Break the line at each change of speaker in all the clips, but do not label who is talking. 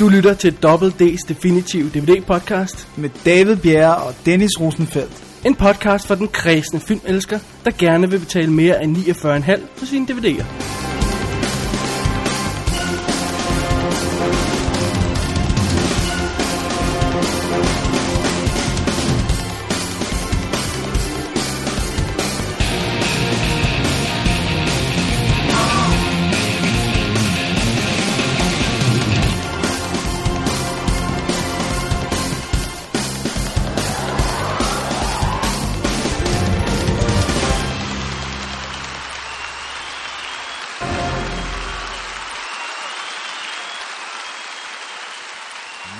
Du lytter til Double D's Definitive DVD-podcast.
med David Bjerre og Dennis Rosenfeldt.
En podcast for den kredsende filmelsker, der gerne vil betale mere end 49,5 for sine DVD'er.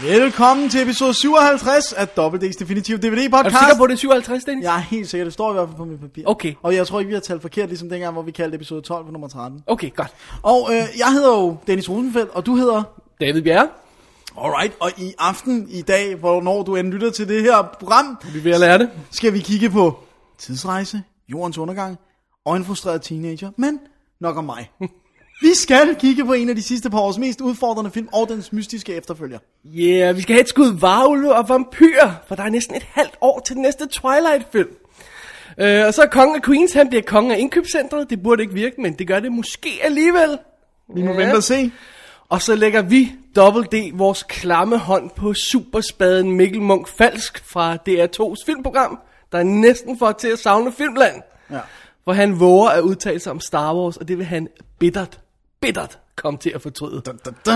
Velkommen til episode 57 af Double D's Definitive DVD
Er
Podcast.
du sikker på, det er 57, Dennis?
Jeg er helt sikker, det står i hvert fald på mit papir.
Okay.
Og jeg tror ikke, vi har talt forkert, ligesom dengang, hvor vi kaldte episode 12 for nummer 13.
Okay, godt.
Og øh, jeg hedder jo Dennis Rosenfeldt, og du hedder...
David Bjerre,
Alright, og i aften, i dag, hvornår du end lytter til det her program,
vi er ved at lære det.
skal vi kigge på tidsrejse, jordens undergang og en frustreret teenager. Men nok om mig. Vi skal kigge på en af de sidste par års mest udfordrende film og dens mystiske efterfølger.
Yeah, vi skal have et skud varulve og vampyrer, for der er næsten et halvt år til den næste Twilight-film. Øh, og så er kongen af Queens, han bliver konge af indkøbscentret. Det burde ikke virke, men det gør det måske alligevel.
Vi må vente og se.
Og så lægger vi Double D vores klamme hånd på superspaden Mikkel Munk Falsk fra DR2's filmprogram, der næsten får til at savne Filmland.
Ja.
Hvor han våger at udtale sig om Star Wars, og det vil han bittert, bittert komme til at fortryde.
Da, da, da.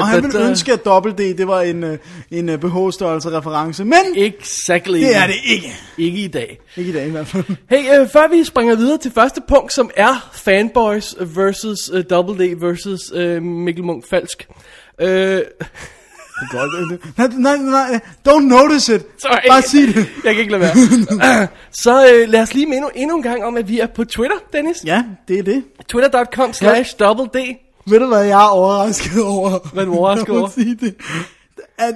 Og han ville
da.
ønske, at dobbelt D, det var en, øh, en BH-størrelse reference, men
Exactly.
det er det ikke.
Ikke i dag.
Ikke i dag i hvert fald.
Hey, øh, før vi springer videre til første punkt, som er Fanboys versus øh, Double D versus øh, Mikkel Munk Falsk. Øh,
Nej, nej, nej, don't notice it.
Sorry.
Bare sig det.
Jeg kan ikke lade være. så øh, lad os lige minde endnu en gang om, at vi er på Twitter, Dennis.
Ja, det er det.
Twitter.com slash double D.
Ved du hvad, jeg er overrasket over?
Hvad er du overrasket
Jeg må
over?
sige det. At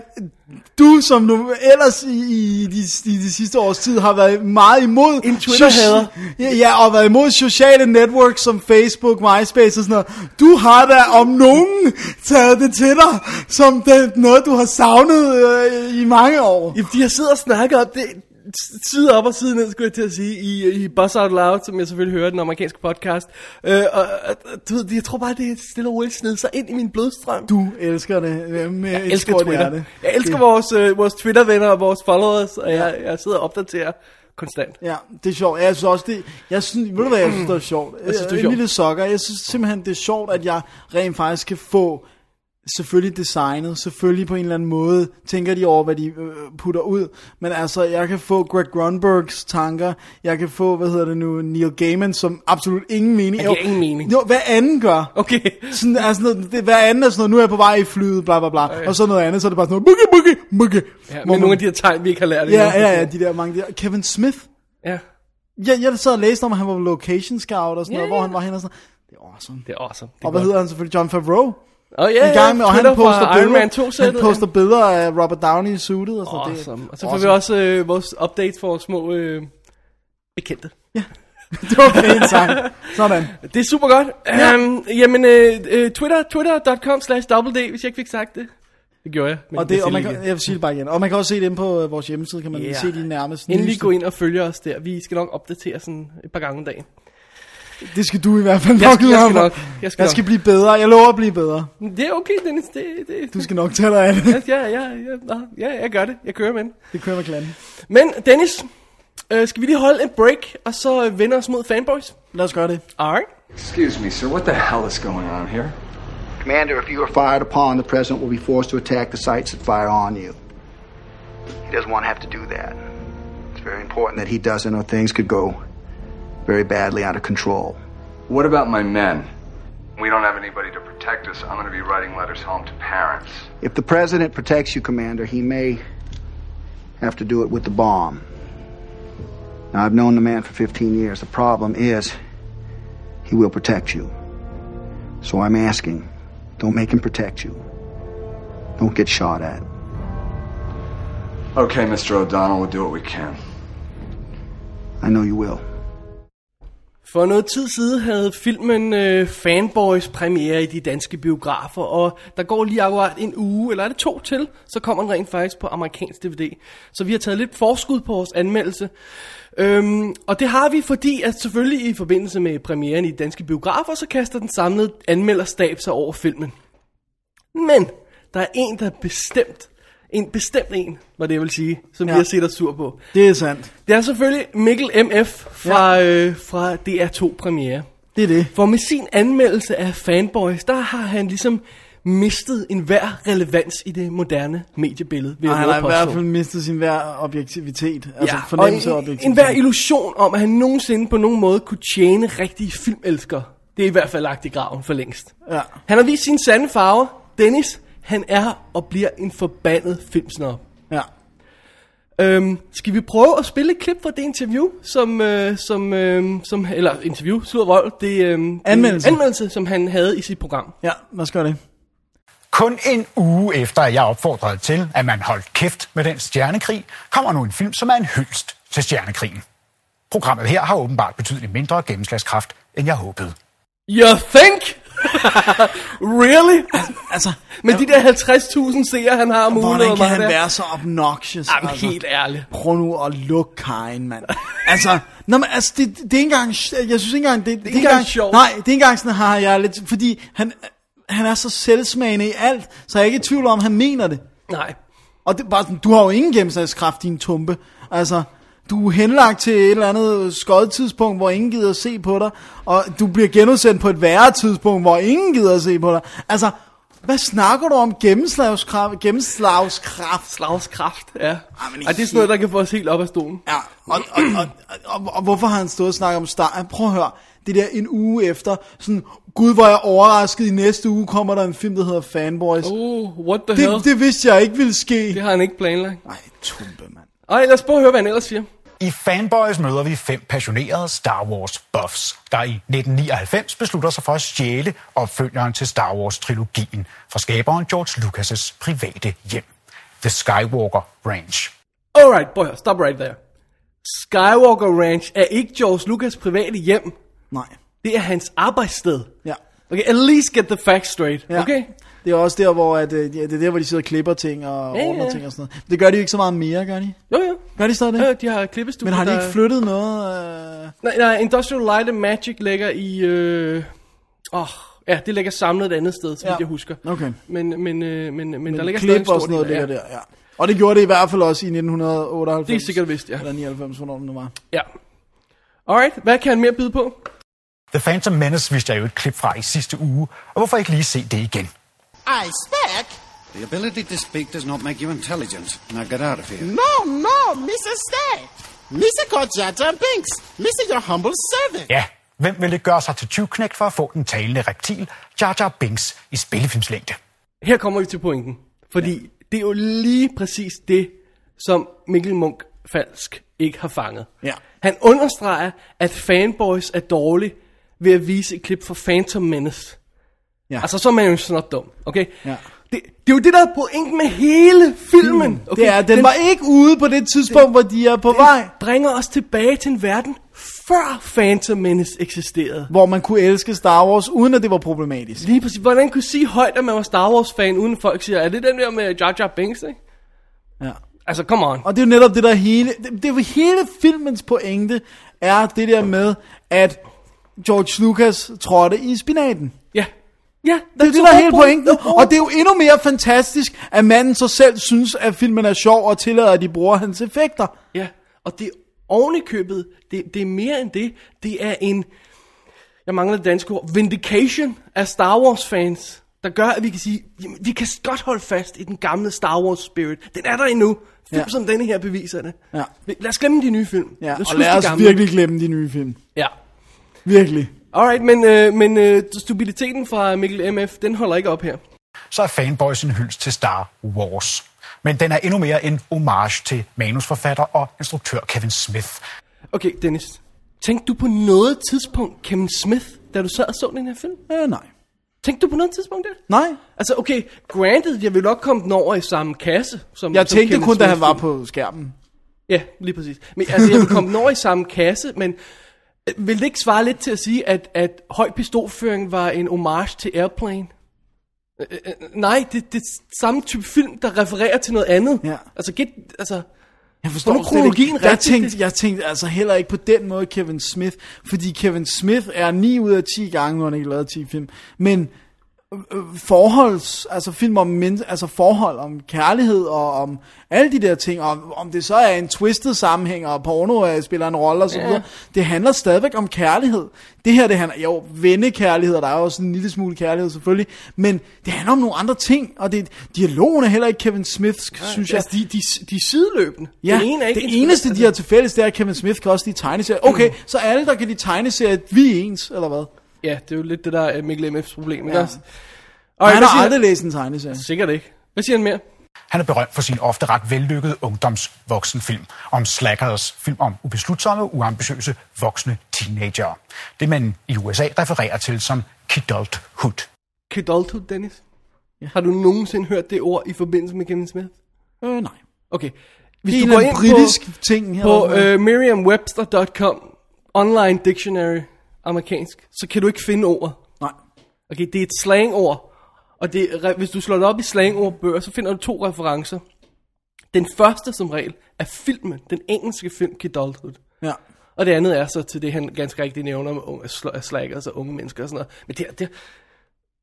du, som nu ellers i, i, de, i de sidste års tid, har været meget imod...
En Twitter-hader.
soci- Ja, ja, og været imod sociale networks som Facebook, MySpace og sådan noget. Du har da om nogen taget det til dig, som den, noget, du har savnet øh, i mange år.
Jamen, de har siddet og snakket om det s- side op og side ned, skulle jeg til at sige, i, i Buzz Out Loud, som jeg selvfølgelig hører, den amerikanske podcast. Øh, og, og, og du ved, jeg tror bare, det er stille og roligt sned sig ind i min blodstrøm.
Du elsker det øh, med jeg et
elsker
stort
Twitter.
hjerte.
Jeg elsker vores, øh, vores Twitter-venner og vores followers, og jeg, jeg sidder og opdaterer konstant.
Ja, det er sjovt. Jeg synes også, det, jeg synes, ved du hvad, jeg synes, det er sjovt? Jeg
synes, det er
en
sjovt.
lille sokker. Jeg synes simpelthen, det er sjovt, at jeg rent faktisk kan få selvfølgelig designet, selvfølgelig på en eller anden måde, tænker de over, hvad de øh, putter ud, men altså, jeg kan få Greg Grunbergs tanker, jeg kan få, hvad hedder det nu, Neil Gaiman, som absolut ingen mening.
Han giver
Jo,
ingen mening.
Jo, hvad anden gør.
Okay.
Sådan, er sådan noget, det, hvad andet er sådan noget, nu er jeg på vej i flyet, bla bla bla, og så noget andet, så er det bare sådan noget, mugge, mugge, mugge.
Ja,
Hvor
men
man-
nogle af de her tegn, vi ikke har lært.
Ja,
endnu.
ja, ja, de der mange der. Kevin Smith,
ja.
Ja, jeg sad og læste om, at han var location scout og sådan
Ja,
yeah, noget,
ja.
hvor han var henne og sådan noget. Det er awesome.
Det er awesome. Det er
Og hvad
godt.
hedder han selvfølgelig? John Favreau.
Og ja,
I gang med, og han
Twitter
poster,
fra Iron Man 2
billeder, han
sættet.
poster billeder af Robert Downey i suitet og sådan
awesome.
det.
Og så får vi også øh, vores updates for vores små øh, bekendte.
det var pænt sagt. Sådan.
Det er super godt. Ja. Um, jamen, øh, øh, Twitter, twitter.com slash d, hvis jeg ikke fik sagt det. Det gjorde jeg. Men
Og, det, og man kan,
kan,
jeg vil sige det bare igen. Og man kan også se det inde på øh, vores hjemmeside, kan man
Ja.
yeah. se de nærmeste.
Endelig
nyeste.
gå ind og følge os der. Vi skal nok opdatere sådan et par gange om dagen.
Det skal du i hvert fald
Jeg
nok
skal, jeg
lade
skal
mig.
nok. Jeg skal,
Jeg skal blive bedre. Jeg lover at blive bedre.
nok. Det er okay, Dennis. Det, det,
Du skal nok tage dig af det.
Ja, ja, ja, ja, ja, jeg gør det. Jeg kører med den.
Det kører med klanden.
Men Dennis, øh, skal vi lige holde en break, og så øh, vende os mod fanboys?
Lad os gøre det.
Alright.
Excuse me, sir. What the hell is going on here?
Commander, if you are fired upon, the President will be forced to attack the sites that fire on you. He doesn't want to have to do that. It's very important that he doesn't, or things could go very badly out of control.
What about my men? We don't have anybody to protect us. I'm going to be writing letters home to parents.
If the President protects you, Commander, he may have to do it with the bomb. Now, I've known the man for 15 years. The problem is, he will protect you. So I'm asking don't make him protect you, don't get shot at.
Okay, Mr. O'Donnell, we'll do what we can.
I know you will.
For noget tid siden havde filmen øh, Fanboys premiere i de danske biografer, og der går lige akkurat en uge, eller er det to til, så kommer den rent faktisk på amerikansk DVD. Så vi har taget lidt forskud på vores anmeldelse. Øhm, og det har vi, fordi at selvfølgelig i forbindelse med premieren i de danske biografer, så kaster den samlede anmelderstab sig over filmen. Men der er en, der er bestemt, en bestemt en, var det jeg vil sige, som ja.
Ja.
vi har set os sur på.
Det er sandt.
Det er selvfølgelig Mikkel MF fra, ja. øh, fra DR2 Premiere.
Det er det.
For med sin anmeldelse af Fanboys, der har han ligesom mistet enhver relevans i det moderne mediebillede. Vil
Og
jeg
han
våge
har i
at påstå.
hvert fald mistet sin hver objektivitet. Altså
Ja,
fornemmelse og
og en,
objektivitet.
enhver illusion om, at han nogensinde på nogen måde kunne tjene rigtige filmelskere, det er i hvert fald lagt i graven for længst.
Ja.
Han har vist sine sande farver. Dennis, han er og bliver en forbandet filmsnob.
Ja.
Øhm, skal vi prøve at spille et klip fra det interview, som, øh, som, øh, som eller interview, slud vold, det, øh,
Anmeldelse.
anmeldelse, som han havde i sit program.
ja, lad os gøre det.
Kun en uge efter, at jeg opfordrede til, at man holdt kæft med den stjernekrig, kommer nu en film, som er en hyldst til stjernekrigen. Programmet her har åbenbart betydeligt mindre gennemslagskraft, end jeg håbede.
You think? really?
Altså,
Men de der 50.000 seere, han Altså. har om ugen,
hvordan
eller
kan
hvad
han
det er.
være så obnoxious? Altså,
Jamen, helt ærligt.
Prøv nu at lukke kajen, mand. Altså, nå, men, altså det, det, det er ikke engang... sj- Jeg synes ikke engang... Det, det, det er
ikke engang sjovt.
Nej, det er ikke engang sådan, har jeg er lidt... Fordi han, han er så selvsmagende i alt, så jeg er ikke i tvivl om, han mener det.
Nej.
Og det er bare sådan, du har jo ingen gennemslagskraft, din tumpe. Altså, du er henlagt til et eller andet skøjet tidspunkt, hvor ingen gider at se på dig. Og du bliver genudsendt på et værre tidspunkt, hvor ingen gider at se på dig. Altså, hvad snakker du om gennemslagskraft? gennemslagskraft?
Slagskraft, ja.
men
Ej, det er sådan noget, der kan få os helt op af stolen.
Ja, og, og, og, og, og, og hvorfor har han stået og snakket om Star? Prøv at høre, det der en uge efter, sådan, gud hvor er jeg overrasket, i næste uge kommer der en film, der hedder Fanboys. Oh,
Oh, what the hell?
det, det vidste jeg ikke ville
det
ske.
har han ikke planlagt.
Nej, tumpe mand.
Ej, lad os prøve at høre, hvad han ellers siger.
I Fanboys møder vi fem passionerede Star Wars buffs, der i 1999 beslutter sig for at stjæle opfølgeren til Star Wars-trilogien fra skaberen George Lucas' private hjem, The Skywalker Ranch.
Alright, prøv at høre. Stop right there. Skywalker Ranch er ikke George Lucas' private hjem.
Nej,
Det er hans arbejdssted.
ja.
Okay, at least get the facts straight.
Ja.
Okay?
Det er også der, hvor at, øh, ja, det er der, hvor de sidder og klipper ting og
Ja, ja,
ordner
ja.
ting og sådan noget. Det gør de jo ikke så meget mere, gør de?
Jo, jo.
Gør de stadig det?
Ja, de har klippestudie.
Men har de
Øh, der-
ikke flyttet noget? Øh...
Nej, nej, Industrial Light and Magic ligger i... Øh... Oh, ja, det ligger samlet et andet sted, så vidt
Ja.
jeg husker.
Okay.
Men, men, øh, men, men, men der ligger stadig
klip
en stor
og sådan noget
del af-
ligger der, ja. Og det gjorde det i hvert fald også i 1998.
Det er sikkert vist, ja.
Eller 99, hvornår det nu var.
Ja. Alright, hvad kan han mere byde på?
The Phantom Menace viste jeg jo et klip fra i sidste uge, og hvorfor ikke lige se det igen?
I speak?
The ability to speak does not make you intelligent. Now get out of here.
No, no, Mrs. Stay. Missy called Jaja Binks. Missy, your humble servant.
Ja, hvem ville gøre sig til tyvknægt for at få den talende reptil Jar Jar Binks i spillefilmslængde?
Her kommer vi til pointen. Fordi ja. det er jo lige præcis det, som Mikkel Munk falsk ikke har fanget.
Ja.
Han understreger, at fanboys er dårlige ved at vise et klip fra Phantom Menace.
Ja.
Altså, så er man jo snart dum, okay?
Ja.
Det, det er jo det, der er pointen med hele filmen. Okay?
Mm. Det er, den, den var ikke ude på det tidspunkt, den, hvor de er på den, vej.
bringer os tilbage til en verden, før Phantom Menace eksisterede.
Hvor man kunne elske Star Wars, uden at det var problematisk.
Lige præcis. Hvordan kunne sige højt, at man var Star Wars-fan, uden folk siger, er det den der med Jar Jar Binks, ikke?
Ja.
Altså, come on.
Og det er jo netop det der hele, det, det er jo hele filmens pointe, er det der med, at George Lucas trådte i spinaten.
Ja. Ja,
Det er det, der er hele pointen. Og det er jo endnu mere fantastisk, at manden så selv synes, at filmen er sjov og tillader, at de bruger hans effekter.
Ja, og det er ovenikøbet, det, det er mere end det. Det er en, jeg mangler det danske ord, vindication af Star Wars fans, der gør, at vi kan sige, jamen, vi kan godt holde fast i den gamle Star Wars spirit. Den er der endnu. Film ja.
Ja.
som denne her beviser det.
Ja.
Lad os glemme de nye film.
Ja,
os
og
huske
lad
de
os
gamle.
virkelig glemme de nye film.
Ja.
Virkelig.
Alright, men, øh, men øh, stupiditeten fra Mikkel MF, den holder ikke op her.
Så er Fanboys en hyldst til Star Wars. Men den er endnu mere en homage til manusforfatter og instruktør Kevin Smith.
Okay, Dennis. Tænkte du på noget tidspunkt Kevin Smith, da du sad og så den her film?
Øh, nej.
Tænkte du på noget tidspunkt der?
Nej.
Altså, okay, granted, jeg vil nok komme den over i samme kasse. Som,
Jeg
som
tænkte
Kevin
kun, da
Smith
han var
film.
på skærmen.
Ja, lige præcis. Men altså, jeg vil komme den over i samme kasse, men Vil det ikke svare lidt til at sige, at, at høj pistolføring var en homage til Airplane? Øh, øh, øh, Nej, det, det er samme type film, der refererer til noget andet.
Ja.
Altså, get, altså,
Jeg forstår
Hvornår
slet ikke-
kronologien
jeg
rigtigt?
tænkte, jeg tænkte altså heller ikke på den måde Kevin Smith, fordi Kevin Smith er 9 ud af 10 gange, hvor han ikke lavet 10 film. Men øh, øh, forholds, altså film om men, altså forhold om kærlighed og om alle de der ting, og om det så er en twistet sammenhæng, og porno øh, spiller en rolle og så videre, det handler stadigvæk om kærlighed. Det her, det handler, jo, vennekærlighed, og der er jo også en lille smule kærlighed selvfølgelig, men det handler om nogle andre ting, og det, dialogen er heller ikke Kevin Smiths, synes jeg.
altså de, de, de er sideløbende.
Ja,
den ene er ikke
det eneste, de har til fælles, det er, at Kevin Smith kan også lide tegneserier. Okay, mm. så alle, der kan lide tegneserier, vi er ens, eller hvad?
Ja, det er jo lidt det, der er Mikkel MF's problem. Ja.
Ja.
Også?
Og
Og
han har aldrig læst en tegneserie.
Sikkert ikke. Hvad siger han mere?
Han er berømt for sin ofte ret vellykkede ungdomsvoksenfilm om slackers, film om ubeslutsomme, uambitiøse voksne teenager. Det man i USA refererer til som kidulthood.
Kidulto, Dennis? Ja. Har du nogensinde hørt det ord i forbindelse med Kevin Smith?
Øh, nej.
Okay.
Hvis det er en eller anden britisk på, ting her.
på, på
eller hvad?
øh, merriam-webster.com, online dictionary, amerikansk, så kan du ikke finde ordet.
nej.
Okay, det er et slangord. Og det, er re- hvis du slår det op i slangordbøger, så finder du to referencer. Den første som regel er filmen, den engelske film Kidulthood.
Ja.
Og det andet er så til det, han ganske rigtigt nævner om unge, sl- slackers altså unge mennesker og sådan noget. Men det, er- det, er-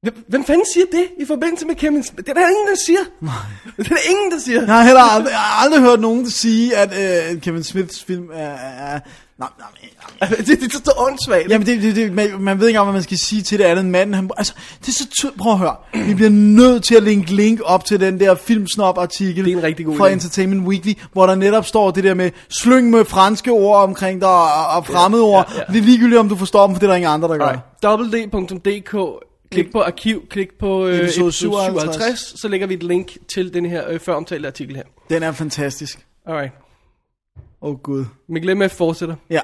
hvem, hvem fanden siger det i forbindelse med Kevin Smith? Det er der ingen, der siger. Nej. Det er der ingen, der siger.
Jeg har heller aldrig, jeg har aldrig hørt nogen sige, at øh, Kevin Smiths film er... er, er nej, nej, nej.
Altså, det, det, er så åndssvagt.
Jamen, det, det, det, man, man ved ikke engang, hvad man skal sige til det andet. Manden, han, altså, det er så tydeligt. Prøv at høre. Vi bliver nødt til at linke link op til den der filmsnop-artikel.
Det er en rigtig god
Fra
idé.
Entertainment Weekly, hvor der netop står det der med, slyng med franske ord omkring dig og, og fremmede ord.
ja, ja.
Det er ligegyldigt, om du forstår dem, for det er der ingen andre, der gør.
Nej. www.dk Klik på arkiv, klik på øh,
Episode
episode 57.
57,
så lægger vi et link til den her øh, føromtalte artikel her.
Den er fantastisk.
Alright.
Åh, oh, Gud.
Mikkel MF fortsætter.
Ja.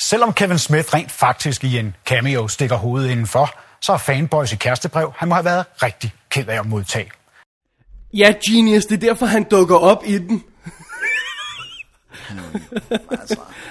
Selvom Kevin Smith rent faktisk i en cameo stikker hovedet indenfor, så er fanboys i kærestebrev, han må have været rigtig ked af at modtage.
Ja, genius, det er derfor, han dukker op i den.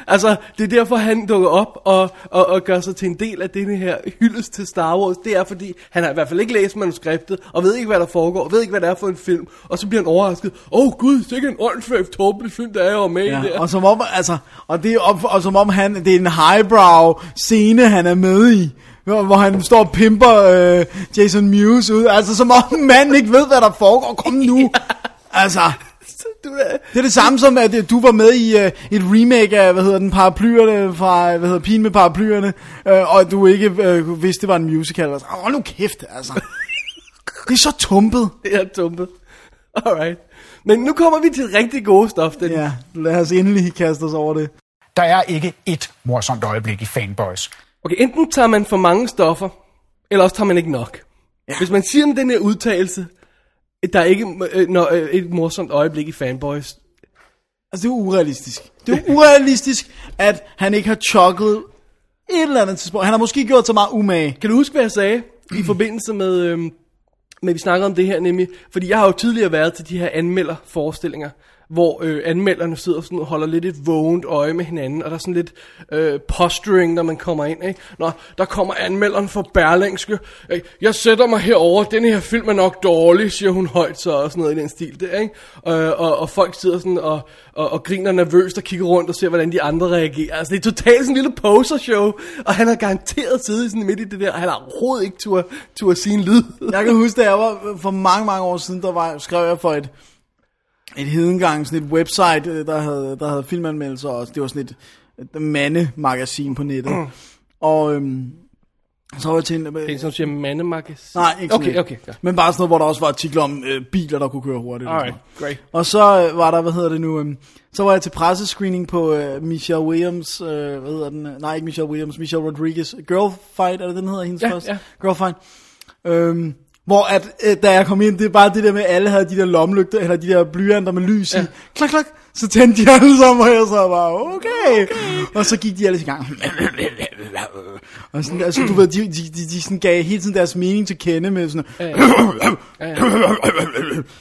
altså, det er derfor, han dukker op og, og, og gør sig til en del af denne her hyldest til Star Wars. Det er, fordi han har i hvert fald ikke læst manuskriptet, og ved ikke, hvad der foregår, og ved ikke, hvad det er for en film. Og så bliver han overrasket. Åh oh, gud, det er ikke en åndssvagt tåbelig film, der er jo med i det.
ja.
her."
Og som om, altså, og det er op, og som om han, det er en highbrow scene, han er med i. Hvor hvor han står og pimper øh, Jason Mewes ud. Altså, som om manden ikke ved, hvad der foregår. Kom nu. Altså,
Du er-
Det er det samme som, at øh, du var med i øh, et remake af, hvad hedder den, paraplyerne fra, øh, hvad hedder Pigen med paraplyerne, øh, og du ikke øh, vidste, det var en musical. Altså, Åh, nu kæft, altså. Det er så tumpet.
Det er dumpet. Alright. Men nu kommer vi til det rigtig gode stof, den.
Ja, lad os endelig kaste os over det.
Der er ikke ét morsomt øjeblik i fanboys.
Okay, enten tager man for mange stoffer, eller også tager man ikke nok. Ja. Hvis man siger med den her udtalelse, at der er ikke øh, når, øh, et morsomt øjeblik i fanboys.
Altså, det er urealistisk. Det er urealistisk, at han ikke har chokket et eller andet tidspunkt. Han har måske gjort så meget umage.
Kan du huske, hvad jeg sagde i forbindelse med, øh, med vi snakker om det her nemlig? Fordi jeg har jo tidligere været til de her anmelderforestillinger, hvor øh, anmelderne sidder sådan og holder lidt et vågent øje med hinanden, og der er sådan lidt øh, posturing, når man kommer ind. Ikke? Nå, der kommer anmelderen fra Berlingske. Øh, jeg sætter mig herover. den her film er nok dårlig, siger hun højt så, og sådan noget i den stil der. Ikke? Øh, og, og folk sidder sådan og, og, og griner nervøst og kigger rundt og ser, hvordan de andre reagerer. Altså, det er totalt sådan en lille poser-show, og han har garanteret siddet sådan midt i det der, og han har overhovedet ikke tur, tur at sige en lyd.
Jeg kan huske, da jeg var for mange, mange år siden, der var, skrev jeg for et, et hedengang, sådan et website, øh, der havde, der havde filmanmeldelser også. Det var sådan et, et mandemagasin på nettet. og øhm, så var jeg til en...
Det er
Øh,
sådan, siger mandemagasin.
nej, ikke sådan
Okay,
et.
okay. Ja.
Men bare sådan noget, hvor der også var artikler om øh, biler, der kunne køre hurtigt. og sådan
Alright, great.
og så øh, var der, hvad hedder det nu, øhm, så var jeg til pressescreening på øh, Michelle Williams, øh, hvad hedder den, øh, nej ikke Michelle Williams, Michelle Rodriguez, Girlfight, er det den hedder hendes
Ja,
første?
ja.
Girlfight. Øhm, hvor at, øh, da jeg kom ind, det er bare det der med, at alle havde de der lommelygter, eller de der blyanter med lys ja. i, klak, klak, så tændte de alle sammen, og jeg så bare, okay. okay. Og så gik de alle i gang. og sådan, altså, du ved, de, de, de, de sådan gav hele tiden deres mening til kende med sådan,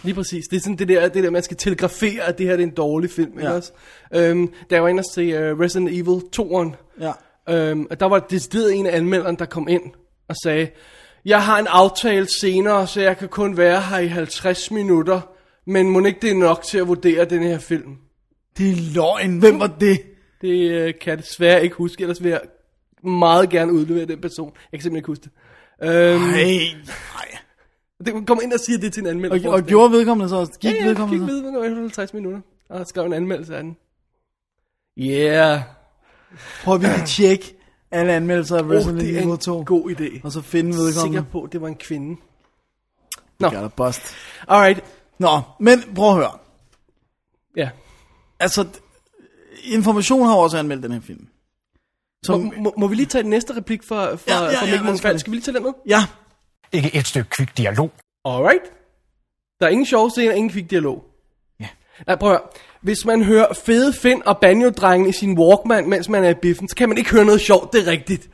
Lige præcis. Det er sådan det der, det der man skal telegrafere, at det her det er en dårlig film. Ja. Ikke
Ja.
også? Øhm, da jeg var inde og se uh, Resident Evil 2'eren,
ja.
Øhm, og der var decideret en af anmelderne, der kom ind og sagde, jeg har en aftale senere, så jeg kan kun være her i 50 minutter, men må ikke det er nok til at vurdere den her film?
Det er løgn. Hvem var det?
Det øh, kan jeg desværre ikke huske, ellers vil jeg meget gerne udlevere den person. Jeg kan simpelthen ikke huske det. Øhm,
Nej. Nej.
det kom ind og siger det til en anmelder.
Og, og gjorde vedkommende så også? Gik
ja, ja,
vedkommende
vedkommende?
så?
Gik vedkommende efter 50 minutter, og skrev en anmeldelse af den. Yeah.
Prøv at virkelig tjekke alle anmeldelser af
Oh,
Resident
det er
Evil
en
2.
god idé.
Og så finde
sikker
vedkommende.
på, at det var en kvinde.
Got a bust.
Alright.
Nå, men prøv at høre.
Ja.
Altså, Information har også anmeldt den her film.
Må,
Som,
må, må vi lige tage den næste replik fra, fra, ja,
Ja, ja,
ja, fra Mikkel
ja, lad os gøre
Munchfald?
det.
Skal vi lige tage den med?
ja,
Ikke et stykke kvik dialog.
Alright. Der er ingen sjove scener, ingen kvik dialog. Ja. Nej, prøv at høre. Hvis man hører fede Finn og banjo i sin Walkman, mens man er i biffen, så kan man ikke høre noget sjovt, det er rigtigt.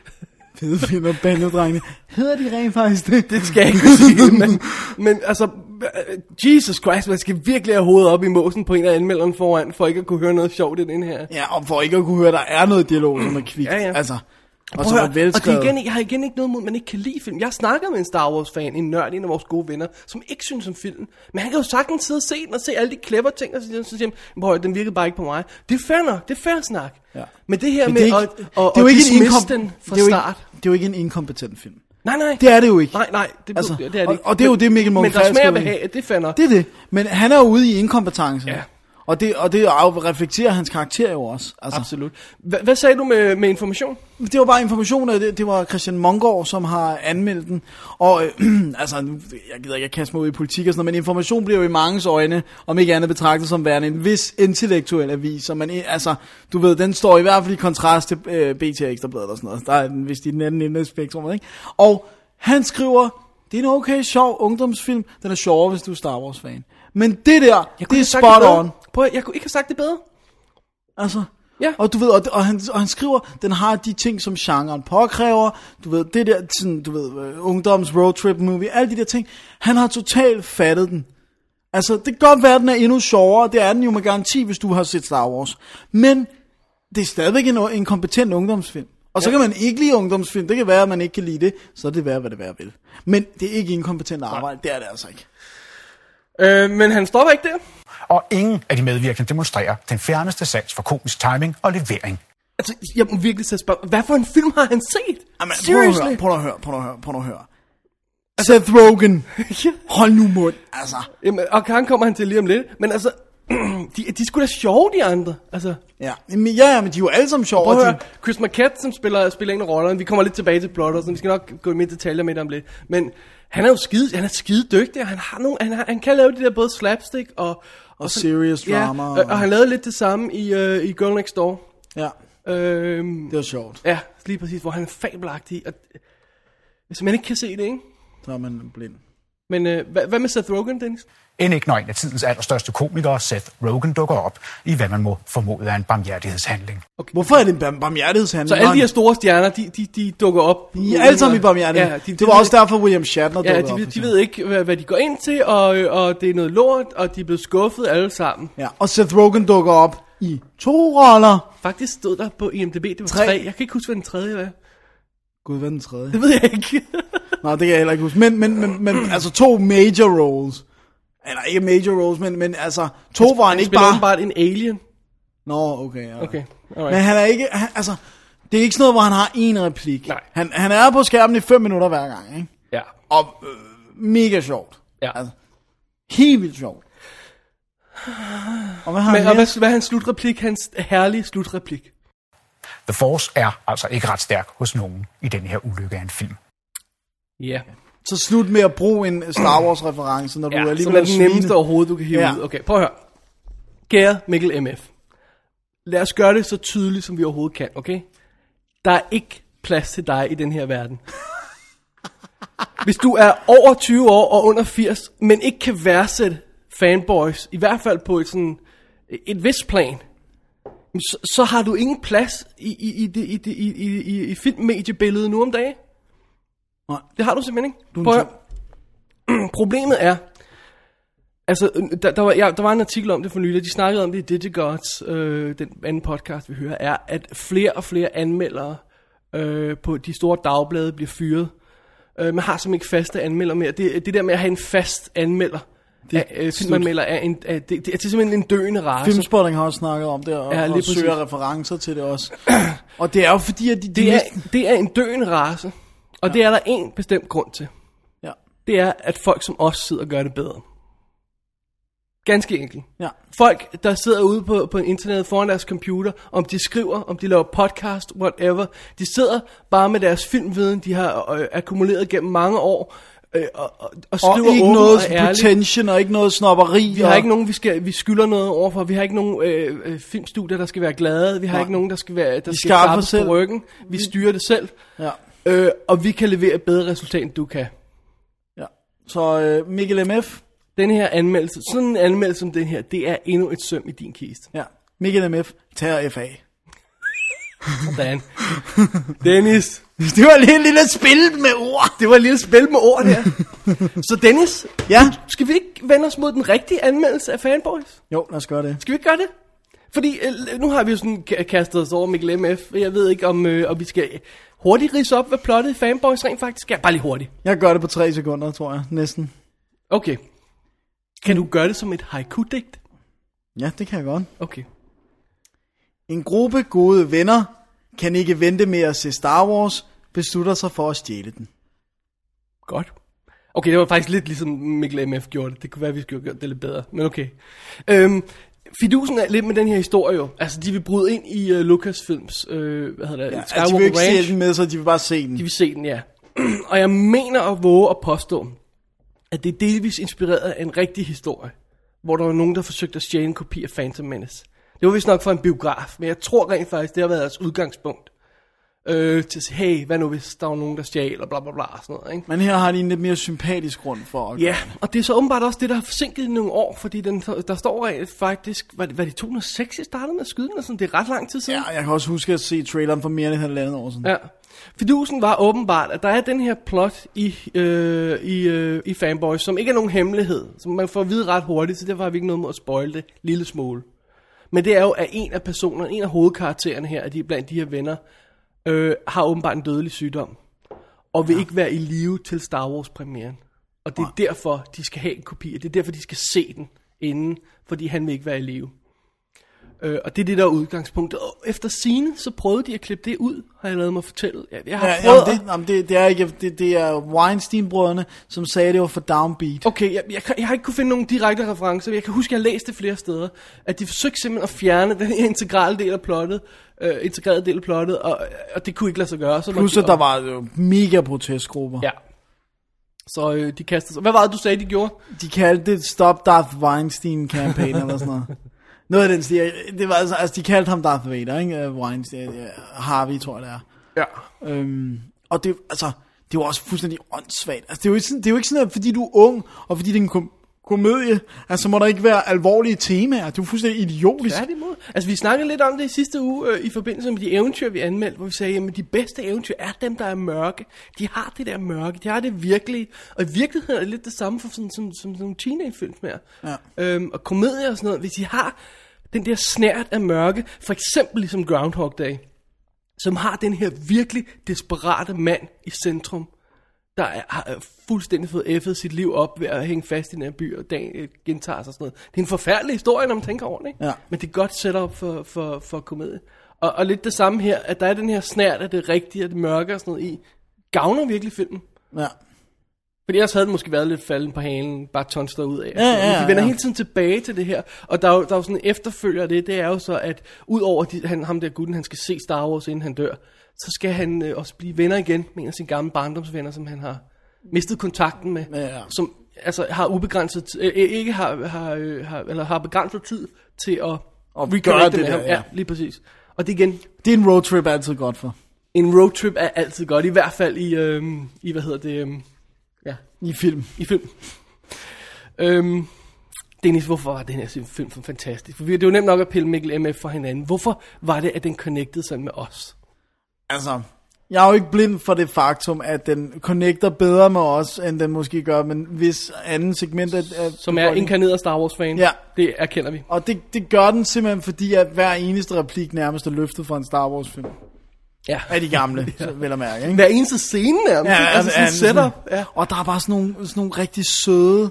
fede film og bandedrengene. Hedder de rent faktisk det?
Det skal jeg ikke kunne sige, men, men altså, øh, Jesus Christ, man skal virkelig have hovedet op i måsen på en af anmelderne foran, for ikke at kunne høre noget sjovt i den her.
Ja, og for ikke at kunne høre, der er noget dialog, som er kvikt.
Ja, ja.
Altså, og
Prøv
som
at
er
høre, og det
velskrevet.
er igen, jeg har igen ikke noget mod, at man ikke kan lide film. Jeg har snakket med en Star Wars-fan, en nørd, en af vores gode venner, som ikke synes om filmen. Men han kan jo sagtens sidde og se den og se alle de clever ting, og så så siger han, "Men prøv at høre, den virkede bare ikke på mig. Det er fair nok, det er fair snak.
Ja.
Men det her
Men
med
det er
at,
ikke-
at,
det er jo
at
ikke en
dismisse
inkom-
den fra
det er jo
start.
Ikke, det er jo ikke en inkompetent film.
Nej, nej.
Det er det jo ikke.
Nej, nej, det,
Altså,
altså, det er det ikke.
og- og det er jo
Men-
det, Mikkel
Men
Munch-Fals
der smager
skriver i.
behag, det er fair nok.
Det er det. Men han er jo ude i inkompetence.
Ja.
Og det, og det af- reflekterer hans karakter jo også. Altså,
Absolut. Hva- hvad sagde du med, med information?
Det var bare information, at det, det var Christian Mongård, som har anmeldt den. Og øh, altså, nu, jeg gider ikke at kaste mig ud i politik og sådan noget, men information bliver jo i manges øjne, om ikke andet betragtet som værende en vis intellektuel avis. Så man, i- altså, du ved, den står i hvert fald i kontrast til øh, BT og Ekstrabladet og sådan noget. Der er den, hvis de den anden ende af spektrumet, ikke? Og han skriver, det er en okay, sjov ungdomsfilm. Den er sjovere, hvis du er Star Wars-fan. Men det der, det er
have sagt
spot
bedre.
on.
Prøv, at- jeg kunne ikke have sagt det bedre.
Altså,
Ja.
og du ved, og, og, han, og han skriver, den har de ting, som genren påkræver, du ved, det der, sådan, du ved, øh, ungdoms roadtrip movie, alle de der ting, han har totalt fattet den. Altså, det kan godt være, at den er endnu sjovere, det er den jo med garanti, hvis du har set Star Wars, men det er stadigvæk en, en kompetent ungdomsfilm. Og så kan man ikke lide ungdomsfilm, det kan være, at man ikke kan lide det, så er det værd, hvad det værd vil. Men det er ikke inkompetent arbejde, det er det altså ikke.
Øh, men han stopper ikke der.
Og ingen af de medvirkende demonstrerer den fjerneste sans for komisk timing og levering.
Altså, jeg må virkelig så spørge, hvad for en film har han set?
Jamen, prøv at høre, prøv at høre, prøv at høre, prøv at høre. Seth Rogen,
Altså- Ja.
hold nu mund, altså.
Jamen, og Karen kommer han til lige om lidt. Men altså, de, de skulle da sjove, de andre. Altså,
Ja, men, ja, ja, men de er jo alle sammen sjove.
prøv
og
at
de-
høre, Chris Marquette, som spiller, spiller en af rollerne. Vi kommer lidt tilbage til plottet, så vi skal nok gå i mere detaljer med det om lidt. Men han er jo skide, han er skide dygtig, og han, har nogle, han, har, han kan lave det der både slapstick og... Og,
Og serious drama,
Ja, og,
og-
og han lavede lidt det samme i, øh, i Girl Next Door.
Ja,
Øhm,
det var sjovt.
ja, lige præcis, hvor han er fabelagtig. Og, hvis man ikke kan se det, ikke?
Så er man blind.
Men øh, hvad, hvad med Seth Rogen, Dennis?
End ikke når en af tidens allerstørste komikere, Seth Rogen, dukker op i, hvad man må formode er en barmhjertighedshandling.
Hvorfor er det en barm- barmhjertighedshandling?
Så alle de her store stjerner, de, de, de dukker op.
de er alle sammen i barmhjertighed.
Ja,
Ja, de, det var også derfor, William Shatner
Ja,
dukkede op,
de,
for
ved- de
eksempel.
ved ikke, hvad, hvad de går ind til, og, øh, og det er noget lort, og de er blevet skuffet alle sammen.
Ja, og Seth Rogen dukker op i to roller.
Faktisk stod der på IMDb, det var
Tre.
tre. tre. Jeg kan ikke huske, hvad den tredje var.
Gud, hvad er den tredje?
Det ved jeg ikke.
Nej, det kan jeg heller ikke huske. Men, men, men, men altså to major roles. Eller ikke major roles, men, men altså to var han
Han
ikke
spiller
bare...
åbenbart en alien.
Nå, okay. Ja.
Okay,
Men
alright.
han er ikke... Han, altså, det er ikke sådan noget, hvor han har én replik.
Nej.
Han, han er på skærmen i fem minutter hver gang, ikke?
Ja.
Og øh, mega sjovt.
Ja.
Altså, helt vildt sjovt. Og hvad har
Men, og
han
hvad, hvad er hans slutreplik? Hans herlige slutreplik.
The Force er altså ikke ret stærk hos nogen i den her ulykke af en film.
Ja.
Så slut med at bruge en Star Wars reference, når du
ja som
alligevel
er
er
den
svine.
nemmeste overhovedet, du kan hive
Ja.
ja. ud. Okay, prøv at høre. Kære Mikkel MF. Lad os gøre det så tydeligt, som vi overhovedet kan, okay? Der er ikke plads til dig i den her verden. Hvis du er over 20 år og under 80, men ikke kan værdsætte fanboys, i hvert fald på et, sådan, et vist plan, jamen så, så har du ingen plads i, i, i, det- i, det- i, i, i, i filmmediebilledet nu om dagen.
Nej.
Det har du simpelthen ikke.
er
Prøv at
en
høre. Problemet er, altså, øh, der, der, var, ja, der var en artikel om det for nylig, og de snakkede om det i DigiGods, øh, den anden podcast, vi hører, er, at flere og flere anmeldere øh, på de store dagblade bliver fyret. Øh, man har simpelthen ikke faste anmelder mere. Det, det der med at have en fast anmelder, det, af, øh, filmanmelder, er, en, er, det, det, det er simpelthen en døende race.
Filmspotting har også snakket om det, og,
Ja,
ja,
lige
og
præcis.
søger referencer til det også. og det er jo fordi, at de... de
Det er,
næsten-
det er en døende race, og ja. det er der en bestemt grund til.
Ja.
Det er, at folk som os sidder og gør det bedre. Ganske enkelt.
ja.
Folk, der sidder ude på, på internettet foran deres computer, om de skriver, om de laver podcast, whatever, de sidder bare med deres filmviden, de har øh, akkumuleret gennem mange år, øh, og, og, og
Og
skriver
ikke
åbent
noget
og ærligt.
pretension, og ikke noget snobberi.
Vi har ikke nogen, vi, skal, vi skylder noget overfor. Vi har ikke nogen øh, øh, filmstudier, der skal være glade. Vi har Nej.
Nej.
ikke nogen, der skal, være, der skal
skaffer
klappes
selv.
på ryggen. Vi styrer det selv.
Ja.
Øh, og vi kan levere et bedre resultat, end du kan.
ja. Så øh, Mikkel MF.
Den her anmeldelse, sådan en anmeldelse som den her, det er endnu et søm i din kiste.
Ja. Mikkel MF tager FA.
Sådan. Dennis.
Det var lige et lille spil med ord.
Det var et lille spil med ord der. Så Dennis,
Ja.
skal vi ikke vende os mod den rigtige anmeldelse af Fanboys?
Jo, lad os gøre det.
Skal vi ikke gøre det? Fordi øh, nu har vi jo sådan ka- kastet os over Mikkel MF. Jeg ved ikke, om, øh, om vi skal hurtigt rise op, hvad plottet i Fanboys rent faktisk er. Bare lige hurtigt.
Jeg gør det på tre sekunder, tror jeg. Næsten.
Okay. Kan du gøre det som et haiku-digt?
Ja, det kan jeg godt.
Okay.
En gruppe gode venner kan ikke vente med at se Star Wars, beslutter sig for at stjæle den.
Godt. Okay, det var faktisk lidt ligesom Mikkel MF gjorde det. Det kunne være, at vi skulle have gjort det lidt bedre. Men okay. Øhm, fidusen er lidt med den her historie jo. Altså, de vil bryde ind i uh, Lucasfilms, øh, hvad hedder det,
Ja,
ja,
at Altså, de
Skywalker
vil ikke
Ranch.
stjæle den med, så de vil bare se den.
De vil se den, ja. og jeg mener at våge at påstå, at det er delvis inspireret af en rigtig historie, hvor der var nogen, der forsøgte at stjæle en kopi af Phantom Menace. Det var vist nok for en biograf, men jeg tror rent faktisk, det har været deres udgangspunkt. Øh, til at sige, hey, hvad nu hvis der var nogen, der stjal, og bla bla bla, og sådan noget, ikke?
Men her har de en lidt mere sympatisk grund for at
Ja, og det er så åbenbart også det, der har forsinket i nogle år, fordi den, der står rent faktisk, var det, var det 2006, jeg startede med at skyde den, og sådan, det er ret lang tid siden.
Ja, jeg kan også huske at se traileren for mere end et halvandet år siden.
Ja. Fidusen var åbenbart, at der er den her plot i, øh, i, øh, i Fanboys, som ikke er nogen hemmelighed, som man får at vide ret hurtigt, så derfor har vi ikke noget mod at spoil det lille smule. Men det er jo, at en af personerne, en af hovedkaraktererne her, at de blandt de her venner, øh, har åbenbart en dødelig sygdom, og vil ja. ikke være i live til Star Wars-premieren. Og det er derfor, de skal have en kopi, og det er derfor, de skal se den inden, fordi han vil ikke være i live. Øh, og det er det, der er udgangspunktet. Og efter sine, så prøvede de at klippe det ud, har jeg lavet mig fortælle. Jeg, jeg har
Ja,
prøvet
jamen,
at-
det, jamen, det, det, er ikke, det, det er Weinstein-brødrene, som sagde, det var for downbeat.
Okay, jeg, jeg, kan- jeg har ikke kunne finde nogen direkte referencer, men jeg kan huske, at jeg læste det flere steder, at de forsøgte simpelthen at fjerne den her integrale del af plottet, øh, integrerede del af plottet, og, og det kunne ikke lade sig gøre. Så måtte
Plus
de
at der
op-
var jo mega protestgrupper.
Ja. Så øh, de kastede sig. Hvad var det, du sagde, de gjorde?
De kaldte det Stop Darth Weinstein Campaign eller sådan noget. Noget af den stil. Det var altså, altså, de kaldte ham Darth Vader, ikke? Øh, Weinstein, ja, Harvey, tror jeg det er.
Ja.
Øhm, og det, altså, det var også fuldstændig åndssvagt. Altså, det er jo ikke sådan, det er jo ikke sådan at fordi du er ung, og fordi det er en kom- komedie, altså må der ikke være alvorlige temaer. Det er jo fuldstændig idiotisk.
Tværtimod. Altså, vi snakkede lidt om det i sidste uge, øh, i forbindelse med de eventyr, vi anmeldte, hvor vi sagde, at de bedste eventyr er dem, der er mørke. De har det der mørke, de har det virkelige. Og i virkeligheden er det lidt det samme for sådan, som, som, som teenagefilm mere.
Ja.
Øhm, og komedier og sådan noget. Hvis de har den der snært af mørke, for eksempel ligesom Groundhog Day, som har den her virkelig desperate mand i centrum, der er, har er fuldstændig fået effet sit liv op ved at hænge fast i den her by, og dagen øh, gentager sig og sådan noget. Det er en forfærdelig historie, når man tænker over det, ikke?
Ja.
Men det er et godt setup for, for, for komedie. Og, og lidt det samme her, at der er den her snært af det rigtige og det mørke og sådan noget i, gavner virkelig filmen.
Ja.
Fordi ellers havde den måske været lidt falden på halen, bare tonster ud af.
Ja, ja,
Men de vender
ja.
hele tiden tilbage til det her, og der er jo, der er jo sådan en efterfølger af det, det er jo så, at udover de, han, ham der gutten, han skal se Star Wars, inden han dør, så skal han øh, også blive venner igen med en af sine gamle barndomsvenner, som han har mistet kontakten med,
Ja.
som altså har ubegrænset, t- øh, ikke har, har, øh, har, eller har begrænset tid til at, reconnecte
gøre det
med
der,
ham.
ja.
ja, lige præcis. Og det er igen,
Det er en roadtrip altid godt for.
en roadtrip er altid godt, i hvert fald i, øh, i hvad hedder det, øh, ja,
I film.
i film. Øhm, Dennis, hvorfor var den her film så fantastisk? For vi- det er jo nemt nok at pille Mikkel MF fra hinanden. Hvorfor var det, at den connectede sådan med os?
Altså, jeg er jo ikke blind for det faktum, at den connecter bedre med os, end den måske gør med hvis anden segment af, af
Som er inkarneret Star Wars-fan.
Ja.
Det erkender vi.
Og det, det gør den simpelthen, fordi at hver eneste replik nærmest er løftet fra en Star Wars film.
Ja.
af de gamle, ja. vel at mærke. Ikke?
Hver eneste scene nærmest. Ja, altså, sådan en setup.
sådan-
Ja.
Og der er bare sådan nogle, sådan nogle rigtig søde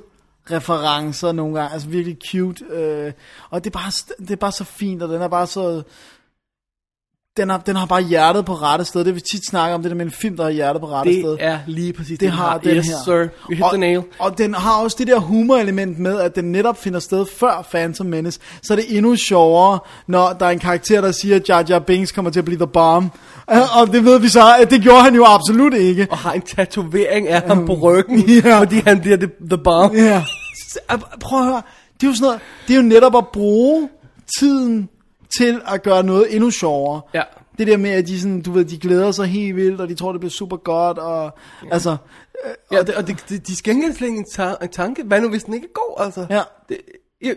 referencer nogle gange, altså virkelig cute. Øh, og det er, bare, st- det er bare så fint, og den er bare så... Den har, den har bare hjertet på rette sted. Det vi tit snakker om, det der med en film, der har hjertet på rette sted.
Det er lige præcis det,
det har den
yes,
her.
sir. We hit
og,
the nail.
Og den har også det der humorelement med, at den netop finder sted før Phantom Menace. Så er det endnu sjovere, når der er en karakter, der siger, at Jar Jar Binks kommer til at blive the bomb. Øh, Og det ved vi så, at det gjorde han jo absolut ikke.
Og har en tatovering af ham på ryggen, fordi han bliver the, the bomb.
Ja. S- Prøv at høre. Det er jo sådan noget, det er jo netop at bruge tiden til at gøre noget endnu sjovere.
Ja.
Det der med, at de, sådan, du ved, de glæder sig helt vildt, og de tror, det bliver super godt, og altså,
Ja, og, det, og det, det, de skal ikke engang en, ta- en tanke. Hvad nu, hvis den ikke er god, altså?
Ja.
Det, jeg,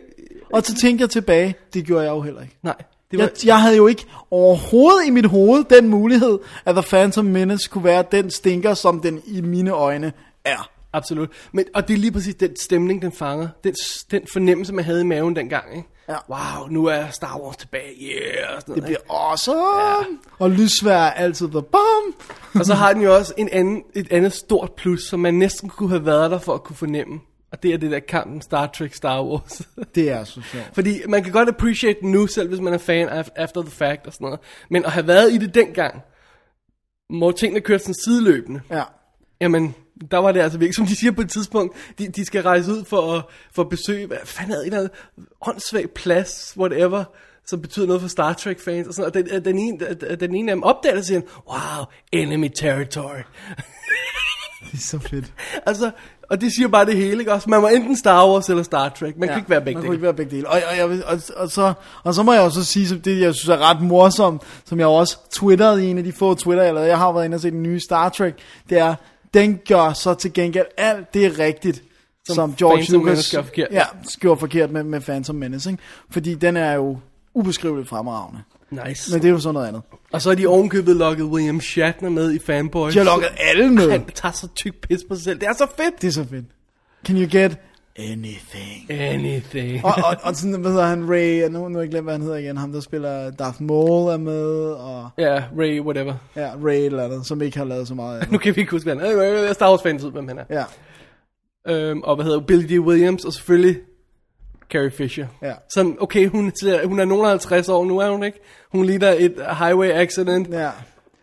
og så tænker jeg tilbage, det gjorde jeg jo heller ikke.
nej. Det var,
Jeg, jeg havde jo ikke overhovedet i mit hoved den mulighed, at The Phantom Menace kunne være den stinker, som den i mine øjne er.
Absolut. Men, og det er lige præcis den stemning, den fanger. Den, s- den fornemmelse, man havde i maven dengang. Ikke?
Ja.
Wow, nu er Star Wars tilbage. Yeah. og Sådan
Det
noget,
bliver awesome! Ja. Og lysvær er altid the bomb!
ikke? Og så har den jo også en anden, et andet stort plus, som man næsten kunne have været der for at kunne fornemme. Og det er det der kampen Star Trek Star Wars.
Det er så sjovt.
Fordi man kan godt appreciate den nu, selv hvis man er fan af After the Fact og sådan noget. Men at have været i det dengang, hvor tingene kørte sådan sideløbende,
Ja.
Jamen, der var det altså virkelig, som de siger på et tidspunkt, de, de skal rejse ud for at, for at besøge, hvad fanden er det, en eller anden åndssvag plads, whatever, som betyder noget for Star Trek fans, og, sådan, og den, at den, ene, at- at den ene af dem opdager det, og siger, han, wow, enemy territory.
Det er så fedt.
altså, og det siger bare det hele, ikke også? Man var enten Star Wars eller Star Trek, man ja, kan ikke være begge
man kunne
dele.
ikke være begge dele. Og, og, jeg, vil- og, og, så, og så må jeg også sige, som det jeg synes er ret morsomt, som jeg også twitterede i en af de få twitter, eller jeg har været inde og set den nye Star Trek, det er, den gør så til gengæld alt det rigtigt, som, som George
Phantom
Lucas
Menace gør forkert.
Ja, gjorde forkert med, med Phantom Menace. Ikke? Fordi den er jo ubeskriveligt fremragende.
Nice.
Men det er jo så noget andet.
Og så er de ovenkøbet lukket William Shatner med i Fanboys.
De har lukket alle med.
Han tager så tyk pis på sig selv. Det er så fedt.
Det er så fedt. Can you get anything?
Anything.
og, og, og sådan, hvad hedder han, Ray, og nu, nu har jeg glemt, hvad han hedder igen, ham der spiller Darth Maul er med, og
Ja, Ray, whatever.
ja, Ray et eller andet, som ikke har lavet så meget af
Nu
det.
kan vi ikke huske, hvad han er. Jeg er Star Wars fans ud, hvem han er.
Ja,
øhm, og hvad hedder Billy D. Williams, og selvfølgelig Carrie Fisher.
Ja.
Som, okay, hun, ser, hun er nogen 50 år, nu er hun ikke. Hun ligner et highway accident. Ja,
ja.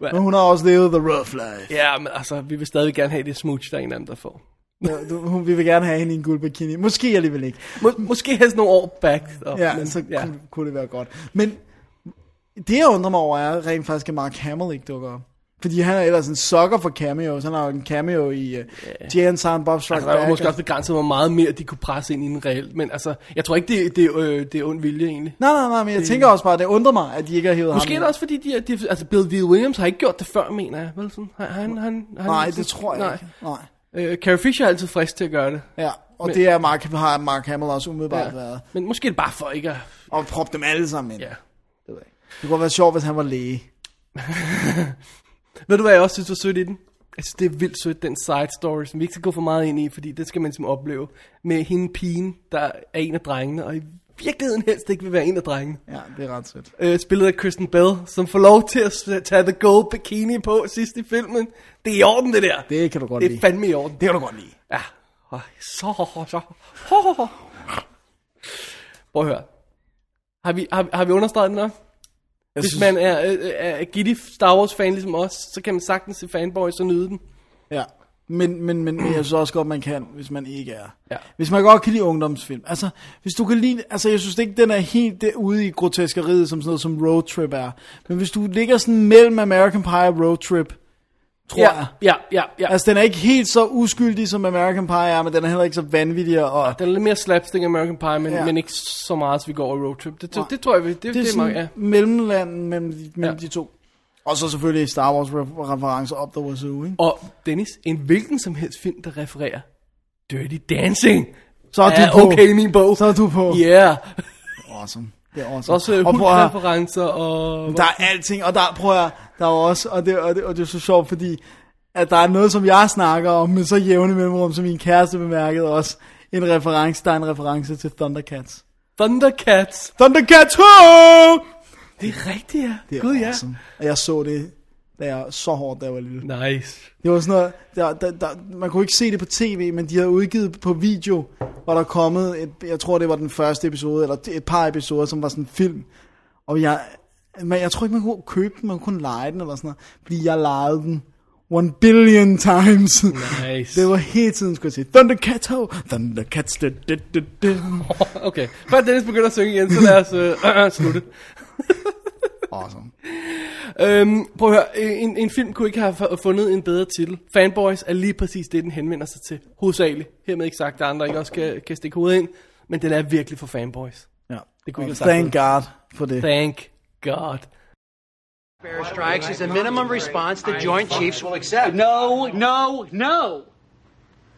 Men hun har også levet the rough life.
ja men altså, vi vil stadig gerne have det smooch, der er en eller anden, der får.
Ja, du, hun, vi vil gerne have hende i en guld bikini. Måske alligevel ikke.
Må, måske helst nogle år back. Og,
Ja, men, så ja.
ja.
Kunne, kunne det være godt. Men det, jeg undrer mig over, er rent faktisk, at Mark Hamill ikke dukker op. Fordi han er ellers en sokker for cameos. Han har jo en cameo i uh, Jan Silent Bob Strike
Altså, der var
Back.
måske også begrænset, hvor meget mere de kunne presse ind i den reelt. Men altså, jeg tror ikke, det, det, øh, det er ond vilje egentlig.
Nej, nej, nej, men jeg tænker også bare, at det undrer mig, at de ikke har hævet ham.
Måske er
ind.
det også fordi, de, er- de, er- altså Bill D. Williams har ikke gjort det før, mener jeg. Vel, sådan, han, han, han,
Nej,
han-
det tror jeg
nej.
ikke. Nej.
Øh, Carrie Fisher er altid frisk til at gøre det.
Ja, og
Men-
men, det er Mark, har Mark Hamill også umiddelbart ja. været.
Men måske er det bare for ikke at...
Og proppe dem alle sammen ind.
Ja.
Det kunne være sjovt, hvis han var læge.
Ved du, hvad jeg også synes var sødt i den? Jeg synes, det er vildt sødt, den side story, som vi ikke skal gå for meget ind i, fordi det skal man som opleve. Med hende pigen, der er en af drengene, og i virkeligheden helst ikke vil være en af drengene.
Ja, det er ret sødt.
Øh, spillet af Kristen Bell, som får lov til at s- tage The Gold Bikini på sidst i filmen. Det er i orden, det der.
Det kan du godt
det er
lide.
fandme i orden.
Det kan du godt lide.
Ja. Øj, Så, så. Prøv at høre. Har vi, har, vi- har vi understreget den nok?
Jeg
Hvis man er, øh, øh, er giddy Star Wars fan ligesom os, så kan man sagtens se fanboys og nyde den.
Ja. Men, men, men, men jeg synes også godt, man kan, hvis man ikke er.
Ja.
Hvis man godt kan lide ungdomsfilm. Altså, hvis du kan lide, altså jeg synes ikke, den er helt derude i groteskeriet, som sådan noget som Road Trip er. Men hvis du ligger sådan mellem American Pie og Road Trip, tror
Ja,
jeg.
ja, ja, ja. Altså,
Altså, den er ikke helt så uskyldig, som American Pie er, men den er heller ikke så vanvittig. Og
den er lidt mere slapstick American Pie, men, ja.
Ja.
men ikke så meget, som vi går over roadtrip. Det,
Nej.
det, det tror jeg, vi- det, det,
det er
det er meget, ja.
sådan mellemlanden mellem, de, mellem
Ja.
ja. de to. Og så selvfølgelig Star Wars re- referencer op the wazoo, ikke?
Og Dennis, en hvilken som helst film, der refererer Dirty Dancing,
Så er
er
du på.
okay i min bog.
Så er du på.
Yeah.
Awesome. Det er awesome.
Også øh,
og prøv at, høre,
hulkreferencer og...
der er alting, og der, prøv at, høre, der er jo også, og det, og, det, og det er så sjovt, fordi at der er noget, som jeg snakker om, men så jævne mellemrum, som min kæreste bemærkede også, en reference, der er en reference til Thundercats.
Thundercats.
Thundercats, ho!
Det er rigtigt, ja.
Det er
Gud, ja.
awesome. Og jeg så det da jeg så hårdt, da jeg var lille.
Nice.
Det var sådan noget, der, der, der, man kunne ikke se det på tv, men de havde udgivet på video, hvor der kommet, et, jeg tror det var den første episode, eller et par episoder, som var sådan en film. Og jeg, men jeg tror ikke, man kunne købe den, man kunne lege den eller sådan noget, fordi jeg legede den one billion times.
Nice.
Det var hele tiden, skulle jeg sige, Thundercats ho, Thundercats, da, da, da, da.
Okay. Før Dennis begynder at synge igen, så lad os øh, øh, slutte.
Awesome.
Øhm, prøv at høre, øh, en, en film kunne ikke have fu- fundet en bedre titel. Fanboys er lige præcis det, den henvender sig til. Hovedsageligt. Hermed ikke sagt, at andre ikke også kan, kan stikke hovedet ind. Men den er virkelig for fanboys.
Ja.
Det kunne ikke have sagt
Thank God for det.
Thank God.
Bear strikes is a minimum response the Joint Chiefs will accept. No, no, no.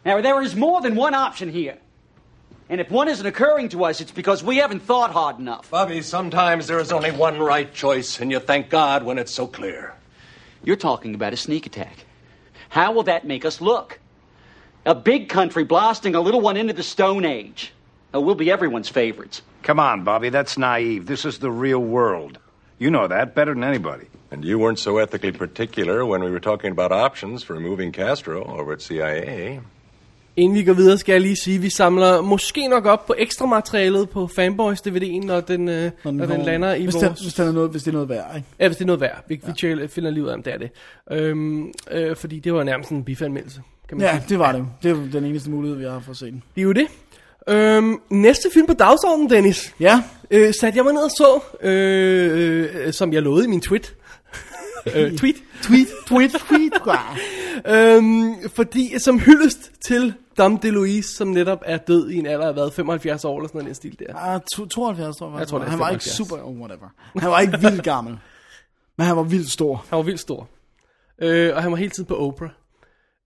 Now, there is more than one option here. And if one isn't occurring to us, it's because we haven't thought hard enough.
Bobby, sometimes there is only one right choice, and you thank God when it's so clear.
You're talking about a sneak attack. How will that make us look? A big country blasting a little one into the Stone Age. Oh, we'll be everyone's favorites.
Come on, Bobby, that's naive. This is the real world. You know that better than anybody.
And you weren't so ethically particular when we were talking about options for removing Castro over at CIA.
Inden vi går videre, skal jeg lige sige, at vi samler måske nok op på ekstra materialet på Fanboys DVD'en, når den, øh, når den, når den
kommer.
lander i
hvis
vores...
Det, hvis, det er noget, hvis det er noget værd, ikke?
Ja, hvis det er noget værd. Vi, ja. vi tjæl- finder lige ud af, om det er det. Øhm, øh, fordi det var nærmest en bifanmeldelse, kan man
Ja,
sige.
det var det. Det er den eneste mulighed, vi har for at se den.
Det er jo det. Øhm, næste film på dagsordenen, Dennis,
Ja,
øh, satte jeg mig ned og så, øh, øh, som jeg lovede i min tweet. øh, tweet.
tweet, tweet, tweet. Ah.
Øhm, fordi som hyldest til Dom DeLuise, som netop er død i en alder af hvad, 75 år eller sådan noget i den stil der.
Ah, to- 72, tror jeg.
Jeg tror, det er
han var ikke
75.
super, oh, whatever. Han var ikke vildt gammel. men han var vildt stor.
Han var vildt stor. Øh, og han var hele tiden på Oprah.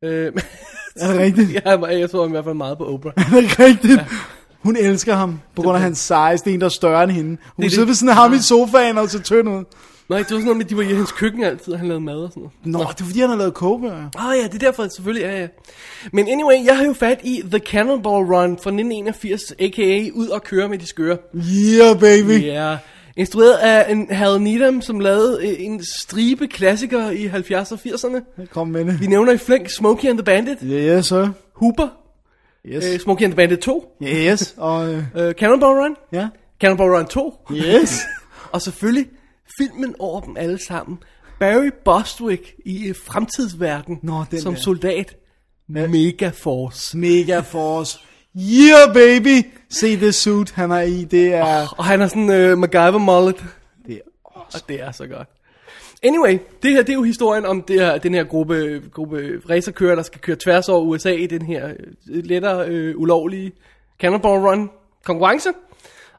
Øh,
Er det rigtigt?
ja, han var- jeg så ham i hvert fald meget på Oprah.
Er det rigtigt? Hun elsker ham, på grund af hans seje sten, der er større end hende. Hun
det.
sidder ved sådan ham i sofaen og så tynd ud.
Nej, det var sådan noget med, at de var i hans køkken altid, og han lavede mad og sådan noget.
Nå, det er fordi, han har lavet kogebøger.
Ah ja, det er derfor selvfølgelig, ja, ja. Men anyway, jeg har jo fat i The Cannonball Run fra 1981, a.k.a. Ud og køre med de skøre.
Yeah, baby. Yeah.
Ja. Instrueret af en Hal Needham, som lavede øh, en stribe klassikere i 70'erne og 80'erne.
Kom med det.
Vi nævner i flink Smokey and the Bandit,
Ja, yeah, så.
Hooper,
Yes.
øh, Smokey and the Bandit 2,
Ja, yes. Og, øh,
øh, Cannonball Run,
ja.
Cannonball Run 2,
Yes.
og selvfølgelig filmen over dem alle sammen. Barry Bostwick i øh, fremtidsverden
Nå, den
som
der.
soldat. Mega Force.
Mega force. Yeah, baby. Se det suit, han er i. Det er...
Og han har sådan øh, MacGyver mullet.
Det er awesome.
Og det er så godt. Anyway, det her det er jo historien om det her, den her gruppe, gruppe racerkører, der skal køre tværs over USA i den her øh, lettere øh, ulovlige Cannonball Run konkurrence.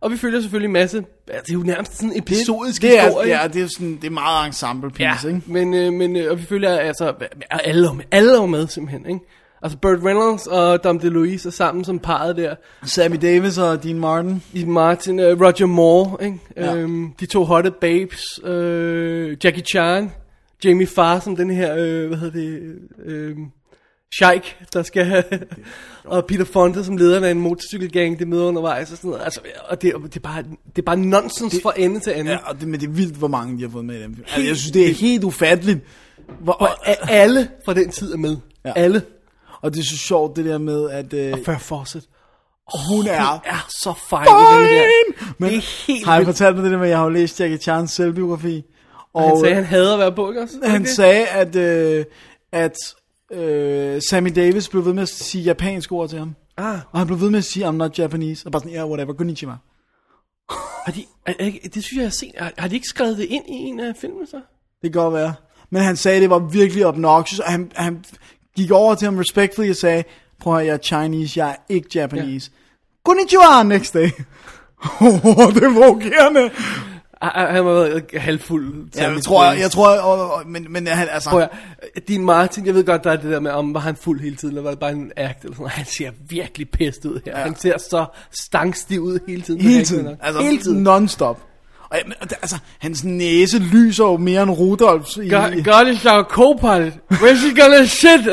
Og vi følger selvfølgelig en masse, ja, det er jo nærmest sådan en episodisk
det er,
historie.
det er, det er sådan, det er meget ensemble piece,
ja,
ikke?
men, øh, men øh, og vi følger altså, er alle, er med, alle er jo med simpelthen, ikke? Altså Burt Reynolds og Dom DeLuise er sammen som parret der.
Sammy Davis og Dean Martin.
I Martin, uh, Roger Moore, ikke?
Ja.
Ja. Øhm, de to hotte babes, øh, Jackie Chan, Jamie Farr som den her, øh, hvad hedder det, øh, Sheik, der skal have, og Peter Fonte som lederen af en motorcykelgang, det møder undervejs og sådan noget. Altså, og det, og det, er, bare, det er bare nonsens fra ende til anden.
Ja, og det, men det er vildt, hvor mange de har fået med i den film. Altså, jeg synes, det er helt ufatteligt. Hvor,
Og a- alle fra den tid er med.
Ja.
Ja. Alle.
og det er så sjovt, det der med, at øh,
Før Fawcett.
hun er...
Hun er så fejl i den der.
Men
det er helt
har jeg
vildt.
fortalt dig det der med, at jeg har jo læst Jackie Chans selvbiografi? Og
Han sagde, han hader at være på, ikke også?
han
Okay.
sagde at, øh, at øh, Sammy Davis blev ved med at sige japansk ord til ham.
Ah.
Og han blev ved med at sige, I'm not Japanese. Og bare sådan, yeah, whatever, konnichiwa.
Har de, er, er, ikke- det synes jeg, jeg har set. Har, har de ikke skrevet det ind i en af filmene så?
Det kan godt være. Men han sagde, det var virkelig obnoxious, og han, han gik over til ham respectfully og sagde, prøv at høre, jeg er Chinese, jeg er ikke Japanese. Ja. Konnichiwa next day. Åh, det er provokerende.
Ah, ah, Han var været halvfuld.
Ja, jeg tror, jeg, jeg tror, og, og, men, men han, altså,
Prøv at, høre, din Martin, jeg ved godt, der er det der med, om var han fuld hele tiden, eller var det bare en act, eller sådan noget. Han ser virkelig pest ud her. Ja. Han ser så stangstiv ud hele tiden. Det er
hele
ikke
tiden,
nok.
altså,
hele tiden.
non-stop. Og, jeg- men, og det- altså, hans næse lyser jo mere end Rudolfs. I,
Gør, gør det så co-pilot. Where's he gonna shit?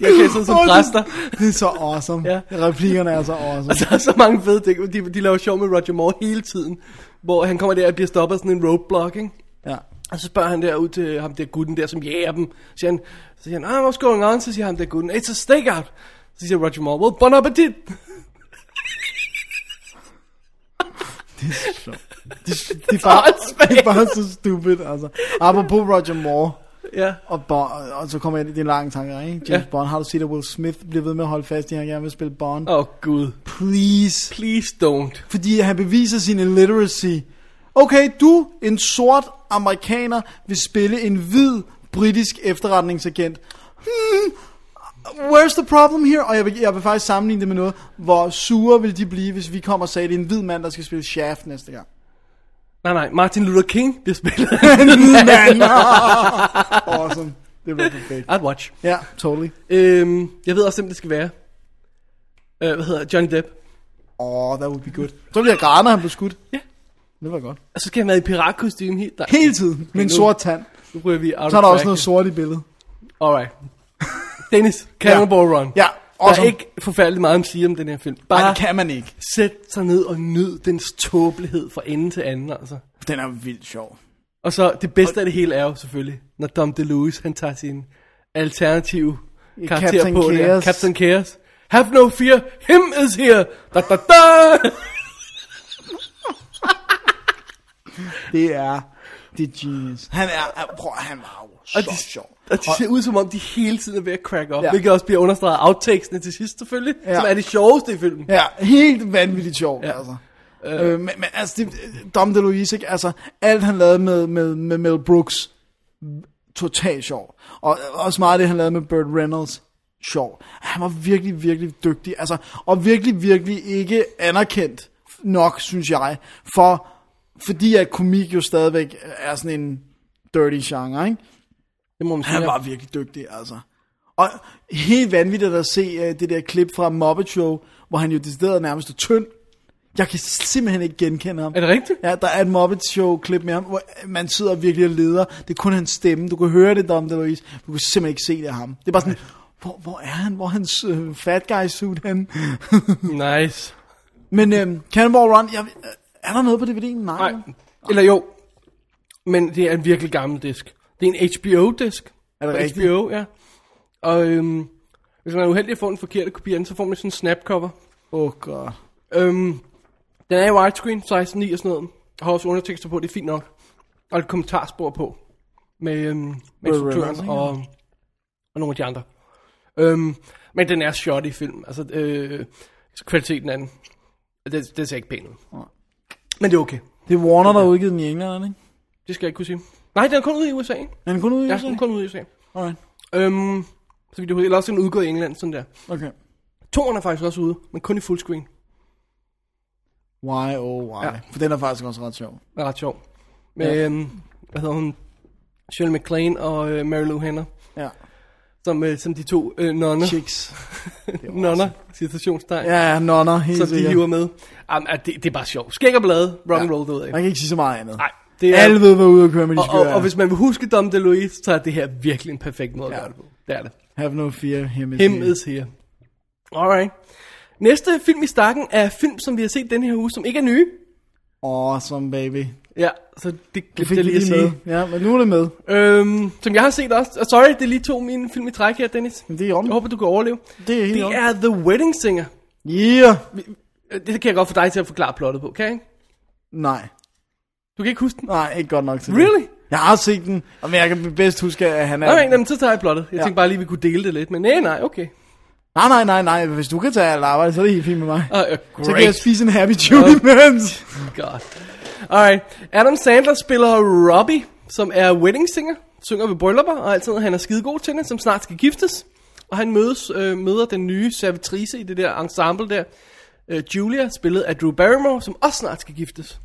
De har klædt sig som
Åh, det-
præster.
Det er så awesome. ja.
Ja. Altså,
Replikkerne er så awesome.
Der er så mange fede ting. De, de laver sjov med Roger Moore hele tiden. Hvor han kommer der og bliver stoppet af sådan en roadblock, ikke?
Ja.
Og så spørger han der ud til ham der gutten der, som jager dem. Så siger han, så siger han, ah, what's going on? Så siger ham der gutten, it's a stakeout. Så siger Roger Moore, well, bon appetit.
De, de, er bare,
Åndssvagt.
de er bare så stupid, altså. Apropos Roger Moore,
ja.
og, Bond, og så kommer jeg ind i de lange tanker, ikke? James
Ja.
Bond, har du set, at Will Smith bliver ved med at holde fast i, at han gerne vil spille Bond?
Åh, oh, Gud.
Please.
Please don't.
Fordi han beviser sin illiteracy. Okay, du, en sort amerikaner, vil spille en hvid britisk efterretningsagent. Hmm, where's the problem here? Og jeg vil, jeg vil faktisk sammenligne det med noget, hvor sure vil de blive, hvis vi kommer og sagde, at det er en hvid mand, der skal spille Shaft næste gang.
Nej, nej, Martin Luther King, det spiller.
En hvid mand! awesome. Det var perfekt.
I'd watch.
Ja, totally.
Øhm, jeg ved også, hvem det skal være. Øh, hvad hedder Johnny Depp.
Åh, oh, that would be good. Så ville jeg græde, når han blev skudt. Ja. Det var godt.
Og så skal han være i piratkostyme helt. Nej,
Hele tiden, med en
nu-
sort tand.
Nu prøver vi out
Så er der også noget sort i billedet.
Alright. Dennis, Cannonball Run.
Ja,
Der er
awesome.
ikke Ah. forfærdeligt meget at sige om den her film. Bare
Nej, det kan man ikke.
sæt sig ned og nyd dens tåbelighed fra ende til anden, altså.
Den er vildt sjov.
Og så det bedste af det hele er jo selvfølgelig, når Dom DeLuise, han tager sin alternative karakter
Captain
på der.
Chaos.
Captain Chaos. Have no fear, him is here. Da, da, da.
Det er, det er genius. Han er, er- prøv, han var jo så
Og
de,
de,
sjov.
og de ser ud som om, de hele tiden er ved at crack op,
Ja.
ja. hvilket også bliver understreget af outtakesene til sidst selvfølgelig,
Ja.
ja. som er det sjoveste i filmen.
Ja, helt vanvittigt sjov, ja.
Ja.
altså. Øh, men, men altså, det, Dom DeLuise, ikke? altså, alt han lavede med, med, med Mel Brooks, totalt sjov. Og også meget af det, han lavede med Burt Reynolds, sjov. Han var virkelig, virkelig dygtig, altså, og virkelig, virkelig ikke anerkendt nok, synes jeg, for, fordi at komik jo stadigvæk er sådan en dirty genre, ikke?
Det må man sige.
Han var virkelig dygtig, altså. Og helt vanvittigt at se uh, det der klip fra Muppet Show, hvor han jo decideret er nærmest er tynd. Jeg kan simpelthen ikke genkende ham.
Er det rigtigt?
Ja, der er et Muppet Show-klip med ham, hvor man sidder virkelig og leder. Det er kun hans stemme. Du kan høre det, Dom DeLuise. Du kan simpelthen ikke se det af ham. Det er bare sådan, hvor, hvor er han? Hvor er hans øh, fat guy suit han?
Nice.
Men øh, Cannonball Run, jeg, øh, er der noget på DVD'en? Nej.
Nej. Eller jo, men det er en virkelig gammel disk. Det er en HBO-disk.
Er det
Fra
rigtigt?
HBO, ja. Og øhm, hvis man er uheldig at få den forkerte kopi af den, så får man sådan en snapcover.
Åh, oh, god.
Øhm, den er i widescreen, 16.9 og sådan noget. Har også undertekster på, det er fint nok. Og et kommentarspor på. Med, øhm, med
Reynolds,
instruktøren
ikke?
og, og nogle af de andre. Øhm, men den er shot i film. Altså, øh, kvaliteten af den. Det, det ser ikke pænt ud. Men det er okay.
Det er Warner, der har udgivet den i England, ikke?
Det skal jeg ikke kunne sige. Nej, den er kun ude i USA. ikke?
Er den kun ude i
Ja,
USA?
den er kun ude i USA.
Alright.
Øhm, så vidt jeg husker. Eller også er den udgået i England, sådan der.
Okay.
Toren er faktisk også ude, men kun i fullscreen.
Why, oh why. Ja.
Ja.
For den er faktisk også ret sjov.
Det er ret sjov. Med, ja. øhm, hvad hedder hun? Shirley MacLaine og øh, Mary Lou Hanner.
Ja.
Som, øh, som de to øh, nonner.
Chicks.
nonner, citationstegn.
Ja, ja, nonner, helt
som de
sikkert.
hiver med. Jamen, ah, det, det er bare sjovt. Skæg og blade, rock and
Ja.
roll derud af.
Man kan ikke sige så meget andet.
Nej, det er...
Alle ved, hvad ude at køre med de
og, og,
skøre.
og, hvis man vil huske Dom DeLuise, så er det her virkelig en perfekt måde
Ja.
at gøre det på. Det er det.
Have no fear, him is
Him
here.
is here. Alright. Næste film i stakken er film, som vi har set den her uge, som ikke er nye.
Awesome, baby.
Ja, så det
Det
glemte
fik
jeg
vi
lige at
lige
sige.
med. Ja, men nu er det med.
Øhm, som jeg har set også. Og sorry, det er lige to mine film i træk her, Dennis.
Men det er i orden.
Jeg håber, du kan overleve.
Det er helt i
Det
orden.
er The Wedding Singer.
Yeah.
Øh, Det kan jeg godt få dig til at forklare plottet på, kan jeg ikke?
Nej.
Du kan ikke huske den?
Nej, ikke godt nok til
Really?
det. Jeg har set den, og men jeg kan bedst huske, at han er...
Nej, nej, jamen, så tager jeg plottet. Jeg
Ja.
tænkte bare lige, vi kunne dele det lidt, men nej, nej, okay.
nej, nej, nej, nej. Hvis du kan tage alt arbejde, så er det helt fint med mig.
Uh, great.
Så kan jeg spise en Happy Judy imens.
God. Alright. Adam Sandler spiller Robbie, som er wedding singer, synger ved bryllupper, og altid han er skide god til det, som snart skal giftes. Og han mødes, øh, møder den nye servitrice i det der ensemble der, øh, Julia, spillet af Drew Barrymore, som også snart skal giftes.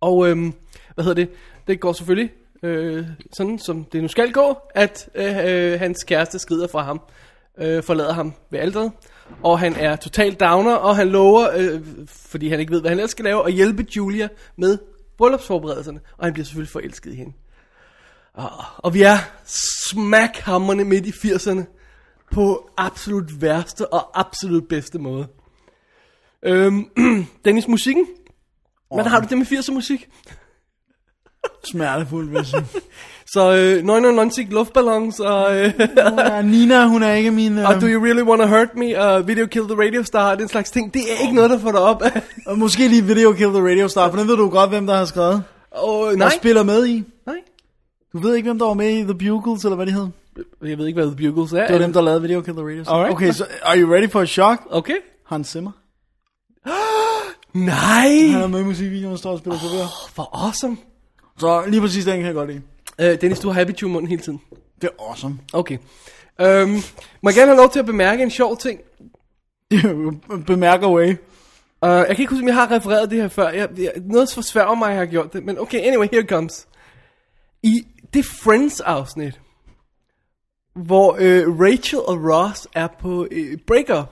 Og øhm, hvad hedder det? Det går selvfølgelig øh, sådan, som det nu skal gå, at øh, øh, hans kæreste skrider fra ham, øh, forlader ham ved alderet. Og han er totalt downer, og han lover, øh, fordi han ikke ved, hvad han ellers skal lave, at hjælpe Julia med bryllupsforberedelserne. Og han bliver selvfølgelig forelsket i hende. Og, og vi er smackhammerne midt i 80'erne på absolut værste og absolut bedste måde. Øhm, Dennis, musikken? Hvordan har du det med 80'er musik?
Smertefuldt, vil jeg sige.
Så øh, 911 luftballons og... Øh,
Ja, Nina, hun er ikke min... Øh,
og Do You Really Wanna Hurt Me og Video Kill the Radio Star og den slags ting. Det er ikke noget, der får dig op.
øhm, og måske lige Video Kill the Radio Star, for den ved du godt, hvem der har skrevet.
og, øh,
Nej.
nej,
Og spiller med i.
nej.
Du ved ikke, hvem der var med i The Bugles, eller hvad de hed?
Jeg ved ikke, hvad The Bugles er.
Det var dem, der lavede Video Kill the Radio Star.
Alright.
Okay, så are you ready for a shock?
Okay.
Hans Zimmer.
Nej,
Han er med i musikvideoen, og står og spiller klaver.
hvor awesome.
Så lige præcis den kan jeg godt lide.
Øh, Dennis, du har happy chew i munden hele tiden.
Det er awesome.
Okay. Øhm, må jeg gerne have lov til at bemærke en sjov ting?
Bemærk away.
Uh, jeg kan ikke huske, om jeg har refereret det her før. Jeg, jeg, noget forsværger mig, at jeg har gjort det. Men okay, anyway, here it comes. I det Friends-afsnit, hvor øh, Rachel og Ross er på øh, breakup,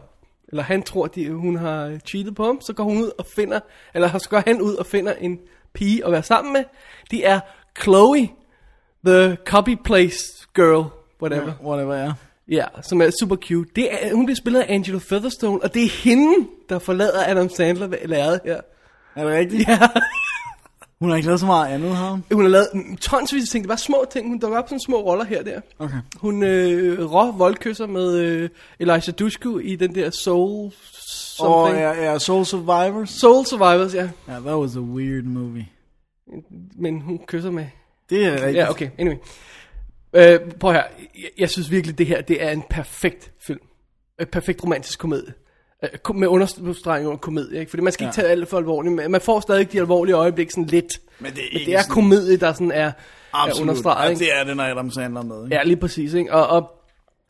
eller han tror, de, hun har øh, cheatet på ham, så går hun ud og finder, eller så går han ud og finder en pige at være sammen med. Det er Chloe, the copy place girl, whatever.
Whatever, ja.
Ja, som er super cute. Det er, hun bliver spillet af Angela Featherstone, og det er hende, der forlader Adam Sandler ved lærret her.
Er det rigtigt?
Ja,
Hun har ikke lavet så meget andet, har hun?
hun har lavet mm, tonsvis af ting. Det var små ting. Hun dukker op sådan små roller her og der.
Okay.
Hun øh, rå voldkysser med øh, Elijah Dushku i den der Soul
Og
something.
ja, ja, Soul Survivors.
Soul Survivors, ja.
Ja, that was a weird movie.
Men hun kysser med
Det er rigtigt.
Ja, okay, anyway. Øh, prøv her. Jeg, jeg synes virkelig, det her det er en perfekt film. En perfekt romantisk komedie. Øh, kom- Med understregning under komedie, ikke? Fordi man skal ja. ikke tage alt for alvorligt. men Man får stadig de alvorlige øjeblik sådan lidt.
Men det er
Men
ikke
det er
sådan-
komedie, der sådan er, er
Absolut.
understreget.
Ja,
ikke?
det er det, når Adam Sandler er med. Ikke?
Ja, lige præcis, ikke? Og, og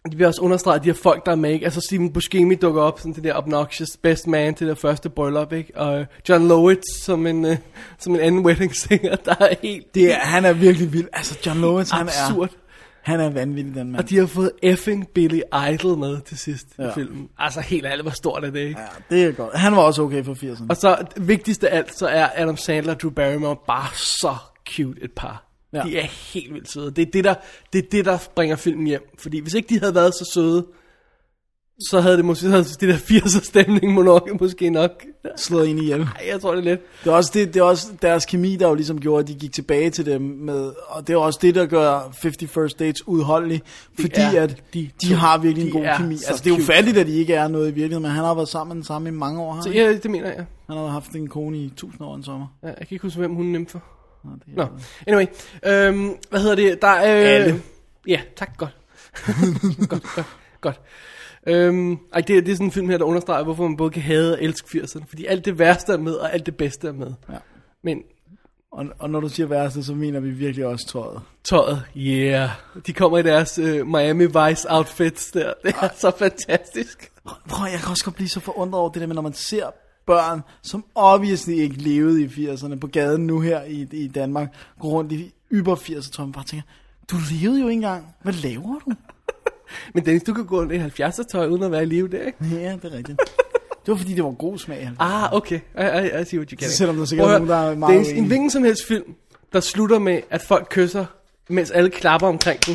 det bliver også understreget, at de her folk, der er med, ikke? Altså Steven Buscemi dukker op, sådan det der obnoxious best man til det første bryllup, ikke? Og John Lovitz som en, øh, som en anden wedding singer, der er helt...
Det er, han er virkelig vild. Altså, John Lawrence, han
absurd.
er... Han er vanvittig, den mand.
Og de har fået effing Billy Idol med til sidst ja. i
Ja.
filmen. Altså helt ærligt, hvor stort er det, ikke? Ja.
Ja, det er godt. Han var også okay for 80'erne.
Og så vigtigst af alt, så er Adam Sandler og Drew Barrymore bare så cute et par. Ja.
Ja.
De er helt vildt søde. Det er det, der, det er det, der bringer filmen hjem. Fordi hvis ikke de havde været så søde, så havde det måske så havde det der 80'er stemning må nok, måske nok.
slået ind i hjælp.
Ej, jeg tror det er lidt.
Det er, også det, det er også deres kemi, der jo ligesom gjorde, at de gik tilbage til dem med, og det er også det, der gør 50 First Dates udholdelig, fordi
er-
at de,
to-
de har virkelig
de
en god
er
kemi.
så
Altså, det er jo
cute.
fattigt, at de ikke er noget i virkeligheden, men han har været sammen med den samme i mange år. Har
Så
han?
ja, det mener jeg.
han har haft en kone i 1000 år en sommer.
Ja, Jeg kan ikke huske, hvem hun er nemt for.
Nå, det
Nå, anyway. Øhm, hvad hedder det? Der er... Øh,
Alle.
Ja, tak, godt. godt, godt, godt. Øhm, ej, det, det er sådan en film her, der understreger, hvorfor man både kan hade og elske 80'erne. Fordi alt det værste er med, og alt det bedste er med.
Ja.
Men
Og, og når du siger værste, så mener vi virkelig også tøjet.
tøjet, yeah. De kommer i deres øh, Miami Vice outfits der. Det er så fantastisk.
Prøv, jeg kan også godt blive så forundret over det der med, når man ser børn, som obviously ikke levede i 80'erne på gaden nu her i, i Danmark, gå rundt i yber 80'er, tror jeg, man bare tænker, du levede jo ikke engang. Hvad laver du?
Men Dennis, du kan gå rundt i 70'er tøj, uden at være i live der, ikke?
Ja, det er rigtigt. Det var fordi, det var god smag. Ah.
Ah, okay. I, I, I see what you get.
Selvom der sikkert er nogen, der er meget
Det er en
uenige.
hvilken som helst film, der slutter med, at folk kysser, mens alle klapper omkring den.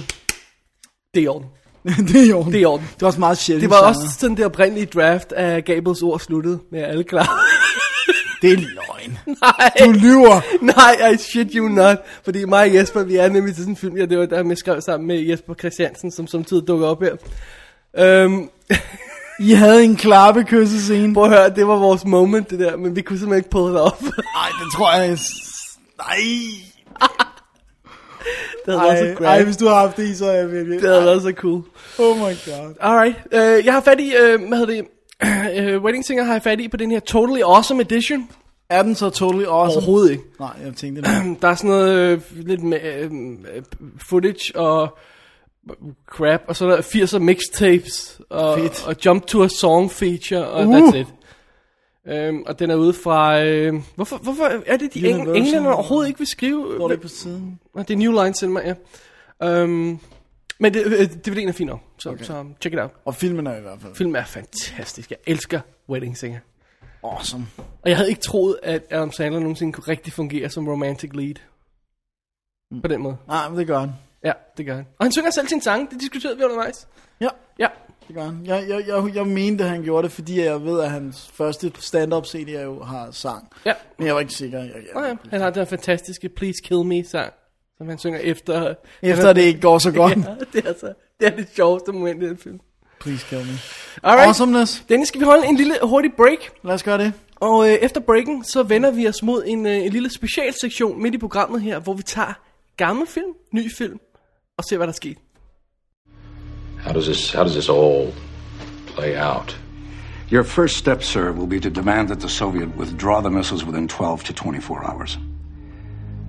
Det er i orden.
det er i orden.
Ah, Det er i orden.
Det var også meget sjældent.
Det var
genre.
også sådan det oprindelige draft af Gabels ord sluttede med at alle klar.
Det er løgn.
Nej.
Du lyver.
Nej, I shit you not. Fordi mig og Jesper, vi er nemlig til sådan en film, jeg, det var der, jeg skrev sammen med Jesper Christiansen, som samtidig dukker op her. Øhm,
I havde en klappekyssescene.
prøv at høre, det var vores moment, det der, men vi kunne simpelthen ikke pulle det op.
Nej, det tror jeg... Nej.
det havde været så
Ej, ej,
great.
hvis du har haft det i, så er jeg virkelig...
Det havde været så cool.
Oh my god.
Alright. Uh, jeg har fat i, uh, hvad hedder det, uh, Wedding Singer har jeg fat i på den her Totally Awesome Edition.
Er den så totally awesome?
Overhovedet ikke.
Nej, jeg tænkte det.
Der er sådan noget øh, lidt med, øh, øh, footage og crap, og så er der 80'er mixtapes, og,
Fedt.
og jump tour song feature, og
Uh.
that's it. Um, og den er ude fra... Øh, hvorfor, hvorfor er det, de eng-
Universal.
englænder overhovedet ikke vil skrive?
Står det på siden?
Nå, det er New Line Cinema, ja. Um, men det, øh, DVD'en er fin nok, så, okay. så check it out.
Og filmen er i hvert fald
Filmen er fantastisk. Jeg elsker Wedding Singer.
awesome.
Og jeg havde ikke troet, at Adam Sandler nogensinde kunne rigtig fungere som romantic lead. Mm. På den måde.
Nej, men det gør den.
Ja, det gør han. Og han synger selv sin sang, det diskuterede vi undervejs.
Ja.
Ja.
Det gør han. Jeg, jeg, jeg, jeg mente, at han gjorde det, fordi jeg ved, at hans første stand-up CD jo har sang.
Ja.
Men jeg var ikke sikker. Jeg, jeg,
Okay. Han har den fantastiske Please Kill Me sang, som han synger efter...
Efter det ikke går så godt.
Ja, det er, så, det er det sjoveste moment i den film.
Please kill me.
Alright.
Awesomeness.
Dennis, skal vi holde en lille hurtig break?
Lad os gøre det.
Og øh, efter breaken, så vender vi os mod en, øh, en lille specialsektion midt i programmet her, hvor vi tager gammel film, ny film, og ser, hvad der sker.
How does this how does this all play out?
Your first step, sir, will be to demand that the Soviet withdraw the missiles within 12 to 24 hours.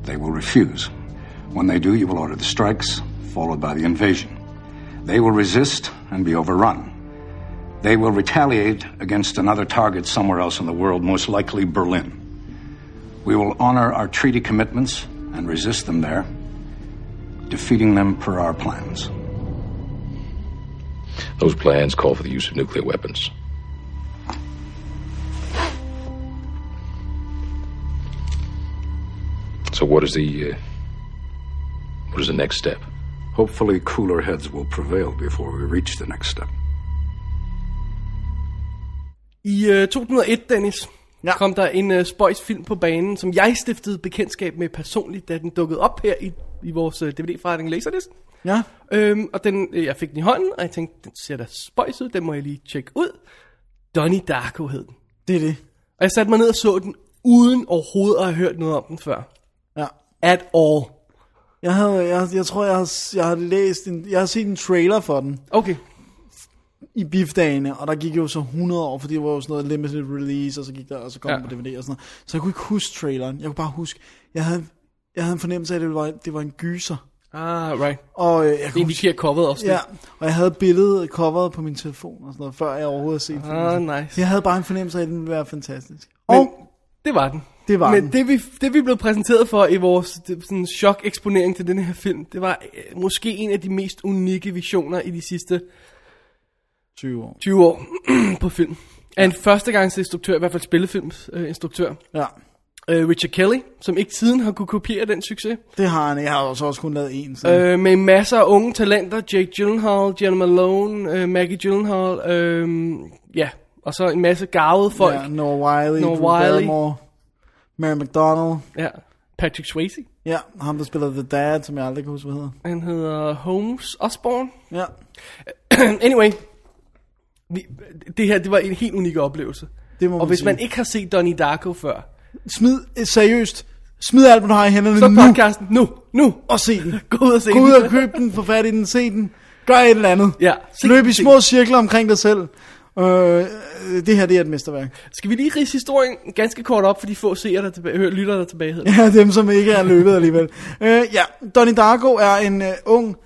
They will refuse. When they do, you will order the strikes, followed by the invasion. They will resist and be overrun. They will retaliate against another target somewhere else in the world, most likely Berlin. We will honor our treaty commitments and resist them there, defeating them per our plans.
Those plans call for the use of nuclear weapons. So what is the uh, what is the next step?
Hopefully, cooler heads will prevail before we reach the next step.
I øh, 2001, Dennis,
ja.
kom der en øh, spøjs film på banen, som jeg stiftede bekendtskab med personligt, da den dukkede op her i, i vores øh, DVD-forretning Laserdisc.
Ja.
Øhm, og den, øh, jeg fik den i hånden, og jeg tænkte, den ser da spøjs ud, den må jeg lige tjekke ud. Donnie Darko hed den.
Det er det.
Og jeg satte mig ned og så den, uden overhovedet at have hørt noget om den før.
Ja.
At all.
Jeg, havde, jeg, jeg tror, jeg har, jeg har læst en, jeg har set en trailer for den
Okay.
i bifdagene, og der gik jo så 100 år, fordi det var jo sådan noget limited release, og så gik der, og så kom
Ja.
ja. på DVD og sådan noget. Så jeg kunne ikke huske traileren. Jeg kunne bare huske, jeg havde, jeg havde en fornemmelse af, at det var, det var en gyser.
Ah, right.
Og øh, jeg
Det
kunne huske,
indikerer coveret også.
ja,
lidt.
og jeg havde billedet coveret på min telefon og sådan noget, før jeg overhovedet havde set filmen.
Ah, nice.
Så jeg havde bare en fornemmelse af, at den ville være fantastisk.
Men,
Og
det var den.
Det var
Men
den.
det vi, det vi blev præsenteret for i vores det, sådan, chok-eksponering til den her film, det var øh, måske en af de mest unikke visioner i de sidste
20 år.
20 år på film. Af en førstegangsinstruktør, i hvert fald spillefilmsinstruktør,
Ja,
øh, Richard Kelly, som ikke siden har kunne kopiere den succes.
det har han. Jeg har jo så også kun lavet en. Så.
Øh, med masser af unge talenter, Jake Gyllenhaal, Jenna Malone, øh, Maggie Gyllenhaal, øh, ja, og så en masse gavede folk.
Ja, Noah Wiley,
Noah
Noah Drew
Wiley.
Wiley. Barrymore, Mary McDonald.
Ja. Patrick Swayze.
Ja, ham der spiller The Dad, som jeg aldrig kan huske, hvad hedder.
Han hedder Holmes Osborne.
Ja,
Øhm, anyway. Vi, det her, det var en helt unik oplevelse.
det må
Og hvis
sige.
man ikke har set Donnie Darko før,
Smid, eh, seriøst, smid alt, hvad du har i hænderne
så
nu,
podcasten nu, nu.
og se den.
Gå ud og se
Gå ud
den.
og køb den, få fat i den, se den. Gør et eller andet.
Ja, se-
Løb i
se-
små cirkler omkring dig selv. Øh, det her, det er et mesterværk.
Skal vi lige rise historien ganske kort op, for de få seere, der tilbage, hører, lytter der tilbage. hedder det.
Ja, dem som ikke er løbet alligevel. Øh, ja, Donnie Darko er en øh, ung,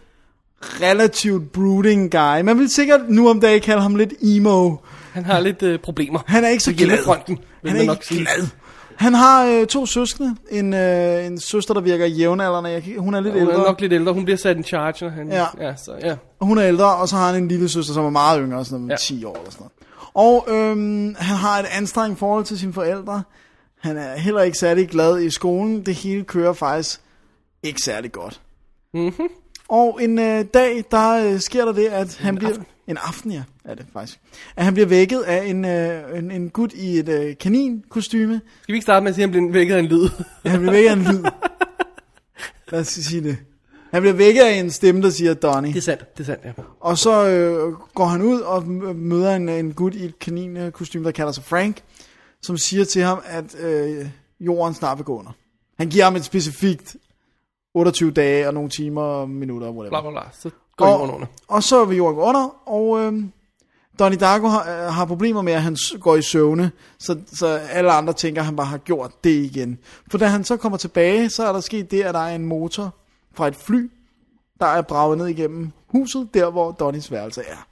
relativt brooding guy. Man vil sikkert nu om dagen kalde ham lidt emo.
Han har lidt øh, problemer.
Han er ikke så
På
glad.
hjemmefronten, vil man
han er ikke
nok sige.
glad. Han har øh, to søskende. En, øh, en søster, der virker jævnaldrende. Jeg, kan- hun er lidt
Hun
ældre.
er nok lidt ældre. Hun bliver sat en charge, når han...
Ja.
ja så, ja.
Hun er ældre, og så har han en lille søster, som er meget yngre, sådan noget,
Ja.
ja. 10 år eller sådan noget. Og øhm, han har et anstrengt forhold til sine forældre. Han er heller ikke særlig glad i skolen. Det hele kører faktisk ikke særlig godt. Mm-hmm. Og en øh, dag, der øh, sker der det, at han bliver... Aften. En aften, ja, er det faktisk. At han bliver vækket af en, øh, en, en gut i et øh, kaninkostyme.
Skal vi ikke starte med at sige, at han blev vækket af en lyd?
Han bliver vækket af en lyd. Lad os sige det. Han bliver vækket af en stemme, der siger Donnie.
det er sandt, det er sandt, ja.
Og så øh, går han ud og møder en, en gut i et kaninkostyme, der kalder sig Frank, som siger til ham, at øh, jorden snart vil gå under. Han giver ham et specifikt 28 dage og nogle timer og minutter og
Bla,
whatever.
bla, bla. Så går og... jorden under.
og så vil jorden gå under, og øh, Donnie Darko har, øh, har problemer med, at han s- går i søvne, så, så alle andre tænker, at han bare har gjort det igen. For da han så kommer tilbage, så er der sket det, at der er en motor fra et fly, der er braget ned igennem huset, der hvor Donnies værelse er.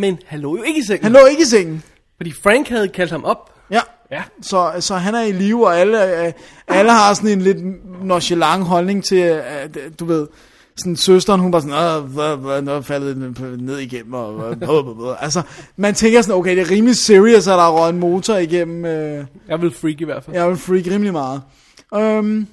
Men han lå jo ikke i sengen.
Han lå ikke i sengen.
Fordi Frank havde kaldt ham op.
Ja.
Ja.
Så, så han er i live, og alle, øh, alle har sådan en lidt nonchalant holdning til, at, øh, du ved, sådan søsteren, hun var sådan, "Åh, hvad, hvad, nu er jeg faldet den på- ned igennem, og hvad, hvad, hvad, hvad." altså, man tænker sådan, okay, det er rimelig serious, at der er røget en motor igennem, øh,
Jeg vil freak i hvert fald.
jeg vil freak rimelig meget. Øhm,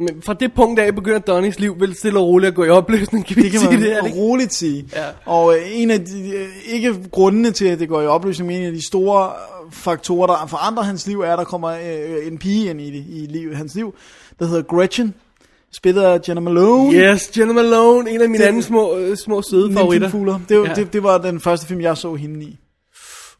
Men fra det punkt af begynder Donnys liv vel stille og roligt at gå i opløsning, kan vi
Det kan
sige
man
det her, ikke?
roligt sige. Ja. Og øh, en af de, øh, ikke grundene til, at det går i opløsning, men en af de store øh, faktorer, der forandrer hans liv, er, at der kommer øh, en pige ind i, det, i liv, hans liv, der hedder Gretchen, spillet af Jenna Malone.
Yes, Jenna Malone, en af mine
Det-
anden små, øh, små søde favoritter.
Favoritter. Fugler. Det, var, ja. det, det var den første film, jeg så hende i.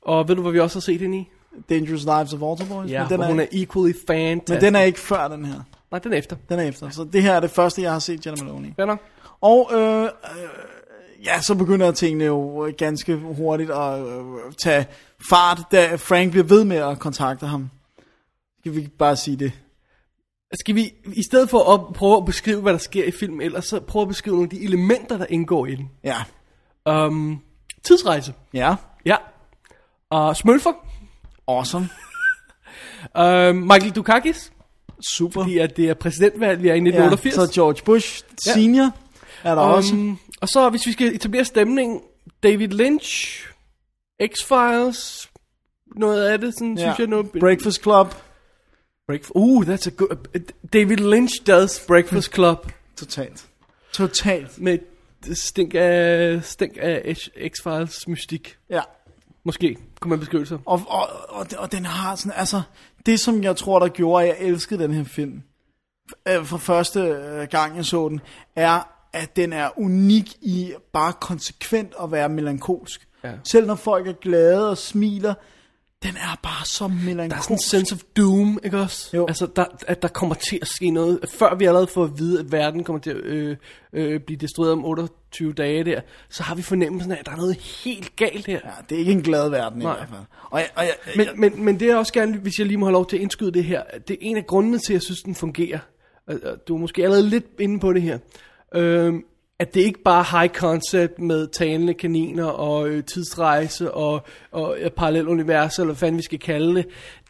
Og ved du, hvad vi også har set hende i?
Dangerous Lives of Walter Boys.
Ja,
men
den
den
er, hun er equally fantastic.
men den er ikke før den her.
Nej, den er efter.
Den er efter. Så det her er det første, jeg har set Jenna Maloney.
Fair nok.
Og øh, øh, ja, så begynder tingene jo ganske hurtigt at øh, tage fart, da Frank bliver ved med at kontakte ham. Skal vi ikke bare sige det?
Skal vi, i stedet for at prøve at beskrive, hvad der sker i filmen ellers, så prøve at beskrive nogle af de elementer, der indgår i den.
Ja.
Um, tidsrejse.
Ja.
Ja. Og smølfer.
Awesome.
um, Michael Dukakis.
Super.
Fordi at det er præsidentvalg, vi er i
ja
1988.
så George Bush senior ja. er der um, også.
Um, og så, hvis vi skal etablere stemningen, David Lynch, X-Files, noget af det, sådan, ja. synes jeg, noget...
Breakfast Club.
Breakfast. Uh, that's a good... David Lynch does Breakfast Club.
Totalt. Totalt.
Med stink af, stink af X-Files mystik.
Ja.
Måske, kunne man beskrive det som.
Og, og, og, og den har sådan, altså, det som jeg tror, der gjorde, at jeg elskede den her film, øh, for første øh, gang jeg så den, er, at den er unik i bare konsekvent at være melankolsk.
Ja.
Selv når folk er glade og smiler, den er bare så
Der er sådan en
melankolsk.
sense of doom, ikke også? Jo. Altså, der, at der kommer til at ske noget, før vi allerede får at vide, at verden kommer til at øh, øh, blive destrueret om 28 dage der, så har vi fornemmelsen af, at der er noget helt galt her.
Ja, det er ikke en glad verden i
Nej.
hvert fald. Og jeg, og Øh, jeg,
Men, men, men det er også gerne, hvis jeg lige må have lov til at indskyde det her, det er en af grundene til, at jeg synes, den fungerer. Og- og Du er måske allerede lidt inde på det her. Øhm, at det ikke bare er high concept med talende kaniner og øh, tidsrejse og, og øh, parallel univers, eller hvad fanden vi skal kalde det.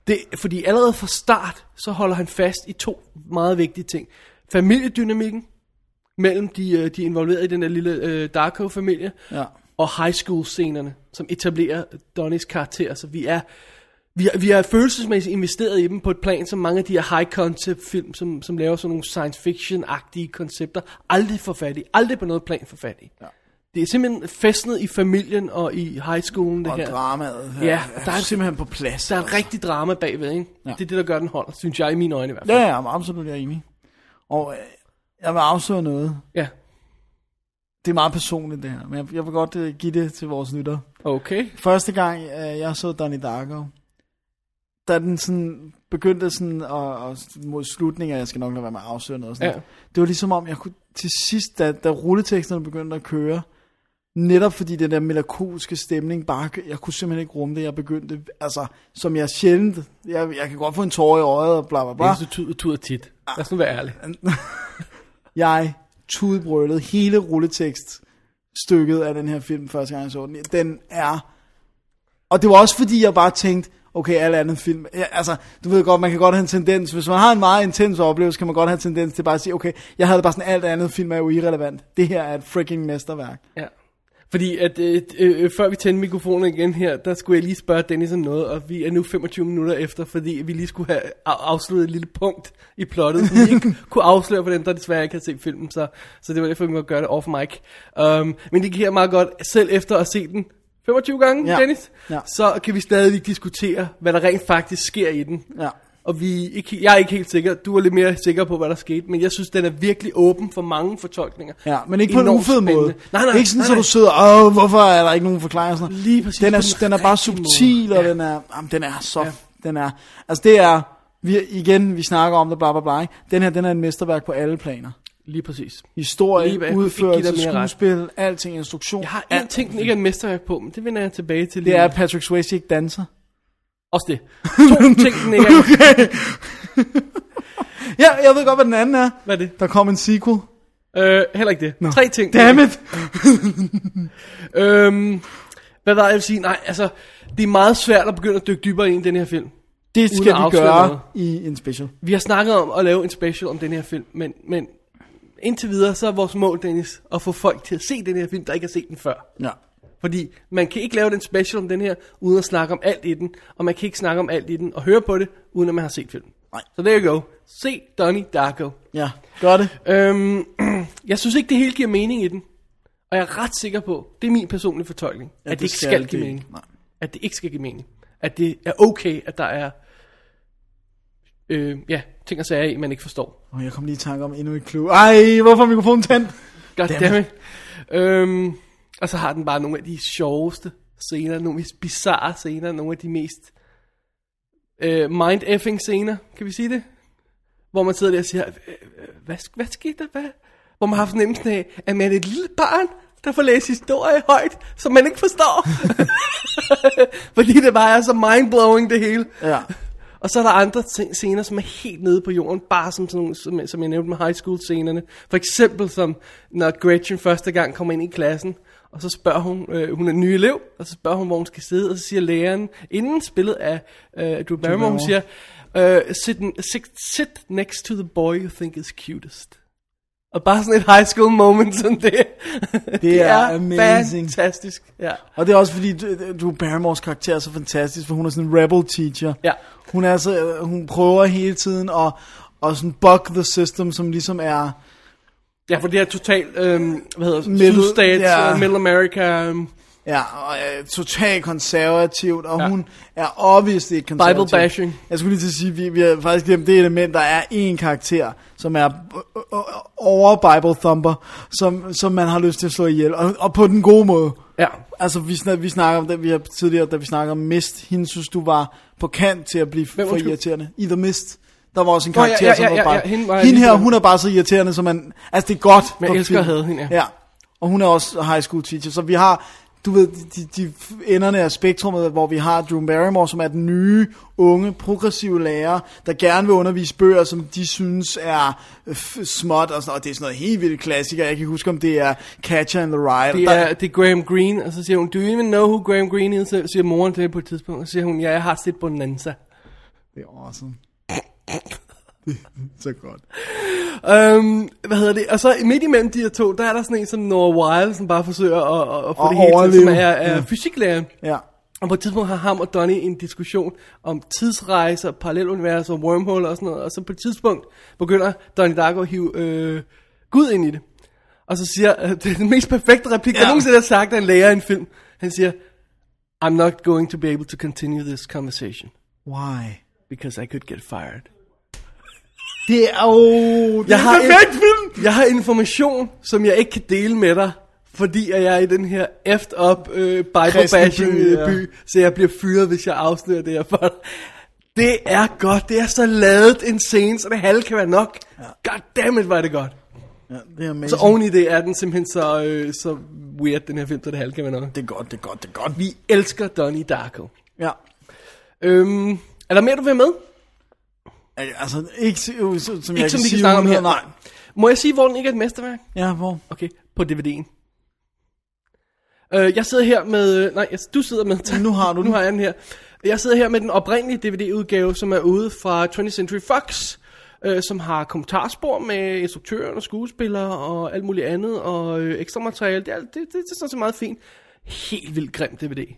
det. Fordi allerede fra start, så holder han fast i to meget vigtige ting. Familiedynamikken mellem de, øh, de involverede i den der lille øh, Darko-familie,
Ja.
og high school scenerne, som etablerer Donnys karakter. Så vi er, vi er, vi er følelsesmæssigt investeret i dem på et plan, som mange af de her high concept film, som, som laver sådan nogle science fiction-agtige koncepter, aldrig får fat i. Aldrig på noget plan får fat i. Ja. Det er simpelthen festnet i familien og i high schoolen, det
og
her.
dramaet her,
Ja,
der er simpelthen på plads.
Der er rigtig drama bagved, ikke? Ja. Det er det, der gør den holder, synes jeg, i mine øjne i hvert fald.
Ja, ja, men absolut, jeg er enig. Og øh, jeg vil afsløre noget.
Ja.
Det er meget personligt det her, men jeg, jeg vil godt øh, give det til vores lytter.
Okay.
Første gang, øh, jeg så Donnie Darko, da den sådan begyndte sådan, og, og mod slutningen, og jeg skal nok lade være med at afsløre noget. og Sådan
Ja.
ja. Det var ligesom om, jeg kunne til sidst, da, da rulleteksterne begyndte at køre, netop fordi den der melankolske stemning, bare, jeg kunne simpelthen ikke rumme det, jeg begyndte, altså, som jeg sjældent, jeg, jeg kan godt få en tårer i øjet, og bla bla bla.
Det er så tur tit. Lad os nu være ærlig.
Jeg tudbrølede hele rulletekst stykket af den her film første gang jeg så den. Den er og det var også fordi jeg bare tænkte okay, alle andre film. Ja, altså, du ved godt, man kan godt have en tendens. Hvis man har en meget intens oplevelse, kan man godt have en tendens til bare at sige, okay, jeg havde det bare sådan, alt andet film er jo irrelevant. Det her er et freaking mesterværk.
Ja. Fordi at, øh, øh, før vi tændte mikrofonen igen her, der skulle jeg lige spørge Dennis om noget, og vi er nu 25 minutter efter, fordi vi lige skulle have af- afsluttet et lille punkt i plottet, som vi ikke kunne afsløre for dem, der desværre ikke har set filmen, så, så det var derfor, vi måtte gøre det off mic. Um, men det giver meget godt, selv efter at have set den 25 gange,
Ja.
Dennis,
Ja.
så kan vi stadigvæk diskutere, hvad der rent faktisk sker i den.
Ja.
Og vi er ikke, jeg er ikke helt sikker, du er lidt mere sikker på, hvad der skete, men jeg synes, den er virkelig åben for mange fortolkninger.
Ja, men ikke på en
Enormt
ufed
spændende.
måde.
Nej, nej,
ikke sådan,
nej,
så
nej.
du sidder, åh, hvorfor er der ikke nogen forklaring? og Sådan noget.
Lige præcis
Den
på
er,
den
den er bare
rigtige måde.
subtil, og
Ja.
den er, jamen, den er så, den er, altså det er, vi, igen, vi snakker om det, bla bla bla, ikke? Den her, den er en mesterværk på alle planer.
Lige præcis. Lige
Historie,
hvad, jeg kunne
Lige,
ikke give dig
udførelse,
mere ret.
skuespil, alting, instruktion.
Jeg har en ting, den ikke er en mesterværk på, men det vender jeg tilbage til
Det
lige.
er,
om
at Patrick Swayze ikke danser.
Også det. To ting, den ikke er.
Okay. ja, jeg ved godt, hvad den anden er.
Hvad er det?
Der kom en sequel.
Øh, heller ikke det. No. Tre ting. den ikke
Dammit!
er. Øhm, hvad var det, jeg vil sige? Nej, altså, det er meget svært at begynde at dykke dybere ind i den her film.
Det
Uden
skal
at
vi
afsløre
gøre
noget.
i en special.
Vi har snakket om at lave en special om den her film, men, men indtil videre, så er vores mål, Dennis, at få folk til at se den her film, der ikke har set den før.
Ja.
Fordi man kan ikke lave den special om den her, uden at snakke om alt i den, og man kan ikke snakke om alt i den og høre på det, uden at man har set filmen. Nej. Så there you go. Se Donnie Darko.
Ja, gør det.
Øhm, jeg synes ikke, det hele giver mening i den. Og jeg er ret sikker på, det er min personlige fortolkning, ja, at det, det ikke skal give
det
mening.
ikke. Nej.
At det ikke skal give mening. At det er okay, at der er øh, ja, ting og sager i, man ikke forstår.
Og jeg kom lige i tanke om endnu et clue. Ej, hvorfor er mikrofonen tændt?
God
Damn
damn it. Øhm, og så har den bare nogle af de sjoveste scener, nogle af de bizarre scener, nogle af de mest øh, mind-effing scener, kan vi sige det? Hvor man sidder der og siger, "Øh, øh, hvad, sk- hvad skete der? Hvad? Hvor man har haft fornemmelsen af, at man er et lille barn, der får læst historie højt, som man ikke forstår. Fordi det bare er så mind-blowing det hele.
Ja.
Og så er der andre ting, scener, som er helt nede på jorden, bare som, sådan nogle, som, som jeg nævnte med high school scenerne. For eksempel som, når Gretchen første gang kommer ind i klassen, og så spørger hun, øh, hun er ny elev, og så spørger hun, hvor hun skal sidde, og så siger læreren, inden spillet af øh, Drew Barrymore, hun siger,
Barrymore.
øh, sit, sit, sit next to the boy you think is cutest. Og bare sådan et high school moment som det. Det,
er amazing.
fantastisk. Ja.
Og det er også fordi, du- du Barrymores karakter er så fantastisk, for hun er sådan en rebel teacher.
Ja.
Hun, er så, øh, hun prøver hele tiden at, at sådan buck the system, som ligesom er...
ja, for det er totalt, øhm, hvad hedder det,
Middle-
middle, States,
ja.
yeah. Middle America, øhm,
Ja, og er totalt konservativt, og ja. hun er obviously ikke konservativ.
Bible bashing.
Jeg skulle lige til at sige, vi, vi har faktisk glemt det element, der er én karakter, som er øh, øh, over Bible Thumper, som, som man har lyst til at slå ihjel, og, og på den gode måde.
Ja.
Altså, vi, snak, vi snakker om det, vi har tidligere, da vi snakker om Mist, hende synes du var på kant til at blive
Hvem,
for
undskyld?
irriterende. I The Mist. Der var også en
Nå, ja,
karakter,
ja,
som
ja,
var
ja,
bare...
ja, hende var jeg
hende
lige
her,
ved.
hun er bare så irriterende, som man... Altså, det er godt.
Men jeg
for
elsker
film.
at hade hende, ja.
ja. Og hun er også high school teacher, så vi har, du ved, de, de enderne af spektrummet, hvor vi har Drew Barrymore, som er den nye, unge, progressive lærer, der gerne vil undervise bøger, som de synes er øh, f- småt, og, sådan, og det er sådan noget helt vildt klassiker. Jeg kan ikke huske, om det er Catcher in the Rye.
Det
Der-
er, det er Graham Greene, og så siger hun, do you even know who Graham Greene is? Så siger moren til hende på et tidspunkt, og så siger hun, ja, jeg har set Bonanza.
Det er awesome. Det er så godt.
Øhm, hvad hedder det? Og så midt imellem de her to, der er der sådan en som Nora Wilde, som bare forsøger at, at, at få
Og
det hele til, som
overleve.
er, er
Ja.
fysiklærer.
Ja.
Og på et tidspunkt har ham og Donnie en diskussion om tidsrejser, paralleluniverser, wormhole og sådan noget. Og så på et tidspunkt begynder Donnie Darko at hive øh, Gud ind i det. Og så siger, øh, det er den mest perfekte replik, ja. der
Ja.
nogensinde er sagt af en lærer i en film. Han siger, I'm not going to be able to continue this conversation,
Why?
because I could get fired.
Det er jo... Oh,
Jeg har,
perfekt film!
jeg har information, som jeg ikke kan dele med dig, fordi at jeg er i den her effed up øh, Bible
Kristen
bashing
by,
by,
ja.
by, så jeg bliver fyret, hvis jeg afslører det her for dig. Det er godt, det er så ladet en scene, så det halve kan være nok. God damn it, var det godt.
Ja, det er amazing.
Så oven i det er den simpelthen så, øh, så weird, den her film, så det halve kan være nok.
Det er godt, det er godt, det er godt.
Vi elsker Donnie Darko.
Ja.
Øhm, er der mere, du vil have med?
Altså, ikke så- jo, så- som jeg
Ikke som vi
sige
kan snakke om
uden-
her.
Nej.
Må jeg sige, hvor den ikke er et mesterværk?
Ja, hvor?
Okay, på DVD'en. Øh, jeg sidder her med... øh, Nej, jeg, du sidder med... tak.
Nu har du den.
Nu har jeg den her. Jeg sidder her med den oprindelige DVD-udgave, som er ude fra 20th Century Fox, øh, som har kommentarspor med instruktøren og skuespillere og alt muligt andet, og øh, ekstra materiale. Det er, det, det, det er sådan set meget fint. Helt vildt grimt DVD.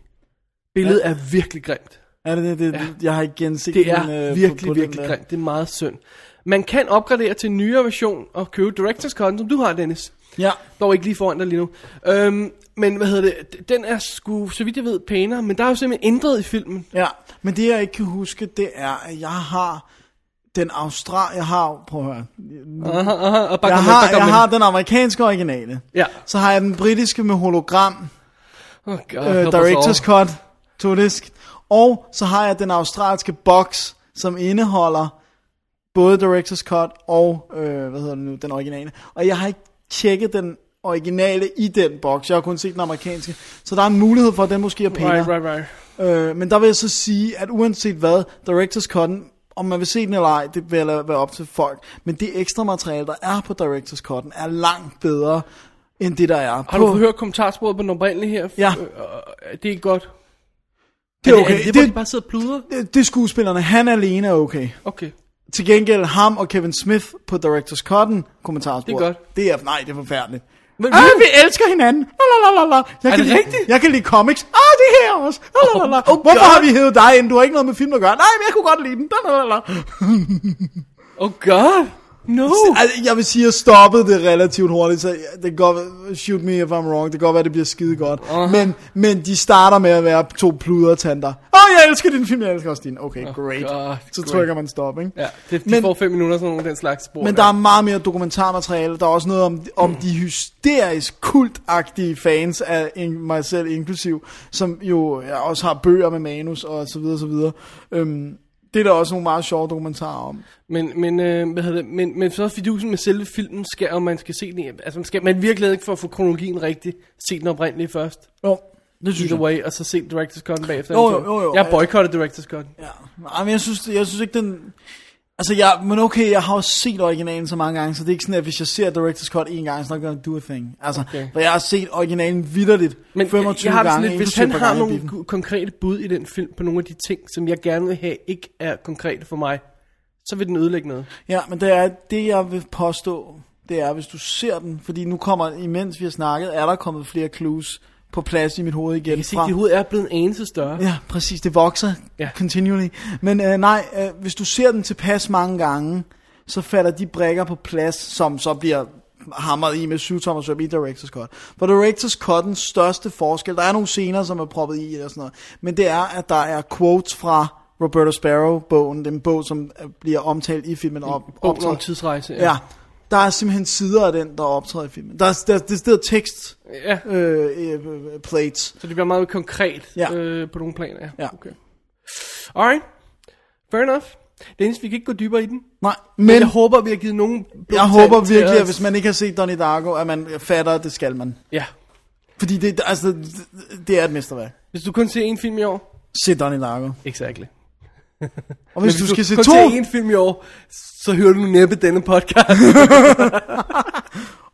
Billedet ja. er virkelig grimt.
Er det det? det ja. Jeg har ikke genset
Det er
den, øh,
virkelig,
den
virkelig
der.
grimt. Det er meget synd. Man kan opgradere til en nyere version og købe Directors Cut, som du har, Dennis.
Ja.
Dog ikke lige foran dig lige nu. Øhm, men hvad hedder det? Den er sgu, så vidt jeg ved, pænere, men der er jo simpelthen ændret i filmen.
Ja, men det jeg ikke kan huske, det er, at jeg har den austral... Jeg har... Prøv at høre.
Aha, aha, og bare
Jeg
kom med,
har,
bare kom
jeg
med.
har den amerikanske originale.
Ja.
Så har jeg den britiske med hologram.
Oh God,
øh,
help us
Directors
all.
Cut to disk. Og så har jeg den australske box, som indeholder både Directors Cut og, øh, hvad hedder det nu, den originale. Og jeg har ikke tjekket den originale i den box. Jeg har kun set den amerikanske. Så der er en mulighed for, at den måske er pænere.
Right, right, right.
Øh, men der vil jeg så sige, at uanset hvad, Directors Cut'en, om man vil se den eller ej, det vil jeg lade være op til folk. Men det ekstra materiale, der er på Directors Cut'en, er langt bedre, end det der er
Har
på...
du hørt kommentarsporet på den oprindelige her?
Ja.
Øh, øh, det er ikke godt.
det er
Er det,
okay.
er det, hvor de bare sidder og pluder?
Øh, det, det er skuespillerne. Han alene er okay.
Okay.
Til gengæld ham og Kevin Smith på Directors Cut'en, kommentarspor.
Det er godt.
Det er, nej, det er forfærdeligt. Men, ah, vi elsker hinanden. La, la, la, la. Jeg
Er
kan
det
lide,
rigtigt?
Jeg kan lide comics. Ah, det her også. La, la, la, la.
Oh, oh
Hvorfor
God.
har vi hævet dig ind? Du har ikke noget med film at gøre. Nej, men jeg kunne godt lide den. La, la, la, la.
Oh god, no.
Altså, jeg vil sige, at jeg stoppede det relativt hurtigt, så det kan godt være- shoot me if I'm wrong, det kan godt være, det bliver skide godt. Uh-huh. Men, men de starter med at være to pludertanter. Åh, oh, jeg elsker din film, jeg elsker også din. Okay, oh, great.
God,
så
great.
trykker man stop, ikke?
Ja, det, de men,
Men-
får fem minutter sådan nogle af den slags spor.
Men der er meget mere dokumentarmateriale. Der er også noget om, om de hysterisk kultagtige fans af in, mig selv inklusiv, som jo ja, også har bøger med manus og så videre, så videre. Øhm, det er der også nogle meget sjove dokumentarer om.
Men, men, øh, hvad hedder det? men, men så er fidusen med selve filmen, skal, og man skal se den, i- altså man skal man virkelig ikke for at få kronologien rigtig, se den oprindelige først.
Jo, det synes
Either
jeg.
way, og så se Director's Cut bagefter.
Jo, jo, jo, jo.
Jeg boykotter Director's Cut. Ja.
Ej, men jeg synes, jeg synes ikke, den... Altså, jeg, men okay, jeg har jo set originalen så mange gange, så det er ikke sådan, at hvis jeg ser Director's Cut en gang, så er det do a thing. Altså,
Okay.
okay. for jeg har set originalen vidderligt
Men øh,
25
jeg har det sådan
gange.
lidt, hvis
inklusive
han har
par gange i
nogle
biffen.
ko- konkrete bud i den film på nogle af de ting, som jeg gerne vil have, ikke er konkrete for mig, så vil den ødelægge noget.
Ja, men det er det, jeg vil påstå, det er, hvis du ser den, fordi nu kommer, imens vi har snakket, er der kommet flere clues på plads i mit hoved igen.
Jeg kan se, at dit hoved er blevet en anelse større.
Ja, præcis, det vokser
Ja.
ja. continually. Men øh, nej, øh, hvis du ser den tilpas mange gange, så falder de brækker på plads, som så bliver hamret i med 7 tommer søm i Directors Cut. For Directors Cut'ens største forskel, der er nogle scener, som er proppet i eller sådan noget, men det er, at der er quotes fra Roberto Sparrow-bogen, den bog, som øh, bliver omtalt i filmen. Op,
Bogen
optræder-
om tidsrejse.
Ja. ja. Der er simpelthen sider af den, der optræder i filmen. Der er, der, der, der er tekst
ja.
øh, øh, øh, plates.
Så det bliver meget konkret ja.
Ja.
øh, på nogle planer. Ja.
Ja.
Okay. Alright. Fair enough. Dennis, vi kan ikke gå dybere i den.
Nej,
Men
men
jeg håber, vi har givet nogen...
jeg håber virkelig,
til
at
os.
hvis man ikke har set Donnie Darko, at man fatter, at det skal man.
Ja.
Fordi det, altså, det- det er et mesterværk.
Hvis du kun ser en film i år...
Se Donnie Darko.
Exactly.
Og hvis, du skal se
kun
to,
ser en film i år, så hører du næppe denne podcast.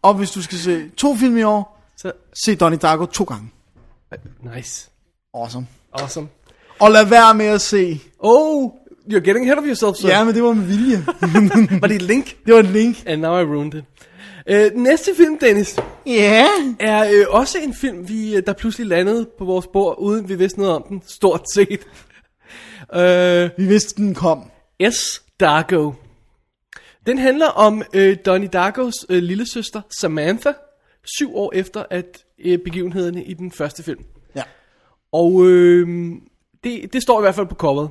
og hvis du skal se to film i år,
så,
se Donnie Darko to gange.
nice.
Awesome.
Awesome.
Og lad være med at se.
Oh, you're getting ahead of yourself, sir.
Ja, men det var med vilje.
Var det et link?
det var et link.
And now I ruined it. Øh, den næste film, Dennis,
Ja.
er øh, også en film, vi, øh, der pludselig landede på vores bord, uden vi vidste noget om den, stort set. øh,
Vi vidste, den kom.
S. Dargo. Den handler om øh, Donnie Dargos øh, lillesøster Samantha, syv år efter at øh, begivenhederne i den første film.
Ja.
Og øh, det, det står i hvert fald på coveret.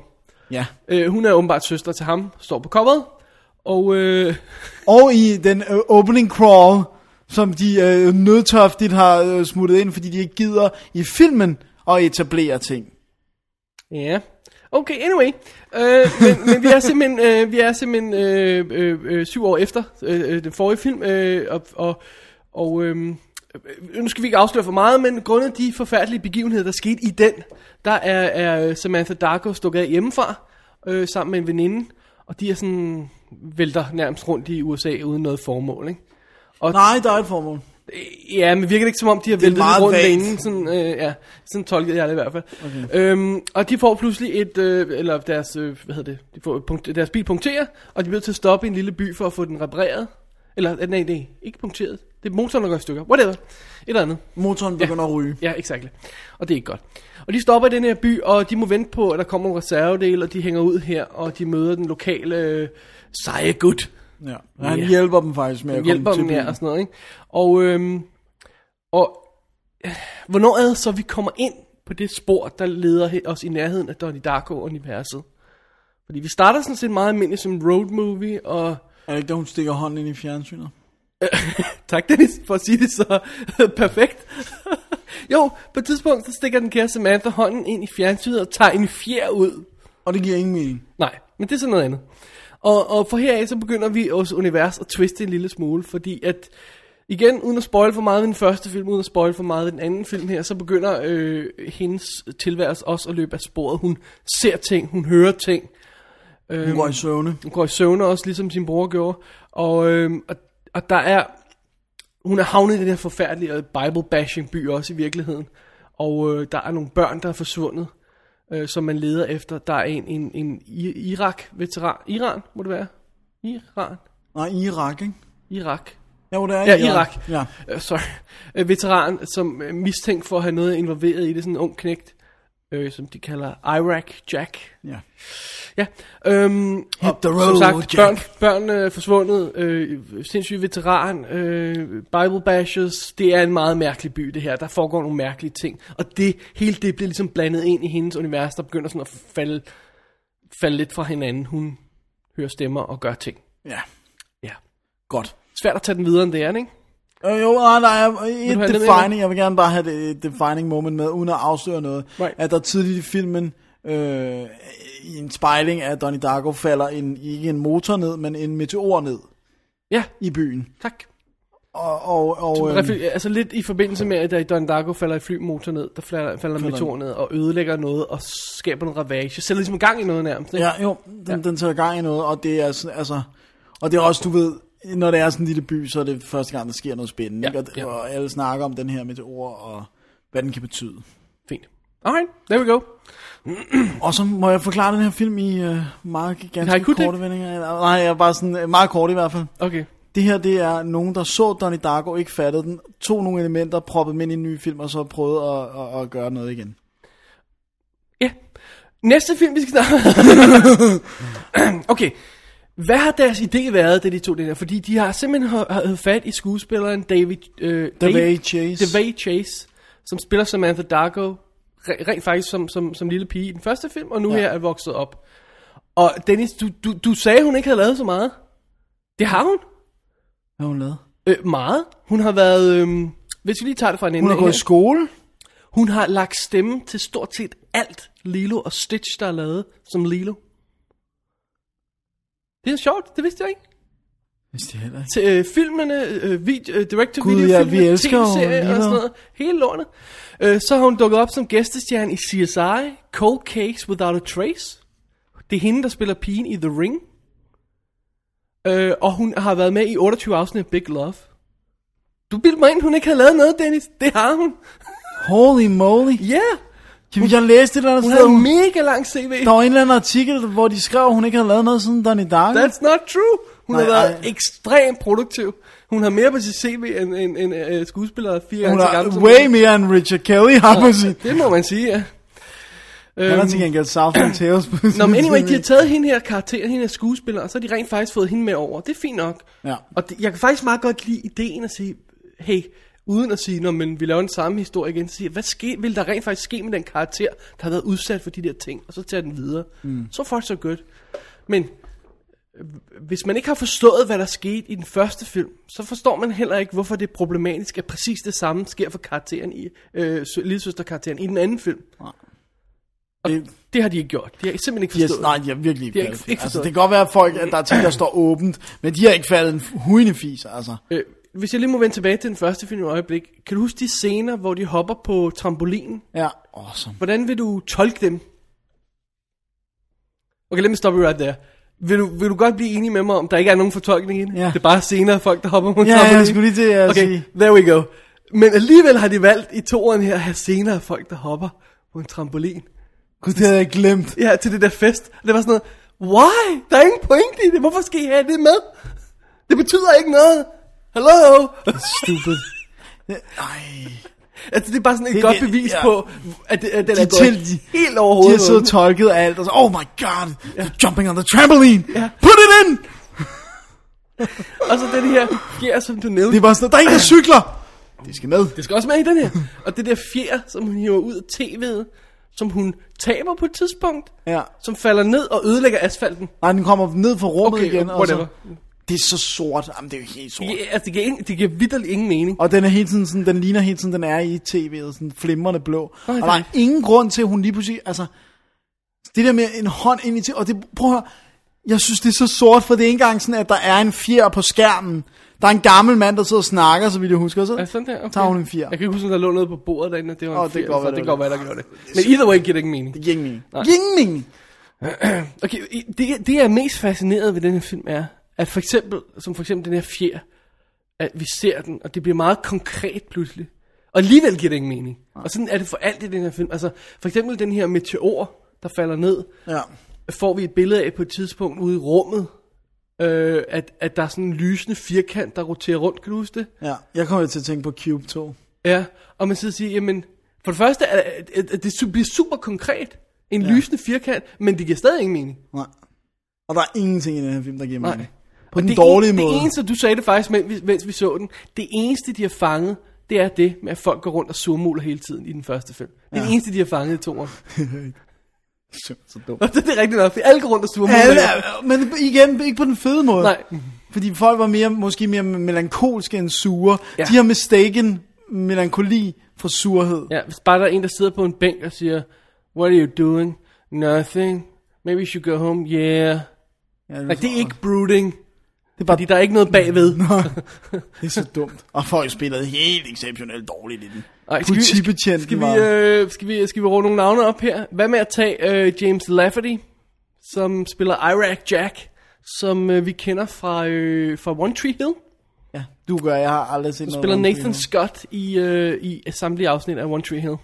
Ja.
Øh, hun er åbenbart søster til ham, står på coveret. Og øh,
Og i den øh, opening crawl, som de øh, nødtøftigt har øh, smuttet ind, fordi de ikke gider i filmen at etablere ting.
Ja. Okay, anyway. Øh, men, men vi er simpelthen, øh, vi er simpelthen øh, øh, øh, syv år efter øh, øh, den forrige film, øh, og, og, og øh, øh, nu skal vi ikke afsløre for meget, men grundet de forfærdelige begivenheder, der skete i den, der er, er Samantha Darko stukket af hjemmefra, øh, sammen med en veninde, og de er sådan, vælter nærmest rundt i USA uden noget formål, ikke? Og
Nej, der er et formål.
Øh, Ja, men virker det ikke som om, de har
Det er
væltet
meget
rundt
vagt.
længe? Sådan, øh, ja, sådan tolkede jeg det i hvert fald. Okay. Øhm, og de får pludselig et, øh, eller deres, øh, hvad hedder det, de får et punkt, deres bil punkterer, og de bliver nødt til at stoppe i en lille by for at få den repareret. Eller, øh, nej, nej, ikke punkteret. Det er motoren, der går i stykker. Whatever. Et eller andet.
Motoren begynder ja. at ryge.
Ja, exakt. Og det er ikke godt. Og de stopper i den her by, og de må vente på, at der kommer en reservedel, og de hænger ud her, og de møder den lokale øh, seje gut,
Ja. Og han
Ja.
hjælper dem faktisk med at komme
hjælper
til
dem
byen.
der og sådan noget, ikke? Og, øhm, og øh, hvornår er det så, vi kommer ind på det spor, der leder he- os i nærheden af Donnie Darko-universet? Fordi vi starter sådan set meget almindeligt som road movie, og
Er det ikke, da hun stikker hånden ind i fjernsynet?
tak Dennis for at sige det så perfekt. jo, på et tidspunkt, så stikker den kære Samantha hånden ind i fjernsynet og tager en fjer ud.
Og det giver ingen mening.
Nej, men det er sådan noget andet. Og, og for heraf, så begynder vi vores univers at twiste en lille smule, fordi at, igen, uden at spoil for meget ved den første film, uden at spoil for meget ved den anden film her, så begynder øh, hendes tilværelse også at løbe af sporet. Hun ser ting, hun hører ting, Øhm.
Hun går i søvne.
hun går i søvne også, ligesom sin bror gjorde, og, øh, og, og der er, hun er havnet i den her forfærdelige øh, Bible-bashing by også i virkeligheden, og øh, der er nogle børn, der er forsvundet, øh, som man leder efter. Der er en, en, en I- Irak-veteran. Iran, må det være? Iran?
Nej, i Irak, ikke?
Irak.
Jo, det er
ja,
i Irak.
Irak. Ja. Uh, sorry. Uh, veteran, som uh, mistænkt for at have noget involveret i det, sådan en ung knægt, øh, som de kalder Iraq Jack.
Ja.
Ja. Øhm, Hit
the
som
road,
sagt,
Jack.
børn, børn øh, forsvundet, øh, sindssyg veteran, øh, Bible Bashers, det er en meget mærkelig by det her, der foregår nogle mærkelige ting, og det, hele det bliver ligesom blandet ind i hendes univers, der begynder sådan at falde, falde lidt fra hinanden, hun hører stemmer og gør ting.
Ja.
Ja.
Godt.
Svært at tage den videre end det er, ikke?
Øh, jo, nej, der er
du have
et
det med?
defining, jeg vil gerne bare have det- et defining moment med, uden at afsløre noget.
Right.
At der tidligt i filmen, øh, i en spejling af Donnie Darko, falder en, ikke en motor ned, men en meteor ned
Ja.
i byen.
Tak.
Og, og, og
Og,
øhm,
refle- altså lidt i forbindelse med, at der i Don Darko falder et flymotor ned, der falder, falder en meteor ned og ødelægger noget og skaber en ravage. Sætter ligesom gang i noget nærmest. Ikke?
Ja, jo, den, ja. den tager gang i noget, og det er sådan, altså, og det er også, du ved, når det er sådan en lille by, så er det første gang, der sker noget spændende, ja, ikke? Og, ja. og alle snakker om den her meteor, og hvad den kan betyde.
Fint. Alright, there we go.
Og så må jeg forklare den her film i øh, meget
Har I
ganske
kunnet det?
korte vendinger. Eller- Nej, jeg er bare sådan øh, meget kort i hvert fald.
Okay.
Det her, det er nogen, der så Donnie Darko, ikke fattede den, tog nogle elementer, proppede dem ind i en ny film, og så prøvede at, at, at gøre noget igen.
Næste film, vi skal snakke Okay. Hvad har deres idé været, da de tog den her? Fordi de har simpelthen har, har havde fat i skuespilleren David... Øh,
Devay Chase.
Devay Chase, som spiller Samantha Darko, re- rent faktisk som, som, som lille pige i den første film, og nu ja. her er vokset op. Og Dennis, du, du, du sagde, hun ikke havde lavet så meget. Det har hun.
Hvad har hun lavet?
Øh, meget. Hun har været... Øh, hvis vi lige tager det fra en ende
Hun har
af
gået i
her.
skole.
Hun har lagt stemme til stort set alt Lilo og Stitch, der er lavet som Lilo. Det er sjovt, det vidste jeg ikke.
Hvis det heller ikke.
Til øh, filmene, øh, video, øh, director
Gud,
video,
ja, vi elsker jo
og
Lilo.
sådan noget. Hele lortet. Øh, så har hun dukket op som gæstestjerne i CSI, Cold Case Without a Trace. Det er hende, der spiller pigen i The Ring. Øh, og hun har været med i 28 afsnit af Big Love. Du bildte mig ind, hun ikke havde lavet noget, Dennis. Det har hun.
Holy moly.
Ja, yeah.
Jamen, jeg læste et eller andet
hun
sted.
havde
hun-
en mega lang CV.
Der var en eller anden artikel, hvor de skrev, at hun ikke havde lavet noget siden Donnie Darko.
That's not true. Hun
Nej,
har været
ej.
ekstremt produktiv. Hun har mere på sit CV end, end, end uh, skuespillere fire
Hun
gange så
er
gammel. som
way mere end Richard Kelly har på sin.
Det må man sige, ja.
Han har
Øhm,
til gengæld Southland Tales på sin
Nå, men anyway,
CV.
de har taget hende her karakter, hende her skuespiller, og så har de rent faktisk fået hende med over. Det er fint nok.
Ja.
Og det, jeg kan faktisk meget godt lide ideen at sige, hey, uden at sige, når man vi laver den samme historie igen, så siger, jeg, hvad ske, vil der rent faktisk ske med den karakter, der har været udsat for de der ting, og så tager den videre. Mm. Så far så godt. Men øh, hvis man ikke har forstået, hvad der skete i den første film, så forstår man heller ikke, hvorfor det er problematisk, at præcis det samme sker for karakteren i, øh, sø- lillesøsterkarakteren i den anden film.
Det-
Det har de ikke gjort. De har simpelthen ikke
de
forstået.
har, nej, de har virkelig ikke,
De har
fattet
ikke- ikke
det. altså,
forstået.
det kan godt være, at folk, at der er ting, der står åbent, men de har ikke faldet en hujende fis, altså.
Øh, hvis jeg lige må vende tilbage til den første film et øjeblik. Kan du huske de scener, hvor de hopper på trampolinen?
Ja, awesome.
Hvordan vil du tolke dem? Okay, let me stop you right there. Vil du, vil du godt blive enig med mig om, der ikke er nogen fortolkning i det?
Ja.
Det er bare scener af folk, der hopper på en
Ja,
trampolin.
jeg skulle lige til at
okay,
sige.
there we go. Men alligevel har de valgt i toeren her at have scener af folk, der hopper på en trampolin.
Gud, det havde jeg glemt.
Ja, til det der fest. Og det var sådan noget, why? Der er ingen pointe i det. Hvorfor skal I have det med? Det betyder ikke noget. Hello?
Stupid. Ej,
Altså, det er bare sådan et det,
Det-
godt
det-
bevis
ja.
ja. på, at, det, at den
De
er
til-
gået
de-
helt
de
overhovedet.
har siddet og tolket alt, og så, oh my god, they're jumping on the trampoline, put it in!
og så den her fjer, som du nævnte.
Det er bare sådan, der er en, der cykler! Det skal med.
Det skal også med i den her. Og det der fjer, som hun hiver ud af tv'et, som hun taber på et tidspunkt,
Ja.
som falder ned og ødelægger asfalten.
Nej, den kommer ned fra rummet
Okay,
igen,
whatever.
og så, det er så sort, jamen det er jo helt sort.
Ja, altså, det giver, ingen, det giver vidderligt ingen mening.
Og den er hele tiden sådan, den ligner hele tiden, den er i tv'et, sådan flimrende blå.
Nej,
og der
nej.
er ingen grund til, at hun lige pludselig, altså, det der med en hånd ind i til, og det, prøv at høre, jeg synes, det er så sort, for det er ikke engang sådan, at der er en fjer på skærmen. Der er en gammel mand, der sidder og snakker, så vidt jeg husker, og så
Er det sådan der? Okay.
tager hun en fjer.
Jeg kan ikke huske, om der lå noget på bordet derinde, og det var
Åh,
en
det
fjer,
kan godt
så
være,
det
det
går,
var
hvad der gjorde det. Men either way giver det ikke mening.
Det giver ingen mening.
Nej.
Giver ingen mening.
Okay, i- det, det jeg er mest fascineret ved den her film er, at for eksempel, som for eksempel den her fjer, at vi ser den, og det bliver meget konkret pludselig. Og alligevel giver det ingen mening. Og sådan er det for alt i den her film. Altså, for eksempel den her meteor, der falder ned,
Ja.
får vi et billede af på et tidspunkt ude i rummet. Øh, at, at der er sådan en lysende firkant, der roterer rundt, kan du huske det?
Ja, jeg kommer til at tænke på Cube 2.
Ja, og man sidder og siger, jamen, for det første, at, at, at det su- bliver super konkret, en ja. lysende firkant, men det giver stadig ingen mening.
Nej. Og der er ingenting i den her film, der giver
Nej.
mening. På
Og
den
det
dårlige
en,
måde.
Det eneste, du sagde det faktisk, mens vi, mens vi så den, det eneste, de har fanget, det er det med, at folk går rundt og surmuler hele tiden i den første film. Det er
Ja.
det eneste, de har fanget i to år.
så dumt.
det, det er rigtigt nok, for alle går rundt og surmuler.
Alle, er- men igen, ikke på den fede måde.
Nej.
Fordi folk var mere, måske mere melankolske end sure.
Ja.
Ja. De har mistaken melankoli for surhed.
Ja, hvis bare der er en, der sidder på en bænk og siger, What are you doing? Nothing. Maybe you should go home. Yeah.
Ja,
Nej, det er ikke brooding.
Det er bare...
Fordi der er ikke noget bagved.
Det er så dumt. Og folk spillede helt exceptionelt dårligt i den.
Ej, skal vi-
Politibetjenten
Skal
var...
vi, øh, skal vi, skal vi råde nogle navne op her? Hvad med at tage øh, James Lafferty, som spiller Iraq Jack, som øh, vi kender fra, øh, fra One Tree Hill?
Ja, du gør, jeg har aldrig set
Du
noget.
spiller
One Tree
Nathan
Hill.
Scott i, øh, i samtlige afsnit af One Tree Hill.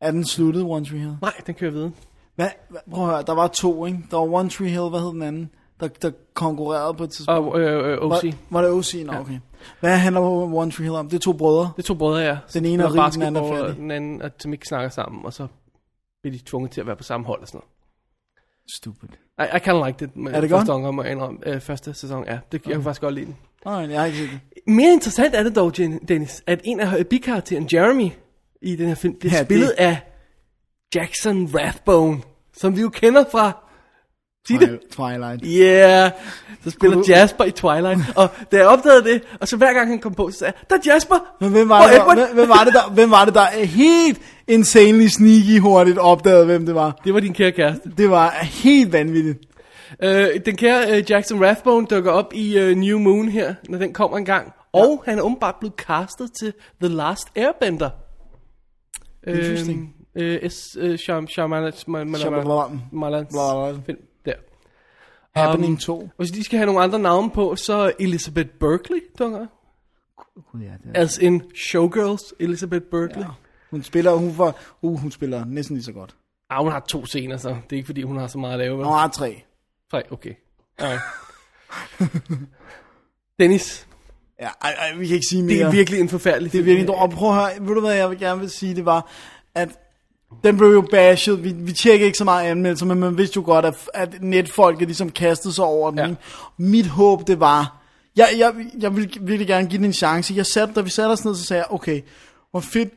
Er den sluttet, One Tree Hill?
Nej, den kører videre.
Hvad? Hvad? Prøv at høre, der var to, ikke? Der var One Tree Hill, hvad hed den anden? Der, der konkurrerede på et tidspunkt.
Og øh, øh, OC.
Var, var det OC? Nå, okay. Hvad handler One Tree Hill om? Det er to brødre.
Det er to brødre, ja. som
ene er
spiller
rig, den anden er
basketball,
fattig.
og Den anden, og som ikke snakker sammen, og så bliver de tvunget til at være på samme hold og sådan
Stupid.
noget. I, I kinda like det, men
Er det
første,
godt?
omgang, må jeg indrømme, øh, første sæson, ja. Det, jeg kunne faktisk godt lide den.
Nej, jeg har ikke set det.
Mere interessant er det dog, Jen- Dennis, at en af bikarakteren, Jeremy, i den her film, det er
Ja,
ja,
det-
spillet det. af Jackson Rathbone, som vi jo kender fra... Sig det.
Twilight.
Yeah, så spiller
Kunne du-
Jasper i Twilight, og da jeg opdagede det, og så hver gang han kom på, så sagde jeg, der er Jasper!
Men hvem var,
Og
det, der,
Edward.
hvem, hvem, var det, der, hvem var det, der er helt insanely sneaky hurtigt opdagede, hvem det var?
Det var din kære kæreste.
Det var helt vanvittigt.
Øh, den kære øh, Jackson Rathbone dukker op i øh, New Moon her, når den kommer engang, og han er åbenbart blevet castet til The Last Airbender.
Interesting.
Øh, øh, S. Øh, Sham, Shyamalan-
Shyamalan.
Malans
Blablabla.
film der.
Happening
Um,
2.
Hvis de skal have nogle andre navne på, så Elizabeth Berkley dukker.
Gud, ja, det er-
As in Showgirls, Elizabeth Berkley. Ja.
Hun spiller, hun, var, uh, hun spiller næsten lige så godt.
Ah, hun har to scener, så det er ikke fordi, hun har så meget at lave. vel?
Nå, har tre.
Nej, okay. Alright. Dennis,
Ja, ej, ej, vi kan ikke sige mere.
det er virkelig en forfærdelig
Det er
film.
virkelig dårligt. Og prøv at høre, ved du hvad jeg gerne vil sige, det var, at den blev jo bashed, vi, vi tjekkede ikke så meget anmeldelser, men man vidste jo godt, at, at netfolket ligesom kastede sig over den.
Ja.
Ja. Mit håb, det var, jeg, jeg, jeg ville virkelig gerne give den en chance. Jeg satte, da vi satte os ned, så sagde jeg, okay, hvor fedt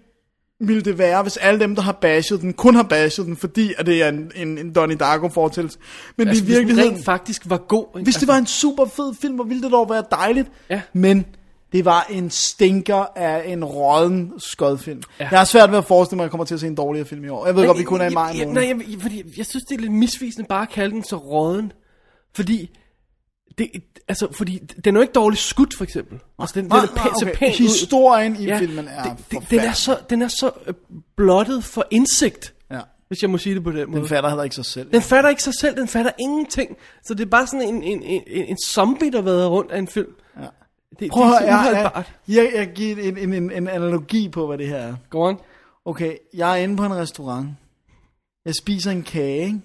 ville det være, hvis alle dem, der har bashed den, kun har bashed den, fordi at det er en, en, en Donnie Darko fortællelse. Men
Altså,
i
hvis den
virkeligheden,
rent faktisk var god. ikke? Altså,
hvis det var en super fed film, hvor ville det dog være dejligt.
Ja.
Men det var en stinker af en rådden skodfilm.
Ja.
Ja. Jeg har svært ved at forestille mig, at jeg kommer til at se en dårligere film i år. Jeg ved godt, vi kun er i maj
jeg,
måned.
nej, jeg, jeg, fordi jeg synes, det er lidt misvisende bare at kalde den så råden. Fordi, det, altså, fordi den er jo ikke dårligt skudt, for eksempel.
Ah,
Altså, den, den er pæ- så pænt ud.
Historien i filmen er
det, det, den
forfærdelig.
er så, den er så øh, blottet for indsigt,
Ja.
hvis jeg må sige det på den måde.
Den fatter heller ikke sig selv.
den fatter ikke sig selv, den fatter ingenting. Så det er bare sådan en, en, en, en zombie, der vader rundt af en film. Ja. Det,
Prøv at
det er
høre,
så
jeg, jeg,
uholdbart.
jeg, jeg giver en, en, en, en analogi på, hvad det her er.
Go on.
Okay, jeg er inde på en restaurant. Jeg spiser en kage, ikke?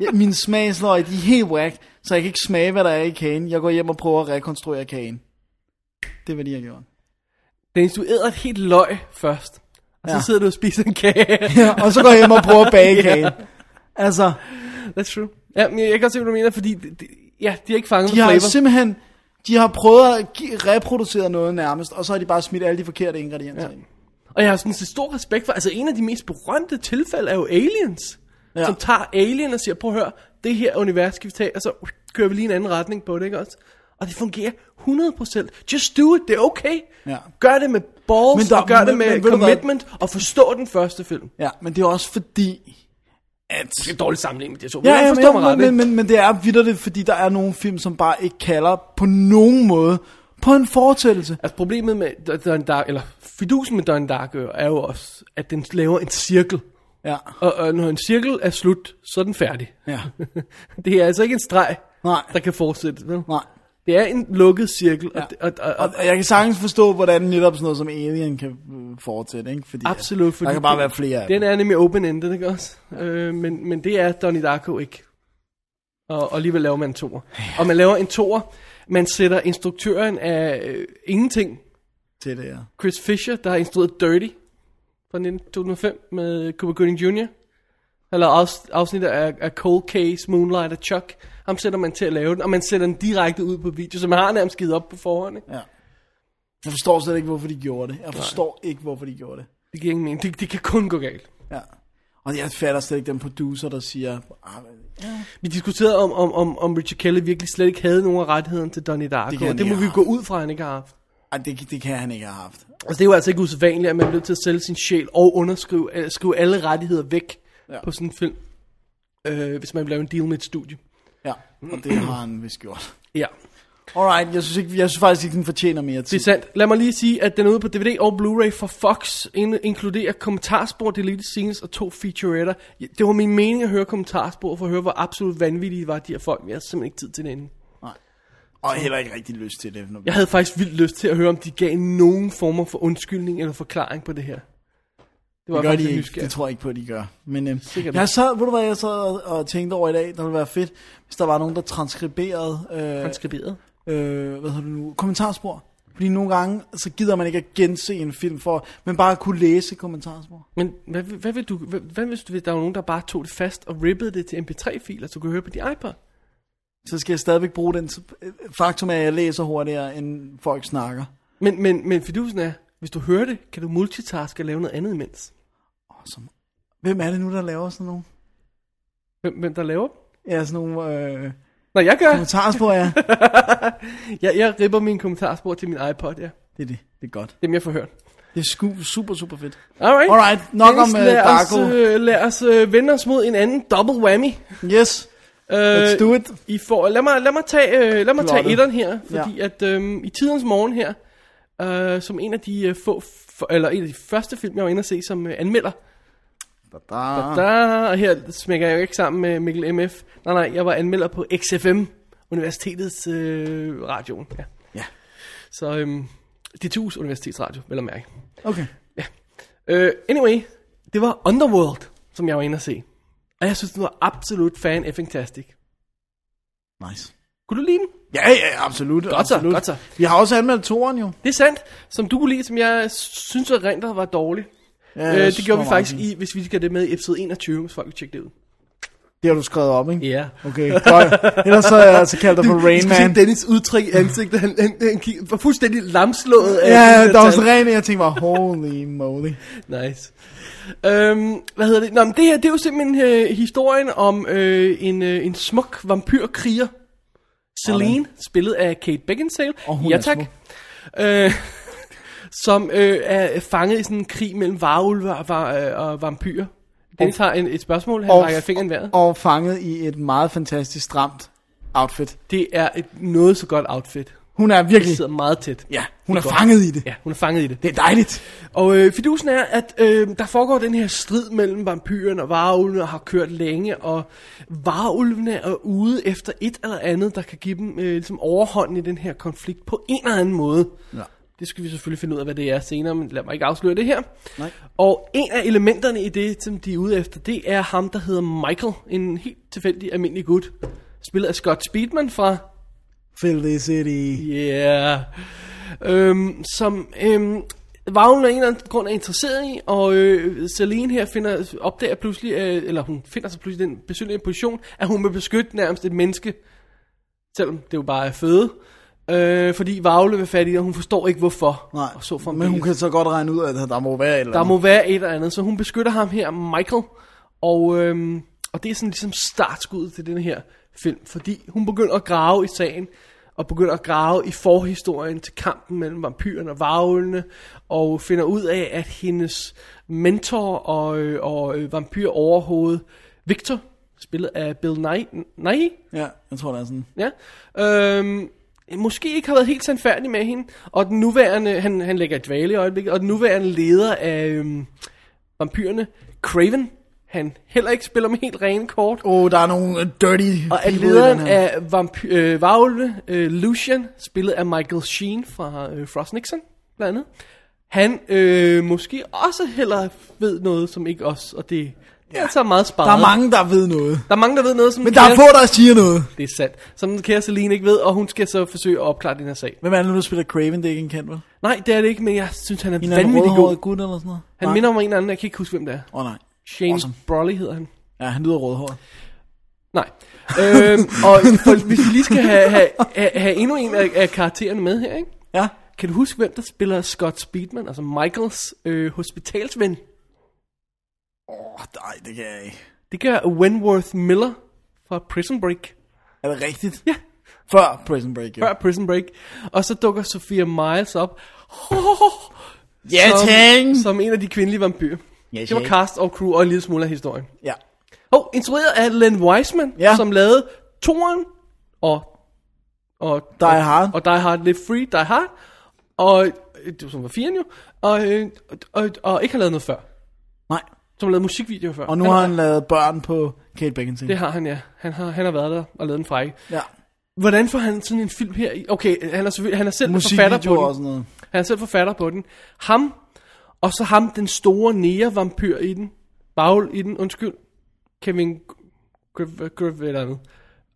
Jeg, mine smagsløg, de er helt whack, så jeg kan ikke smage, hvad der er i kagen. Jeg går hjem og prøver at rekonstruere kagen. Det var det, jeg gjorde.
Dennis, du æder et helt løg først. Og så
Ja.
sidder du og spiser en kage.
Ja, og så går jeg hjem og prøver at bage kagen. Altså,
That's true. Ja, men jeg kan godt se, hvad du mener, fordi det, det, ja, de har ikke fanget
de har
flavor.
simpelthen... De har prøvet at gi- reproducere noget nærmest, og så har de bare smidt alle de forkerte ingredienser ja. ind.
Og jeg har sådan så stor respekt for, altså en af de mest berømte tilfælde er jo Aliens. Ja.
Ja.
Som tager Alien og siger, prøv at høre, det her univers skal vi tage, og så uh, kører vi lige en anden retning på det, ikke også? Og det fungerer 100%. Just do it, det er okay.
Ja.
Gør det med balls, der,
Men der-
og gør det
men-
med
men ved du hvad?
commitment, og forstå den første film.
Ja, men det er også fordi, at...
Det er en dårlig sammenligning med de her to.
Ja, ja,
forstår mig
men,
ret, ikke?
men, men, men det er vidderligt, fordi der er nogle film, som bare ikke kalder på nogen måde på en fortællelse.
Altså problemet med Don Dark, eller fidusen med Don Dark er jo også, at den laver en cirkel.
Ja.
Og, og når en cirkel er slut, så er den færdig.
Ja.
det er altså ikke en streg,
Nej.
der kan fortsætte. Vel?
Nej.
Det er en lukket cirkel. Ja. Og, det- og, og, og,
Og jeg kan sagtens forstå, hvordan netop sådan noget som Alien kan øh, fortsætte, ikke? Fordi,
absolut.
Der
fordi
kan bare
den-
være flere af
Den
dem.
er nemlig open-ended, ikke også? Øh, men, men det er Donnie Darko ikke. og, og alligevel laver man en toer. Og man laver en toer, man sætter instruktøren af øh, ingenting.
Til det, ja.
Chris Fisher, der har instrueret Dirty fra 19- 2005 med Cuba Gooding Jr. Eller afs- afsnit af, af Cold Case, Moonlight og Chuck. Ham sætter man til at lave den, og man sætter den direkte ud på video, så man har nærmest givet op på forhånd. Ikke?
Ja. Jeg forstår slet ikke, hvorfor de gjorde det. Jeg forstår Nej. ikke, hvorfor de gjorde det.
Det giver ingen mening. Det, det kan kun gå galt.
Ja. Og jeg fatter slet ikke den producer, der siger... "Ah, men
Vi diskuterede om, om, om, om Richard Kelly virkelig slet ikke havde nogen af rettigheden til Donnie Darko,
Det
det
kan han
og det må
ikke
vi
have
gå ud fra, at han ikke har haft.
Ej, ah, det, det kan han ikke have haft.
Altså, det er jo altså ikke usædvanligt, at man er nødt til at sælge sin sjæl og underskrive øh, skrive alle rettigheder væk
Ja.
ja. på sådan en film, øh, hvis man vil lave en deal med et studie.
Ja, og det har han vist gjort.
Ja,
Alright, jeg synes, ikke, jeg synes faktisk ikke, den fortjener mere
det
tid.
er sandt. Lad mig lige sige, at den er ude på DVD og Blu-ray fra Fox, ind- inkluderer kommentarspor, deleted scenes og to featuretter. Ja, Det var min mening at høre kommentarspor, for at høre, hvor absolut vanvittige var de her folk. Jeg har simpelthen ikke tid til det inden.
Og heller ikke rigtig lyst til det. Når vi...
Jeg havde faktisk vildt lyst til at høre, om de gav nogen former for undskyldning eller forklaring på det her. Det var
det
jeg
gør
faktisk
de
lidt
ikke.
nysgerrig.
Det tror jeg ikke på, at de gør. Men øhm,
Sikkert
jeg
ikke.
sad, ved du hvad, jeg sad og, og tænkte over i dag, der ville være fedt, hvis der var nogen, der transkriberede, øh,
Transkriberet.
øh, hvad hedder det nu, kommentarspor. Fordi nogle gange, så gider man ikke at gense en film for, men bare at kunne læse kommentarspor.
Men hvad, vil- hvad, vil du, hvad, hvad hvis du, hvis der var nogen, der bare tog det fast og rippede det til mp3-filer, så du kunne høre på din iPod?
Så skal jeg stadigvæk bruge den øh, faktum, af, at jeg læser hurtigere, end folk snakker.
Men, men, men fidusen er, hvis du hører det, kan du multitaske og lave noget andet imens.
Awesome. Hvem er det nu, der laver sådan nogle?
Hvem, hvem der laver dem?
Ja, sådan nogle øh,
Nå, jeg gør.
kommentarspor, ja.
Jeg, jeg ripper mine kommentarspor til min iPod, ja.
Det er det. Det er godt.
Dem jeg får hørt.
Det er sku, super, super fedt.
Alright.
Alright, nok
Dennis,
om, øh,
lad os,
Darko.
øh, lad os øh, vende os mod en anden double whammy. Øh,
Yes, let's do it.
I får, lad, mig, lad mig tage, øh, lad mig tage
Plottet.
etteren her,
Ja.
fordi ja. at øh, i tidens morgen her, øh, som en af de øh, få, f- eller en af de første film, jeg var inde og se som øh, anmelder,
Da,
Da, og her smækker jeg jo ikke sammen med Mikkel MF. Nej, nej, jeg var anmelder på XFM, universitetets øh, radio. Ja.
Ja.
Så øhm, DTU's universitetsradio, vel at mærke.
Okay.
Øh, anyway, det var Underworld, som jeg var inde at se. Og jeg synes, den var absolut fan effing -tastic.
Nice.
Kunne du lide den?
Ja, ja, absolut.
Godt så,
absolut.
godt så.
Vi har også anmeldt toren jo.
Det er sandt, som du kunne lide, som jeg synes, at Rinder var dårlig.
Ja,
Ja,
jeg
øh, det
synes,
gjorde vi
var meget
faktisk
fint.
i, hvis vi skal have det med i episode 21, hvis folk vil tjekke det ud.
Det har du skrevet op, ikke?
Ja.
Okay, godt. Ellers så har jeg altså kaldt dig for Rain Man.
Dennis udtryk i ansigtet, han, han, han kiggede- var fuldstændig lamslået af...
Ja,
de
der var
tal.
sådan ren, jeg tænkte bare, holy moly.
Nice. Øhm, hvad hedder det? Nå, men det her, det er jo simpelthen øh, historien om øh, en, øh, en smuk vampyrkriger. Celine, spillet af Kate Beckinsale.
Og hun
ja,
er
tak.
smuk.
Øh, som øh, er fanget i sådan en krig mellem varulve og, var, øh, og vampyrer. Dennis har en, et spørgsmål, han
Og-
rækker fingeren i vejret.
Og fanget i et meget fantastisk stramt outfit.
Det er et noget så godt outfit.
Hun er
Det
virkelig,
sidder meget tæt.
ja, hun
Det
er
godt.
fanget i det.
Ja, hun er fanget i det.
Det er dejligt.
Og øh, fidusen er, at øh, der foregår den her strid mellem vampyren og varulvene, og har kørt længe, og varulvene er ude efter et eller andet, der kan give dem øh, ligesom overhånden i den her konflikt på en eller anden måde.
Ja.
Det skal vi selvfølgelig finde ud af, hvad det er senere, men lad mig ikke afsløre det her. Nej. Og en af elementerne i det, som de er ude efter, det er ham, der hedder Michael, en helt tilfældig almindelig gut, spillet af Scott Speedman fra
Filthy City.
Yeah. Øhm, som øhm, Vagn af en eller anden grund er interesseret i, og øh, Celine her finder, opdager pludselig, øh, eller hun finder sig pludselig i den besynderlige position, at hun vil beskytte nærmest et menneske, selvom det jo bare er føde. Øh, fordi Vagle vil fat i, det, og hun forstår ikke hvorfor.
Nej,
og så får
men hun
billede.
kan så godt regne ud, at der må være et eller
Der
andet.
må være et eller andet, så hun beskytter ham her, Michael, og, øhm, og det er sådan ligesom startskuddet til den her film, fordi hun begynder at grave i sagen, og begynder at grave i forhistorien til kampen mellem vampyrerne og varulvene, og finder ud af, at hendes mentor og, øh, og øh, vampyr overhoved, Victor, spillet af Bill Nye, Nye
Ja, jeg tror, det er sådan.
Ja. Øhm, måske ikke har været helt sandfærdig med hende, og den nuværende, han, han lægger i dvale i øjeblikket, og den nuværende leder af øhm, vampyrerne, Craven, han heller ikke spiller med helt rene kort.
Åh, oh, der er nogle øh, dirty
Og at
people i
lederen
den her.
af vampy- øh, varulve, øh, Lucian, spillet af Michael Sheen fra øh, Frost Nixon, blandt andet, han øh, måske også heller ved noget, som ikke os, og det Ja, så meget sparet.
Der er mange, der ved noget.
Der er mange, der ved noget, som
Men der er
kære-
få, der siger noget.
Det er sandt. Som den kære Celine ikke ved, og hun skal så forsøge at opklare den her sag.
Hvem er det nu, der spiller Craven? Det er ikke en kendt, vel?
Nej, det er det ikke, men jeg synes, han er
En eller anden
vanvittig god.
rødhåret gut eller sådan noget?
Han
Nej.
minder om en eller anden, jeg kan ikke huske, hvem det er.
Åh oh, nej.
Shane awesome.
Awesome.
Broly hedder han.
Ja, han lyder rødhåret.
Nej. øhm, og for, hvis vi lige skal have, have, have, have endnu en af, af karaktererne med her, ikke?
Ja.
Kan du huske, hvem der spiller Scott Speedman, altså Michaels øh, hospitalsven?
Åh, oh, nej, det kan jeg ikke.
Det gør Wentworth Miller fra Prison Break.
Er det rigtigt?
Ja.
Før Prison Break, jo.
Før Prison Break. Og så dukker Sophia Miles op.
Ja,
som,
ting!
som en af de kvindelige vampyrer.
Yes,
det var
yes.
cast og crew og en lille smule af historien.
Ja.
Og instrueret af Len Wiseman,
Ja.
som lavede Toren og, og
Die Hard.
og Die Hard Live Free, Die Hard, og øh, det var som var firen jo, og, øh, og, og, og ikke har lavet noget før.
Nej.
Som har lavet musikvideoer før.
Og nu
han,
har han lavet børn på Kate Beckinsale.
Det har han, ja. Han har, han har været der og lavet en frække.
Ja.
Hvordan får han sådan en film her? i- Okay, han er, selvfølgelig- han er selv forfatter på
Musikvideoer
den.
og sådan noget.
Han er selv forfatter på den. Ham, og så ham, den store nære-vampyr i den. Bagl i den, undskyld. Kevin Griff, Griff eller andet.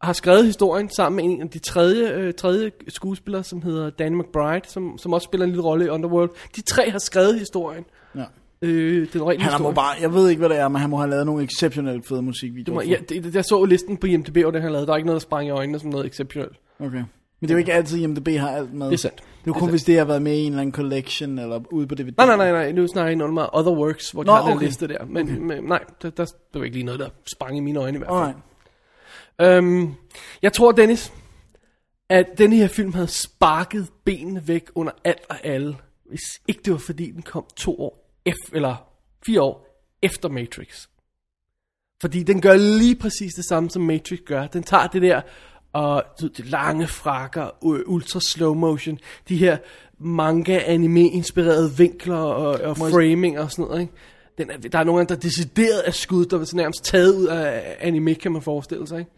Har skrevet historien sammen med en af de tredje, øh, tredje skuespillere, som hedder Dan McBride, som, som også spiller en lille rolle i Underworld. De tre har skrevet historien.
Ja.
Øh, den rene
Han må
historie.
bare, jeg ved ikke, hvad det er, men han må have lavet nogle exceptionelt fede
Du
musikvideoer.
må, ja, det, det- jeg så listen på IMDb, og den han lavede. Der er ikke noget, der sprang i øjnene som noget exceptionelt.
Okay. Men det er jo ikke altid, IMDB har alt med.
Det er sandt.
Det er jo
Det er
kun,
sandt.
hvis det har været med i en eller anden collection, eller ude på DVD.
Nej, nej, nej, nej. Nu snakker jeg om Other Works, hvor de
Nå,
har den
okay.
liste der. Men, okay. men nej, der, der, der var ikke lige noget, der sprang i mine øjne i hvert fald.
Alright.
Øhm, jeg tror, Dennis, at den her film havde sparket benene væk under alt og alle, hvis ikke det var fordi, den kom to år F, eller fire år efter Matrix. Fordi den gør lige præcis det samme, som Matrix gør. Den tager det der, og du ved, de lange frakker, u- ultra slow motion, de her manga-anime-inspirerede vinkler og, og framing og sådan noget, ikke? Den er, der er nogen, der decideret er skud, der er sådan nærmest taget ud af anime, kan man forestille sig, ikke?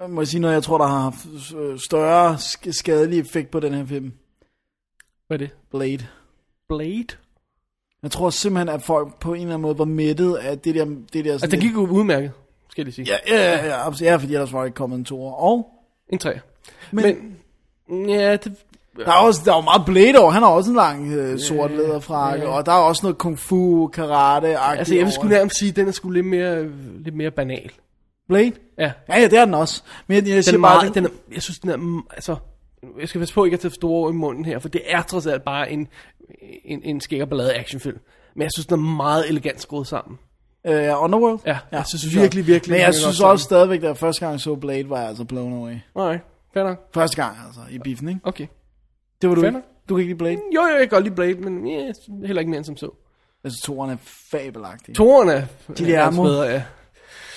Jeg må sige noget, jeg tror, der har haft øh, større sk- skadelig effekt på den her film.
Hvad er det?
Blade.
Blade?
Jeg tror simpelthen, at folk på en eller anden måde var mættet af det der... Det der
Altså, det gik jo udmærket, skal jeg lige sige.
Ja, ja, ja, ja, absolut. ja, fordi ellers var det ikke kommet en to år. Og
En træer.
Men-
Men, men ja, det,
der er, også, der er jo meget Blade over. Han har også en lang øh, sort læderfrakke,
ja.
og der er også noget kung fu, karate
altså, jeg vil sgu nærmest sige, at den er sgu lidt mere, øh, lidt mere banal.
Blade?
Ja.
Ja, ja, det er den også. Men jeg, jeg
Den
siger
er meget,
bare,
den er, jeg synes, den er, mm, altså, jeg skal passe på ikke at tage store ord i munden her, for det er trods alt bare en, en, en skæg og ballade actionfilm. Men jeg synes, den er meget elegant skruet sammen.
øh, Underworld.
Ja, altså, jeg synes virkelig, virkelig,
Men jeg
virkelig
synes
godt
også stadigvæk, da jeg første gang så Blade, var jeg altså blown away.
Nej, fair nok.
Første gang altså, i biffen, ikke?
Okay.
Det var du
Fair
ikke.
nok.
Du kan ikke lide Blade?
Jo, jo, jeg kan godt lide Blade, men yeah, jeg synes heller ikke mere end som så.
Altså, toren er fabelagtig.
Toren er,
De der
er
arme.
bedre, ja.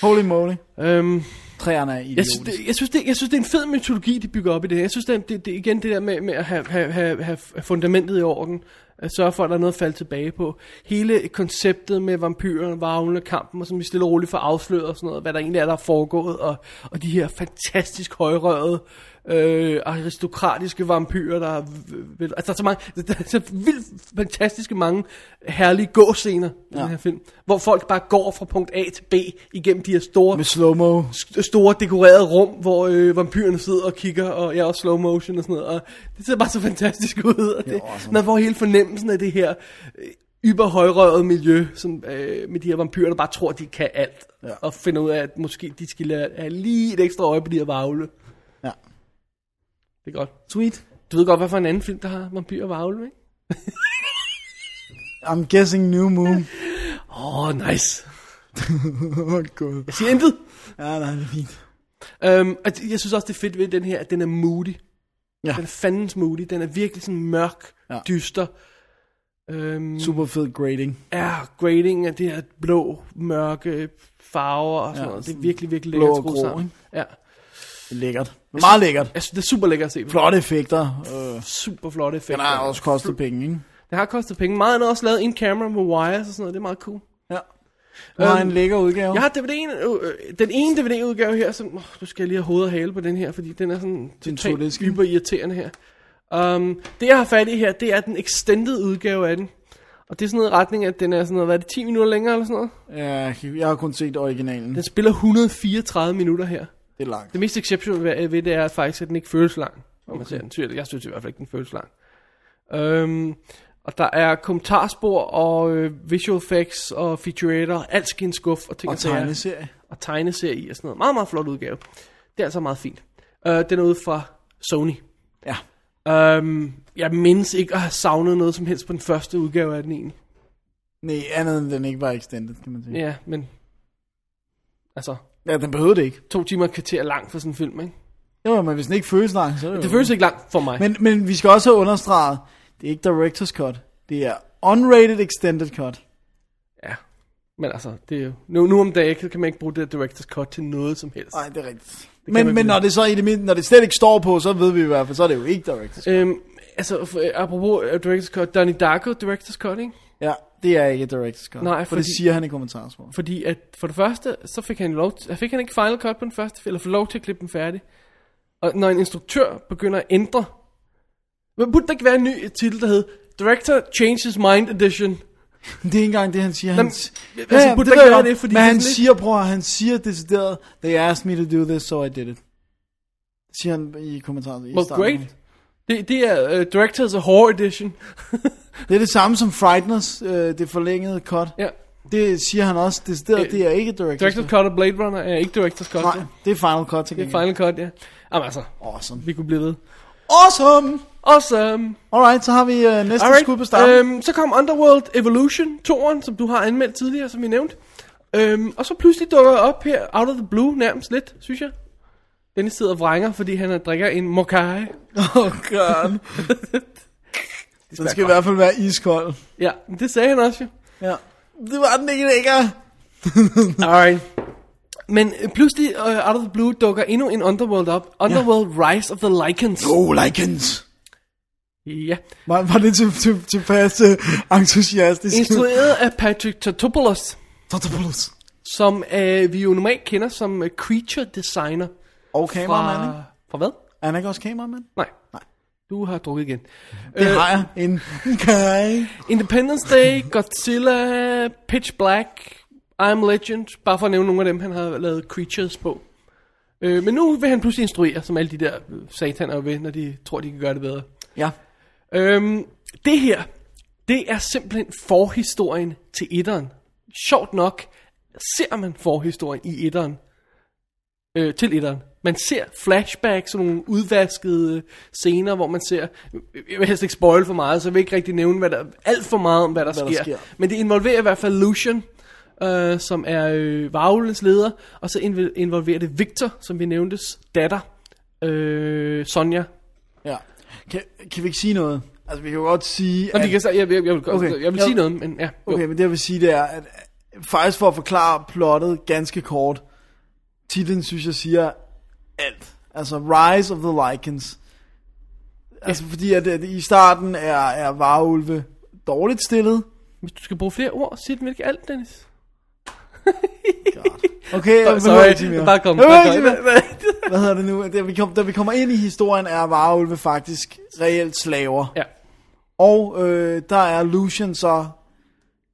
Holy moly.
Øhm,
Træerne er
Jeg
idiotisk.
synes, det, jeg, synes, det, jeg synes, det er en fed mytologi, de bygger op i det her. Jeg synes, det, er- det, det er igen det der med, med at have, have, have, have fundamentet i orden. At sørge for, at der er noget at falde tilbage på. Hele konceptet med vampyren, varvlen og kampen, og som vi stille og roligt får afsløret og sådan noget. Hvad der egentlig er, der er foregået. Og, og de her fantastisk højrøde, øh, aristokratiske vampyrer, der er... v- vel- Altså, der er så mange... Der er så vildt fantastiske mange herlige gåscener i ja. den her film. Hvor folk bare går fra punkt A til B igennem de her store
Med slow-mo.
st- store dekorerede rum, hvor øh, vampyrerne sidder og kigger, og jeg ja, også slow motion og sådan noget. Og det ser bare så fantastisk ud. Og det,
awesome.
man får hele fornemmelsen af det her øh, yberhøjrøret miljø, som, øh, med de her vampyrer, der bare tror, de kan alt. Ja. Og finder ud af, at måske de skal lade have lige et ekstra øje på de her vagle.
Ja.
Det er godt.
Sweet.
Du ved godt, hvad for en anden film, der har vampyrer og vagle, ikke?
I'm guessing New Moon.
Åh, oh, nice.
Åh, oh, gud.
Jeg siger intet.
Ja, nej, det er fint.
Øhm, og det- jeg synes også, det er fedt ved den her, at den er moody.
Ja.
Den er fandens moody. Den er virkelig sådan mørk, ja.
Ja.
dyster. Øhm,
Super fed grading.
er grading af det her blå, mørke farver og sådan ja,
Ja,
noget. Det er
sådan
virkelig, virkelig
blå
lækkert
og
skruet
grå,
sammen. Ja.
Lækkert. Meget lækkert.
Jeg synes, det er super lækkert at se.
Flotte effekter. Øh,
Super flotte effekter.
den har også kostet penge, ikke?
det har kostet penge. Meget andet også lavet en camera med wires og sådan noget. Det er meget cool.
Ja. Du har
Øhm,
en lækker udgave.
Jeg har DVD'en, øh, øh, den ene DVD-udgave her, som... Oh, du skal jeg lige have hoved og hale på den her, fordi den er sådan... totalt
todisken.
hyper irriterende her. Um, det, jeg har fat i her, det er den extended udgave af den. Og det er sådan noget i retning, at den er sådan noget, hvad er det, 10 minutter længere eller sådan noget?
Ja, jeg kan- jeg har kun set originalen.
Den spiller 134 minutter her.
Det er langt.
Det mest exceptionelle ved- ved det er faktisk, at den ikke føles lang. Når man ser den. Tydeligt. Jeg synes i hvert fald ikke, den føles lang. Øhm, og der er kommentarspor og øh, visual effects og featureater, alt skal i en skuff og ting
Og
sager.
tegneserie.
Og tegneserie i og sådan noget. Meget, meget flot udgave. Det er altså meget fint. Øh, den er ude fra Sony.
Ja.
Øhm, jeg mindes ikke at have savnet noget som helst på den første udgave af den egentlig.
Nej, andet end den ikke var extended, kan man sige.
Ja, men... Altså,
Ja, den behøvede det ikke.
to timer og et kvarter er langt for sådan en film, ikke?
Jo, men hvis den ikke føles lang, så er det,
Det
jo-
føles ikke langt for mig.
Men, men vi skal også have understreget, det er ikke director's cut. Det er unrated extended cut.
Ja. Men altså, det er jo, nu, nu om dagen kan kan man ikke bruge det der director's cut til noget som helst.
Nej, det er rigtigt.
kan man
men men
vide.
når det så i det mindste, når det slet ikke står på, så ved vi i hvert fald, så er det jo ikke director's cut.
Øhm, altså, for, øh, apropos uh, director's cut, Donnie Darko director's cut, ikke?
Ja, det er ikke director's cut.
Nej,
for det
fordi-
siger han i kommentarsporet.
Fordi at, for det første, så fik han, lov til, fik han ikke final cut på den første, film, eller for lov til at klippe den færdig. Og når en instruktør begynder at ændre, men burde der ikke være en ny titel, der hed Director Changes Mind Edition?
Men det er ikke engang det, han siger. Han,
Jamen,
s-
altså, burde der ikke
ved jeg
være
godt,
det, fordi
men
det er
han
sådan lidt-
siger, bror, han siger decideret, they asked me to do this, so I did it. Siger han i kommentaren. i
Well,
starten.
great. Det, det er uh, Directors a Horror Edition.
Det er det samme som Frighteners, øh, det forlængede cut.
ja.
Det siger han også decideret,
Øh,
det er ikke director's,
Director's cut af Blade Runner er ikke Director's cut.
Nej, det er final cut til
Det er
gengæld.
Final Cut, ja. Jamen altså,
Awesome.
vi kunne blive ved.
Awesome!
Awesome!
Alright, så har vi øh, næste
Alright,
skud på starten.
øhm, så kom Underworld Evolution 2'eren, som du har anmeldt tidligere, som vi nævnte. Øhm, og så pludselig dukker jeg op her, out of the blue, nærmest lidt, synes jeg. Dennis sidder og vrænger, fordi han øh, drikker en mokai.
oh god. Den skal i hvert fald være iskold.
Ja, men det sagde han også jo.
Ja. Det var den ikke lækker.
Alright. Men øh, pludselig, øh, out of the blue, dukker endnu en Underworld op. Underworld Rise of the Lycans.
Oh, lichens.
Ja.
Var, var det til, til, tilpas øh, entusiastisk?
Instrueret af Patrick Tatopoulos,
Totopoulos.
som øh, vi jo normalt kender som øh, creature designer.
Og kameramand,
Fra,
ikke?
fra hvad?
Er han ikke også kameramand?
Nej. Nej. Du har drukket igen. Øh,
Det har jeg. En kaj.
Independence Day, Godzilla, Pitch Black, I'm Legend. Bare for at nævne nogle af dem, han har lavet Creatures på. Øh, men nu vil han pludselig instruere, som alle de der øh, sataner vil, når de tror, de kan gøre det bedre.
Ja.
Øhm, det her, det er simpelthen forhistorien til etteren. Sjovt nok ser man forhistorien i etteren. Øh, til etteren. Man ser flashbacks, sådan nogle udvaskede scener, hvor man ser... Jeg vil helst ikke spoil for meget, så jeg vil ikke rigtig nævne hvad der, alt for meget om, hvad der,
Hvad der
hvad sker. der
sker.
sker. Men det involverer i hvert fald Lucian, øh, som er øh, Vaulens leder, og så inv- involverer det Victor, som vi nævntes, datter, øh, Sonja.
Ja. Kan, kan vi ikke sige noget? Altså, vi kan jo godt sige,
Nå, vi kan, så- jeg, jeg, jeg, vil,
Okay.
okay. jeg vil
Jeg-
sige noget, men ja. jo.
Okay, men det jeg vil sige, det er, at øh, faktisk for at forklare plottet ganske kort, titlen synes jeg siger alt. Altså Rise of the Lycans. Altså fordi at, at i starten er, er varulve dårligt stillet.
Hvis du skal bruge flere ord, sig dem ikke alt, Dennis.
Okay, jeg behøver
sorry,
ikke sige mere.
bare kom,
Jeg
bare
behøver ikke
kom.
sige mere. Hvad hedder det nu? Da vi, kom, da vi kommer ind i historien, er varulve faktisk reelt slaver.
Ja.
Og øh, der er Lucian så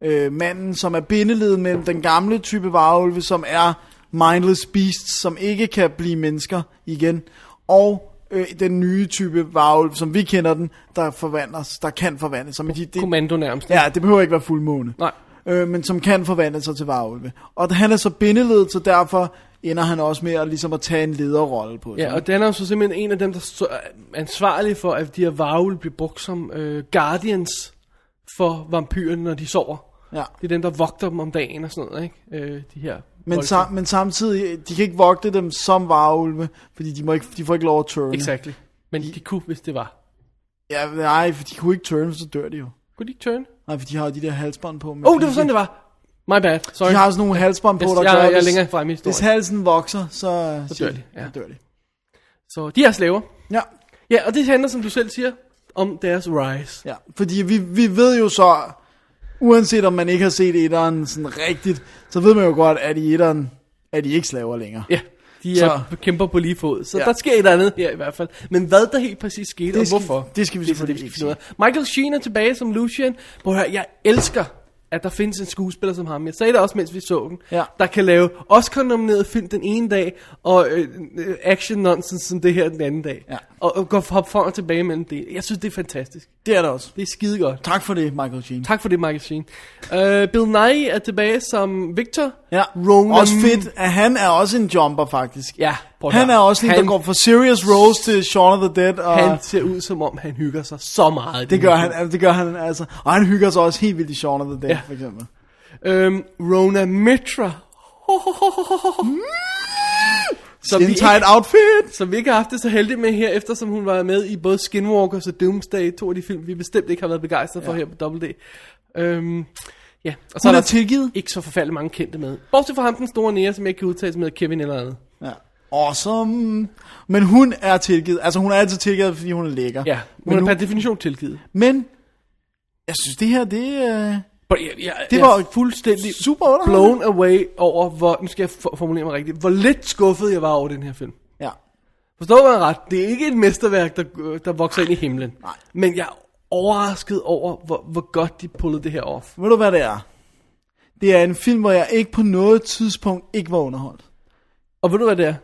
øh, manden, som er bindeled mellem den gamle type varulve, som er mindless beasts, som ikke kan blive mennesker igen, og øh, den nye type varulve, som vi kender den, der forvandles, der kan forvandle sig. Men de, det,
Kommando nærmest.
ja, det behøver ikke være fuldmåne
Nej.
øh, men som kan forvandle sig til varulve. Og han er så bindeledet, så derfor ender han også med at, ligesom at tage en lederrolle på sig.
Ja, og Dan er jo så simpelthen en af dem, der så- er ansvarlig for, at de her varvel bliver brugt som øh, guardians for vampyrerne, når de sover.
ja.
Det er dem, der vogter dem om dagen og sådan noget, ikke? Øh, de her
Men, sam, men samtidig, de kan ikke vogte dem som varulve, fordi de, må ikke, de får ikke lov at turne.
Exactly. Men de kunne, hvis det var.
Ja, nej, for de kunne ikke turne, så dør de jo.
Kunne de ikke turn?
Nej, for de har jo de der halsbånd på. med
Åh, oh, det var
pigge.
sådan, det var. My bad. Sorry.
De har sådan nogle halsbånd på,
Yes,
der
jeg-
gør,
jeg er
hvis-
længere fremme i historien.
Hvis halsen vokser, så,
Så dør de, ja.
så dør de.
Så de er slaver.
Ja,
Ja, og det handler, som du selv siger, om deres rise.
ja. fordi vi, vi ved jo så, uanset om man ikke har set etteren sådan rigtigt, så ved man jo godt, at i etteren er de ikke slaver længere.
Ja. De er, så. kæmper på lige fod. Så ja. der sker et eller andet her i hvert fald. Men hvad der helt præcis skete,
Det
og
skal-
hvorfor?
det skal vi
er så
selvfølgelig
det, vi skal finde ud af. Michael Sheen er tilbage som Lucian. Prøv at høre, jeg elsker at der findes en skuespiller som ham. Jeg sagde det også, mens vi så den.
Ja.
Der kan lave Oscar-nomineret film den ene dag, og øh, øh, action nonsense som det her den anden dag.
Ja.
Og, og går hop for og tilbage mellem det. Jeg synes, det er fantastisk.
Det er der også.
Det er skide godt.
Tak for det, Michael Sheen.
Tak for det, Michael Sheen. Uh, Bill Nye er tilbage som Victor.
Ja,
Ronan-
også fedt, at han er også en jumper faktisk.
Ja, prøv at
Han
høre.
er også en, der
Han-
går fra serious roles til Shaun of the Dead. Og
Han ser ud, som om han hygger sig så meget. i den
det gør
her
han,
film.
altså, det gør han altså. Og han hygger sig også helt vildt i Shaun of the Dead,
Ja.
ja. for eksempel.
Øhm, Rona Mitra.
Mm.
Så
In tight outfit!
som vi ikke har haft det så heldigt med her, eftersom hun var med i både Skinwalkers og Doomsday, to af de film, vi bestemt ikke har været begejstret for ja. her på Double D. Øhm, ja, og så
Hun
er
er
der
tilgivet.
ikke så forfærdelig mange kendte med. Bortset fra ham, den store nære, som jeg ikke kan udtales med Kevin eller andet.
Ja. Awesome. Men hun er tilgivet. Altså, hun er altid tilgivet, fordi hun er lækker.
Ja, hun
men,
er
nu,
per definition tilgivet.
men jeg synes, det her, det, øh,
But jeg, jeg,
det
jeg
var
er fuldstændig
super underholdende.
blown away over, hvor, nu skal jeg for- formulere mig rigtigt, hvor lidt skuffet jeg var over den her film.
Ja.
Forstår mig ret, det er ikke et mesterværk, der, øh, der vokser ind i himlen. Nej. Men jeg er overrasket over, hvor, hvor godt de pullede det her off.
Ved du, hvad det er? Det er en film, hvor jeg ikke på noget tidspunkt ikke var underholdt.
Og ved du hvad det er?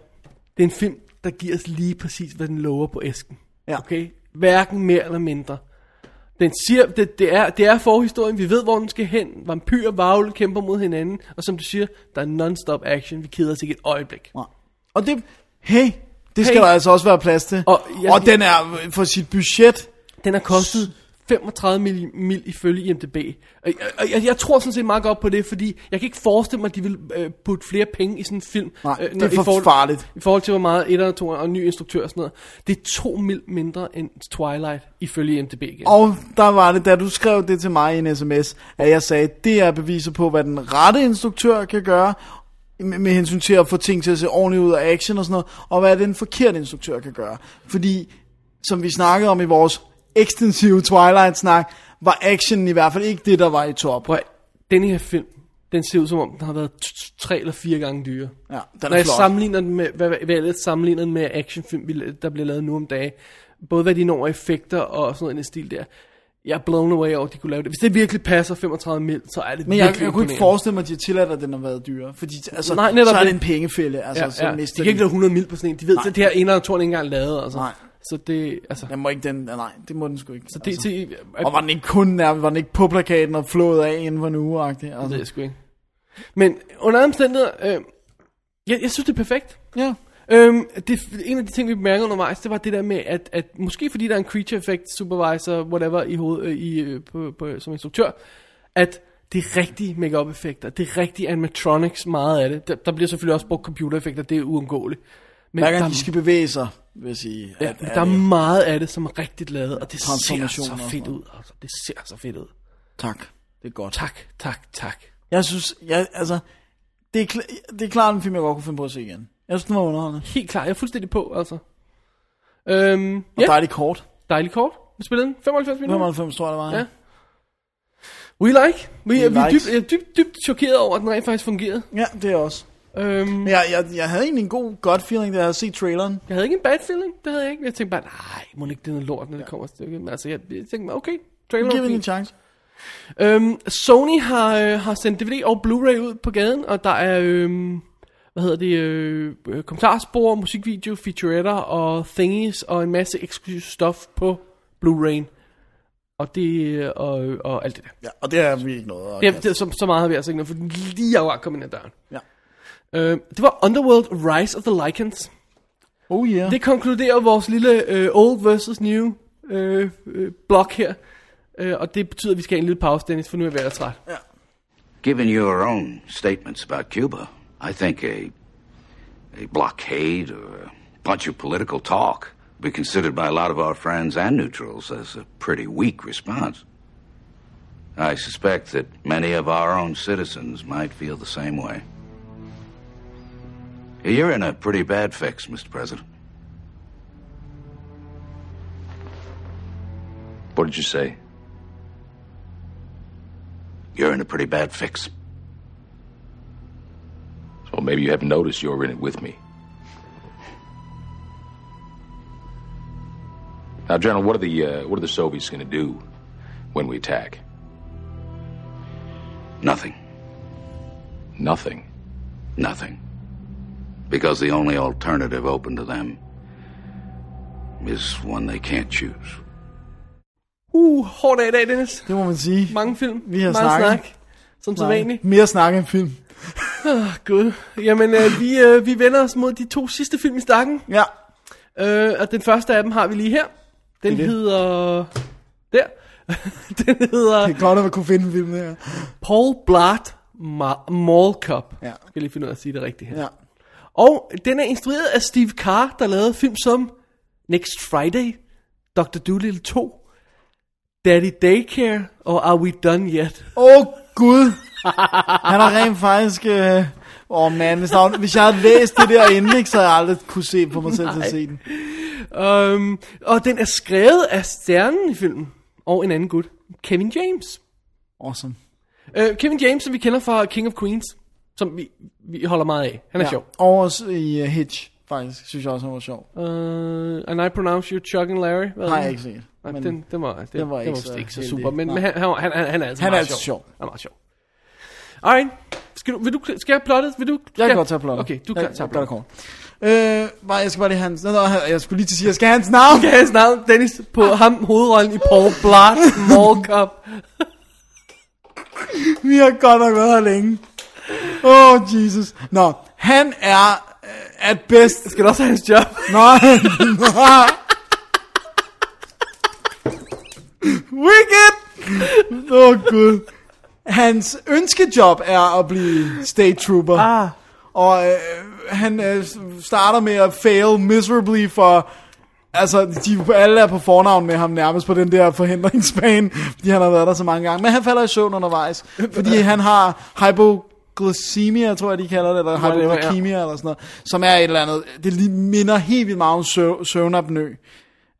Det er en film, der giver os lige præcis, hvad den lover på æsken.
Ja.
Okay? Hverken mere eller mindre. Den siger, det, det, er, det er forhistorien, vi ved, hvor den skal hen. Vampyrer, vagle, kæmper mod hinanden. Og som du siger, der er non-stop action. Vi keder os ikke et øjeblik.
Nej. Og det, hey, det skal
Hey.
hey. der altså også være plads til.
Og
Og,
jeg-
jeg, og den er øh, for sit budget.
Den har kostet 35 mil, mil ifølge IMDb. Og jeg, og jeg, jeg tror sådan set meget godt på det, fordi jeg kan ikke forestille mig, at de vil øh, putte flere penge i sådan en film. øh,
Nej, det
når-
er for
i forhold,
farligt.
I forhold til, hvor meget et og to og en ny instruktør og sådan noget. Det er to mil mindre end Twilight ifølge IMDb igen.
Og der var det, da du skrev det til mig i en sms, at jeg sagde, det er beviser på, hvad den rette instruktør kan gøre, med, med hensyn til at få ting til at se ordentligt ud og action og sådan noget, og hvad den forkerte instruktør kan gøre. Fordi, som vi snakkede om i vores ekstensive Twilight-snak, var actionen i hvert fald ikke det, der var i top.
Prøv at, den her film, den ser ud som om, den har været t- t- tre eller fire gange dyre.
Ja, den
Når
er
jeg
flot.
sammenligner den med, hvad, hvad jeg ellers sammenligner den med actionfilm, vi- der bliver lavet nu om dagen. Både hvad de når af effekter og sådan noget i den stil der. Jeg er blown away over, at de kunne lave det. Hvis det virkelig passer 35 mil, så er det
Men jeg,
virkelig
jeg kunne ikke
imponerende.
forestille mig, at de har tilladt, at den har været dyrere. Fordi altså,
Nej,
Nej,
netop
så er
det.
det en pengefælde. Altså, ja, så
Ja,
ja.
ja. De
mister
kan ikke lave 100 mil på sådan en. De ved,
Nej.
at det her indre tårn ikke engang er lavet. Altså.
Nej.
Så det, altså...
Den må ikke den, nej, det må den sgu ikke.
Så det, altså. det,
Og var den ikke kun nærmest, var den ikke på plakaten og flået af inden for en uge
Det ved jeg
altså.
sgu ikke. Men under andre omstændigheder, øh, jeg, jeg synes, det er perfekt.
Ja.
Øhm, det, en af de ting, vi bemærkede undervejs, det var det der med, at, at måske fordi der er en creature effect supervisor, whatever, i hoved, øh, i, øh, på, på, som instruktør, at det er rigtige makeup effekter, det er rigtige animatronics, meget af det. Der, der bliver selvfølgelig også brugt computereffekter, det er uundgåeligt. Men
Hver
der-
gang de skal bevæge sig, vil jeg sige.
Ja, men der er meget af det, som er rigtigt lavet, og det ser
Transformationer
så
og
fedt
sådan
ud. Altså, det ser så fedt ud.
tak. Det er godt.
Tak, tak, tak.
Jeg synes, jeg, altså, det er, kl- det er klart en film, jeg godt kunne finde på at se igen. Jeg synes, den var underholdende.
Helt klart, jeg er fuldstændig på, altså. Øhm,
Og
ja,
yeah. dejligt kort.
dejligt kort. Vi spillede den 95 minutter.
95, tror jeg, det var.
Ja. We like. Vi,
We
vi er
likes.
dybt, jeg er dybt, dybt chokeret over, at den rent faktisk fungerede.
ja det er også.
Øhm,
Men jeg, jeg, jeg havde egentlig en god, godt feeling, da jeg havde set traileren.
jeg havde ikke en bad feeling, det havde jeg ikke. Jeg tænkte bare, nej, må den ikke det er noget lort, når det kommer stykket. Men altså, jeg, jeg tænkte, okay,
Giv
trailer
den
okay.
en chance.
Øhm, Sony har, øh, har sendt DVD og Blu-ray ud på gaden, og der er, øhm, hvad hedder det, øh, øh, kommentarspor, musikvideo, featuretter og thingies, og en masse eksklusiv stof på Blu-rayen. Og det, øh, og, og alt det der.
Ja, og det er vi ikke noget. at
Okay.
kaste.
Det, det, så, så meget har vi altså ikke noget, for den lige akkurat kommet ind ad døren.
Ja.
Øh, det var Underworld Rise of the Lycans.
Oh yeah.
Det konkluderer vores lille øh, old versus new øh, øh, blok her. Øh, og det betyder, at vi skal have en lille pause, Dennis, for nu er jeg ved at være træt.
Given your own statements about Cuba, I think a a blockade or a bunch of political talk would be considered by a lot of our friends and neutrals as a pretty weak response. I suspect that many of our own citizens might feel the same way. You're in a pretty bad fix, Mr. President. What did you say? You're in a pretty bad fix.
Well, maybe you haven't noticed you're in it with me. Now, General, what are the uh, what are the Soviets going to do when we attack?
Nothing.
Nothing.
Nothing. Because the only alternative open to them is one they can't choose.
Uh, hård dag i dag, Dennis.
Det må man sige.
Mange film.
Vi har
Meget
snakket.
snak. Som
Nej,
til vanligt.
Mere snak end film.
Oh, Gud. Jamen, øh, vi, øh, vi vender os mod de to sidste film i stakken.
Ja.
Øh, og den første af dem har vi lige her. Den
Det er det.
hedder... Der. den hedder...
Det er godt, at man kunne finde filmen her.
Paul Blart Ma- Mall Cop. Ja. Jeg skal lige finde ud af at sige det rigtigt her. Ja. Og den er instrueret af Steve Carr, der lavede film som Next Friday, Dr. Dolittle 2, Daddy Daycare og Are We Done Yet?
Åh, oh, Gud. Han har rent faktisk... øh, Åh, oh, mand. Hvis, der var, hvis jeg havde læst det der indlæg, så havde jeg aldrig kunne se på mig selv til at se den.
Um, og den er skrevet af stjernen i filmen, og en anden gut, Kevin James.
Awesome.
Uh, Kevin James, som vi kender fra King of Queens, som vi, vi holder meget af. Han er ja. sjov.
Og også i uh, Hitch, faktisk, synes jeg også, han var sjov.
Uh, and I pronounce you Chuck and Larry. Hvad
Har
er
jeg
den?
ikke set,
Nej,
men
den, den var, den,
den
den
var
var, den
ikke
var
så
vist ikke så
heldig.
super, men,
Nej.
men han, han, han, han, han er altid
Han er
meget
altid sjov.
Han er meget sjov. Alright, skal, du, vil du, skal jeg plottet? Vil du,
Jeg kan godt tage plottet.
Okay, du
jeg,
kan tage plottet.
plottet. Kort. Øh, bare, jeg skal bare lige have hans... Nå, nå, jeg skulle lige til at Ah. sige, jeg skal have hans navn.
Skal hans navn, Dennis, på ham hovedrollen i Paul Blart Mall Cop.
Vi har godt nok været her længe. Åh, oh, Jesus. Nå, han er øh, at bedst...
Skal du også have hans job?
Nej. nej. Wicked! Åh, oh, Gud. Hans ønskejob er at blive state trooper.
Ah.
Og øh, han øh, starter med at fail miserably for... Altså, de alle er på fornavn med ham nærmest på den der forhindringsbane, fordi han har været der så mange gange. Men han falder i søvn undervejs, fordi han har hypoglycemia, tror jeg, de kalder det, eller
Whatever, ja.
hypoglycemia eller sådan noget, som er et eller andet, det lige minder helt vildt meget om søv, søvnapnø.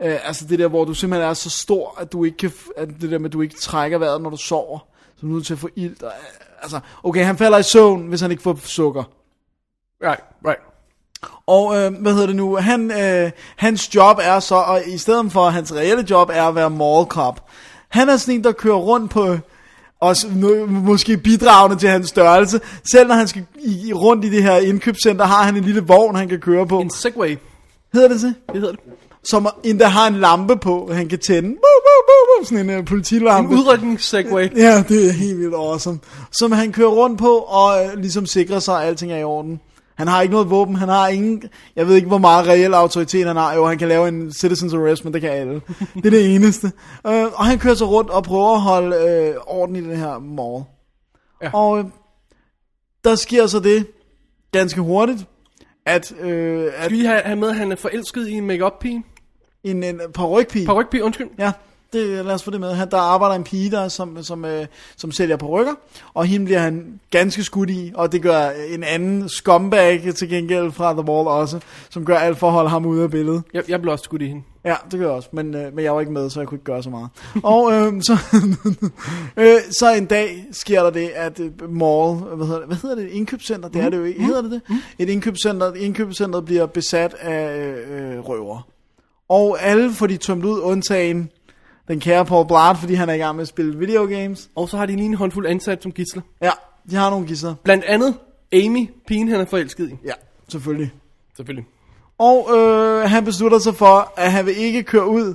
Øh, altså det der, hvor du simpelthen er så stor, at du ikke kan, f- at det der med, at du ikke trækker vejret, når du sover, så du er nødt til at få ilt. Og, øh, altså, okay, han falder i søvn, hvis han ikke får sukker.
Right, right.
Og øh, hvad hedder det nu? Han, øh, hans job er så, og i stedet for hans reelle job er at være mall cop. Han er sådan en, der kører rundt på, øh, også nu, måske bidragende til hans størrelse. Selv når han skal i, i- rundt i det her indkøbscenter, har han en lille vogn, han kan køre på.
En Segway,
Hedder det så?
det hedder det.
Som endda har en lampe på, han kan tænde. Woo, woo, woo, woo, sådan en uh, politilampe.
En udryknings-Segway.
Ja, det er helt vildt awesome. Som han kører rundt på, og øh, ligesom sikrer sig, at alting er i orden. Han har ikke noget våben, han har ingen... Jeg ved ikke, hvor meget reel autoritet han har. Jo, han kan lave en citizens arrest, men det kan alle. Det er det eneste. Øh, og han kører så rundt og prøver at holde øh, orden i den her mall. Ja. Og øh, der sker så det ganske hurtigt, at, øh, at
Skal vi have, have med, at han er forelsket i en make-up-pige?
en, en parrykpige...
Parrykpige, undskyld.
Ja, det, lad os få det med. Han, der arbejder en pige der, som, som, øh, som sælger på rykker, og hende bliver han ganske skudt i, og det gør en anden scumbag til gengæld fra The Wall også, som gør alt for at holde ham ude af billedet.
Jeg, jeg blev også skudt i hende.
Ja, det gør jeg også, men, øh, men jeg var ikke med, så jeg kunne ikke gøre så meget. Og øh, så, øh, så en dag sker der det, at øh, mall, hvad hedder det, hvad hedder det et indkøbscenter, det er det jo ikke, hedder det det? Et indkøbscenter, indkøbscenter bliver besat af øh, røver. Og alle får de tømt ud, undtagen den kære Paul Blart, fordi han er i gang med at spille videogames.
Og så har de lige en håndfuld ansat som gidsler.
Ja, de har nogle gisser.
Blandt andet Amy, pigen han er forelsket i.
Ja, selvfølgelig.
Selvfølgelig.
Og øh, han beslutter sig for, at han vil ikke køre ud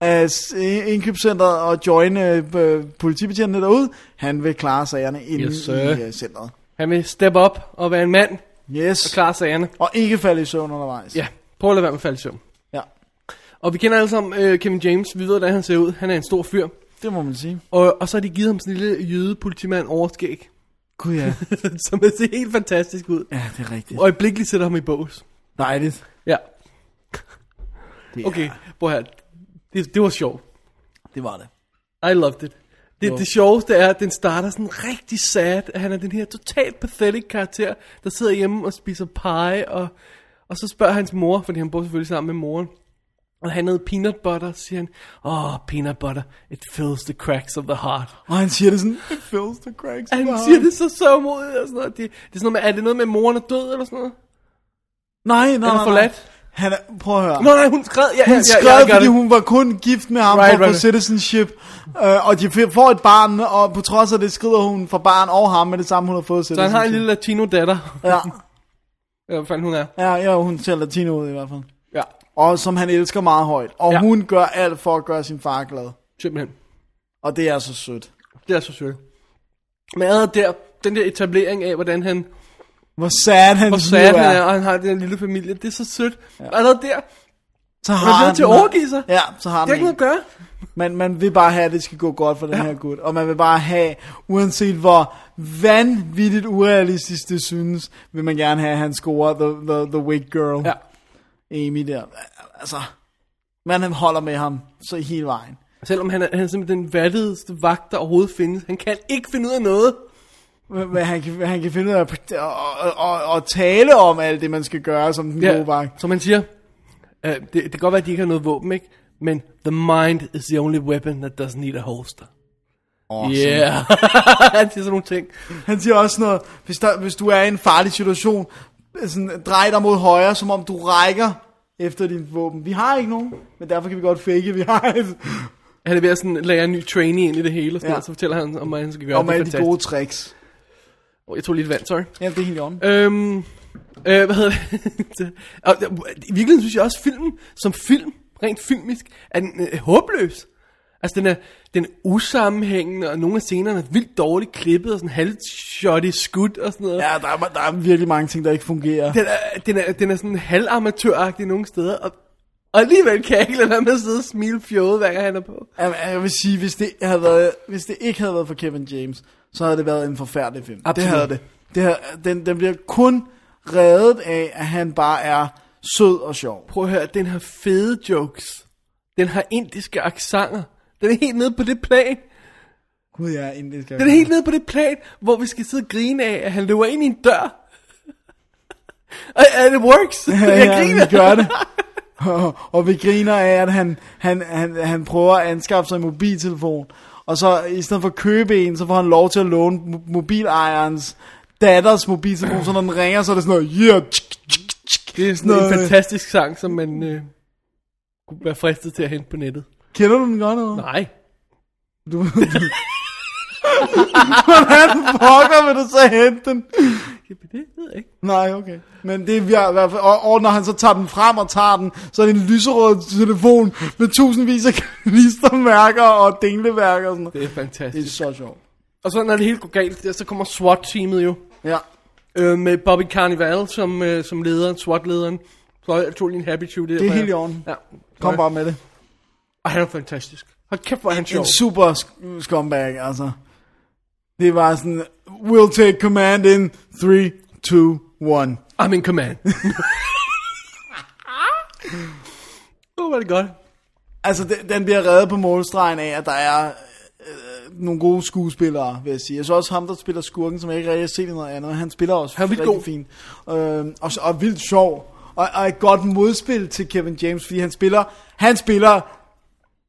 af s- indkøbscenteret og joine øh, politibetjentene derude. Han vil klare sagerne inde
Yes,
yes,
sir.
i øh, centret.
Han vil step up og være en mand og
Yes. Og,
klare sagerne.
og ikke falde i søvn undervejs.
Ja, prøv at lade være med at falde i søvn.
ja.
Og vi kender alle sammen øh, Kevin James. Vi ved, hvordan han ser ud. Han er en stor fyr.
Det må man sige.
Og, og så har de givet ham sådan en lille jøde politimand overskæg,
Gud ja.
som ser helt fantastisk ud.
ja, det er rigtigt.
Og øjeblikkeligt sætter ham i bås.
Dejligt.
Ja,
Det, er-
okay. Prøv her. Det, det var sjovt.
det var det.
I loved it. Det, det sjoveste er, at den starter sådan rigtig sad, at han er den her totalt pathetic karakter, der sidder hjemme og spiser pie, og, og så spørger hans mor, fordi han bor selvfølgelig sammen med moren, og han havde peanut butter, siger han, oh, peanut butter, it fills the cracks of the heart.
Og han siger det sådan, it fills the cracks.
Han
Wow.
siger det så sørgmodigt og sådan noget. Det, det er sådan noget med, er det noget med, at moren er død eller sådan noget?
Nej, nej,
Eller
nej, nej.
forladt?
Han er, prøv at høre.
Nå, nej, hun skred. Ja,
hun
ja, ja,
skred,
jeg gør
fordi
det.
hun var kun gift med ham
Right,
right, for
right.
right. citizenship. Øh, og de f- får et barn, og på trods af det skrider hun for barn og ham med det samme, hun har fået
Så han
citizenship.
har en lille latino datter.
Ja.
Ja, Hvad fanden hun er.
Ja, ja, hun ser latino ud i hvert fald.
Ja.
Og som han elsker meget højt. Og ja. hun gør alt for at gøre sin far glad.
Simpelthen.
Og det er så sødt.
Det er så sødt. Men allerede der, den der etablering af, hvordan han...
Hvor sad han
Hvor sad han er, og han har den her lille familie. Det er så sødt. Ja. Allerede der,
Så
han er nødt til at overgive sig.
Ah, Ja, så har
Det er ikke noget at gøre.
Man, man vil bare have, at det skal gå godt for den ja. her gut. Og man vil bare have, uanset hvor vanvittigt urealistisk det synes, vil man gerne have, at han scorer The, the, the Wig Girl.
Ja.
Amy der. Altså, man holder med ham så hele vejen.
Selvom han er, han er simpelthen den vattedeste vagt, der overhovedet findes. Han kan ikke finde ud af noget.
Men men han kan, han kan finde ud af at, at, at, at tale om alt det, man skal gøre som den ja. gode vagt.
Som man siger, øh, det, det kan godt være, at de ikke har noget våben, ikke? Men the mind is the only weapon that doesn't need a holster.
Awesome.
Yeah. han siger sådan nogle ting.
Han siger også noget, hvis, der, hvis du er i en farlig situation, sådan, drej dig mod højre, som om du rækker efter dit våben. Vi har ikke nogen, men derfor kan vi godt fake, at vi har et.
Han er ved at sådan, lære en ny trainee ind i det hele, og, sådan
Ja.
ja. og så fortæller han om, hvad han skal gøre.
Om
Det er
alle de
fantastisk.
gode tricks.
Åh, Jeg tog lidt vand, sorry.
Ja, det er helt i orden.
Øhm, øh, hvad hedder det? Og, øh, I virkeligheden synes jeg også, at filmen som film, rent filmisk, er den øh, håbløs. Altså, den er, den er usammenhængende, og nogle af scenerne er vildt dårligt klippet, og sådan halvshot i skud og sådan noget.
Ja, der er, der er virkelig mange ting, der ikke fungerer.
Den er, den er, den er sådan halvamatøragtig nogle steder, og, og alligevel kan jeg ikke lade være med at sidde og smile fjollet, hver gang han er på.
Jamen, Jeg vil sige, hvis det, havde været, hvis det ikke havde været for Kevin James, så havde det været en forfærdelig film.
Absolut.
Det havde det. det havde, den, den bliver kun reddet af, at han bare er sød og sjov.
Prøv at høre, den har fede jokes. Den har indiske aksanger. Den er helt nede på det plan.
Gud, jeg er indisk.
Den er helt nede på det plan, hvor vi skal sidde og grine af, at han løber ind i en dør. Og and it works.
ja,
Jeg griner.
vi gør det. og, og vi griner af, at han, han, han, han prøver at anskaffe sig en mobiltelefon. Og så i stedet for at købe en, så får han lov til at låne mo- mobilejerens datters mobiltelefon, så når den ringer, så er det sådan noget, yeah, tsk, tsk, tsk.
Det er sådan
Noget-
en fantastisk sang, som man øh, kunne være fristet til at hente på nettet.
Kender du den godt eller? hvad?
Nej.
Du... Hvordan pokker vil du så hente den?
Jamen, det ved jeg ikke.
Nej, okay. Men det er i hvert fald, og, og når han så tager den frem og tager den, så er det en lyserød telefon med tusindvis af klistermærker og dingleværker og sådan noget.
Det er
Det er
fantastisk.
så sjovt.
Og så når det hele går galt, der, så kommer SWAT-teamet jo.
Ja.
Øh, med Bobby Carnival som, øh, som lederen, SWAT-lederen. Så jeg tog lige en happy shoe.
Det er helt i orden.
Ja.
Kom bare med det.
Og han er fantastisk. Hold kæft, hvor er han sjov.
En super sk- scumbag, altså. Det var sådan, we'll take command in 3, 2, 1.
I'm in command. Åh, oh, hvor er det godt.
Altså, den, den bliver reddet på målstregen af, at der er øh, nogle gode skuespillere, vil jeg sige. Jeg så også ham, der spiller skurken, som jeg ikke rigtig har set i noget andet. Han spiller også
Han er vildt
rigtig
god.
fint. Øh, og, så- og vildt sjov. Og, og et godt modspil til Kevin James, fordi han spiller, han spiller,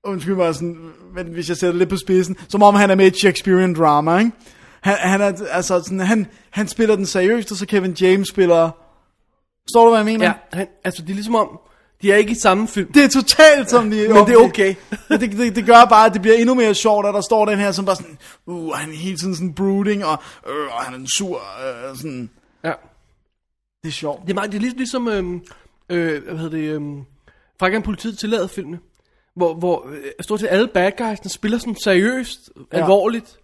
undskyld mig, sådan, men hvis jeg sætter det lidt på spidsen, som om han er med i et Shakespearean drama, ikke? Han, han, er, altså sådan, han, han spiller den seriøst, og så Kevin James spiller... Står du, hvad jeg mener?
Ja, han, altså det er ligesom om, de er ikke i samme film.
Det er totalt som de...
Men det er okay.
Men det, det, det gør bare, at det bliver endnu mere sjovt, at der står den her, som bare sådan, uh, han er hele tiden sådan brooding, og, øh, og han er en sur, øh, sådan,
Ja.
det er sjovt.
Det er, meget, det er lig, ligesom, øhm, øh, hvad hedder det, øhm, Frank politiet tillader filmene. Hvor, hvor øh, stort set alle bad guysene spiller sådan seriøst,
Ja.
ja. alvorligt.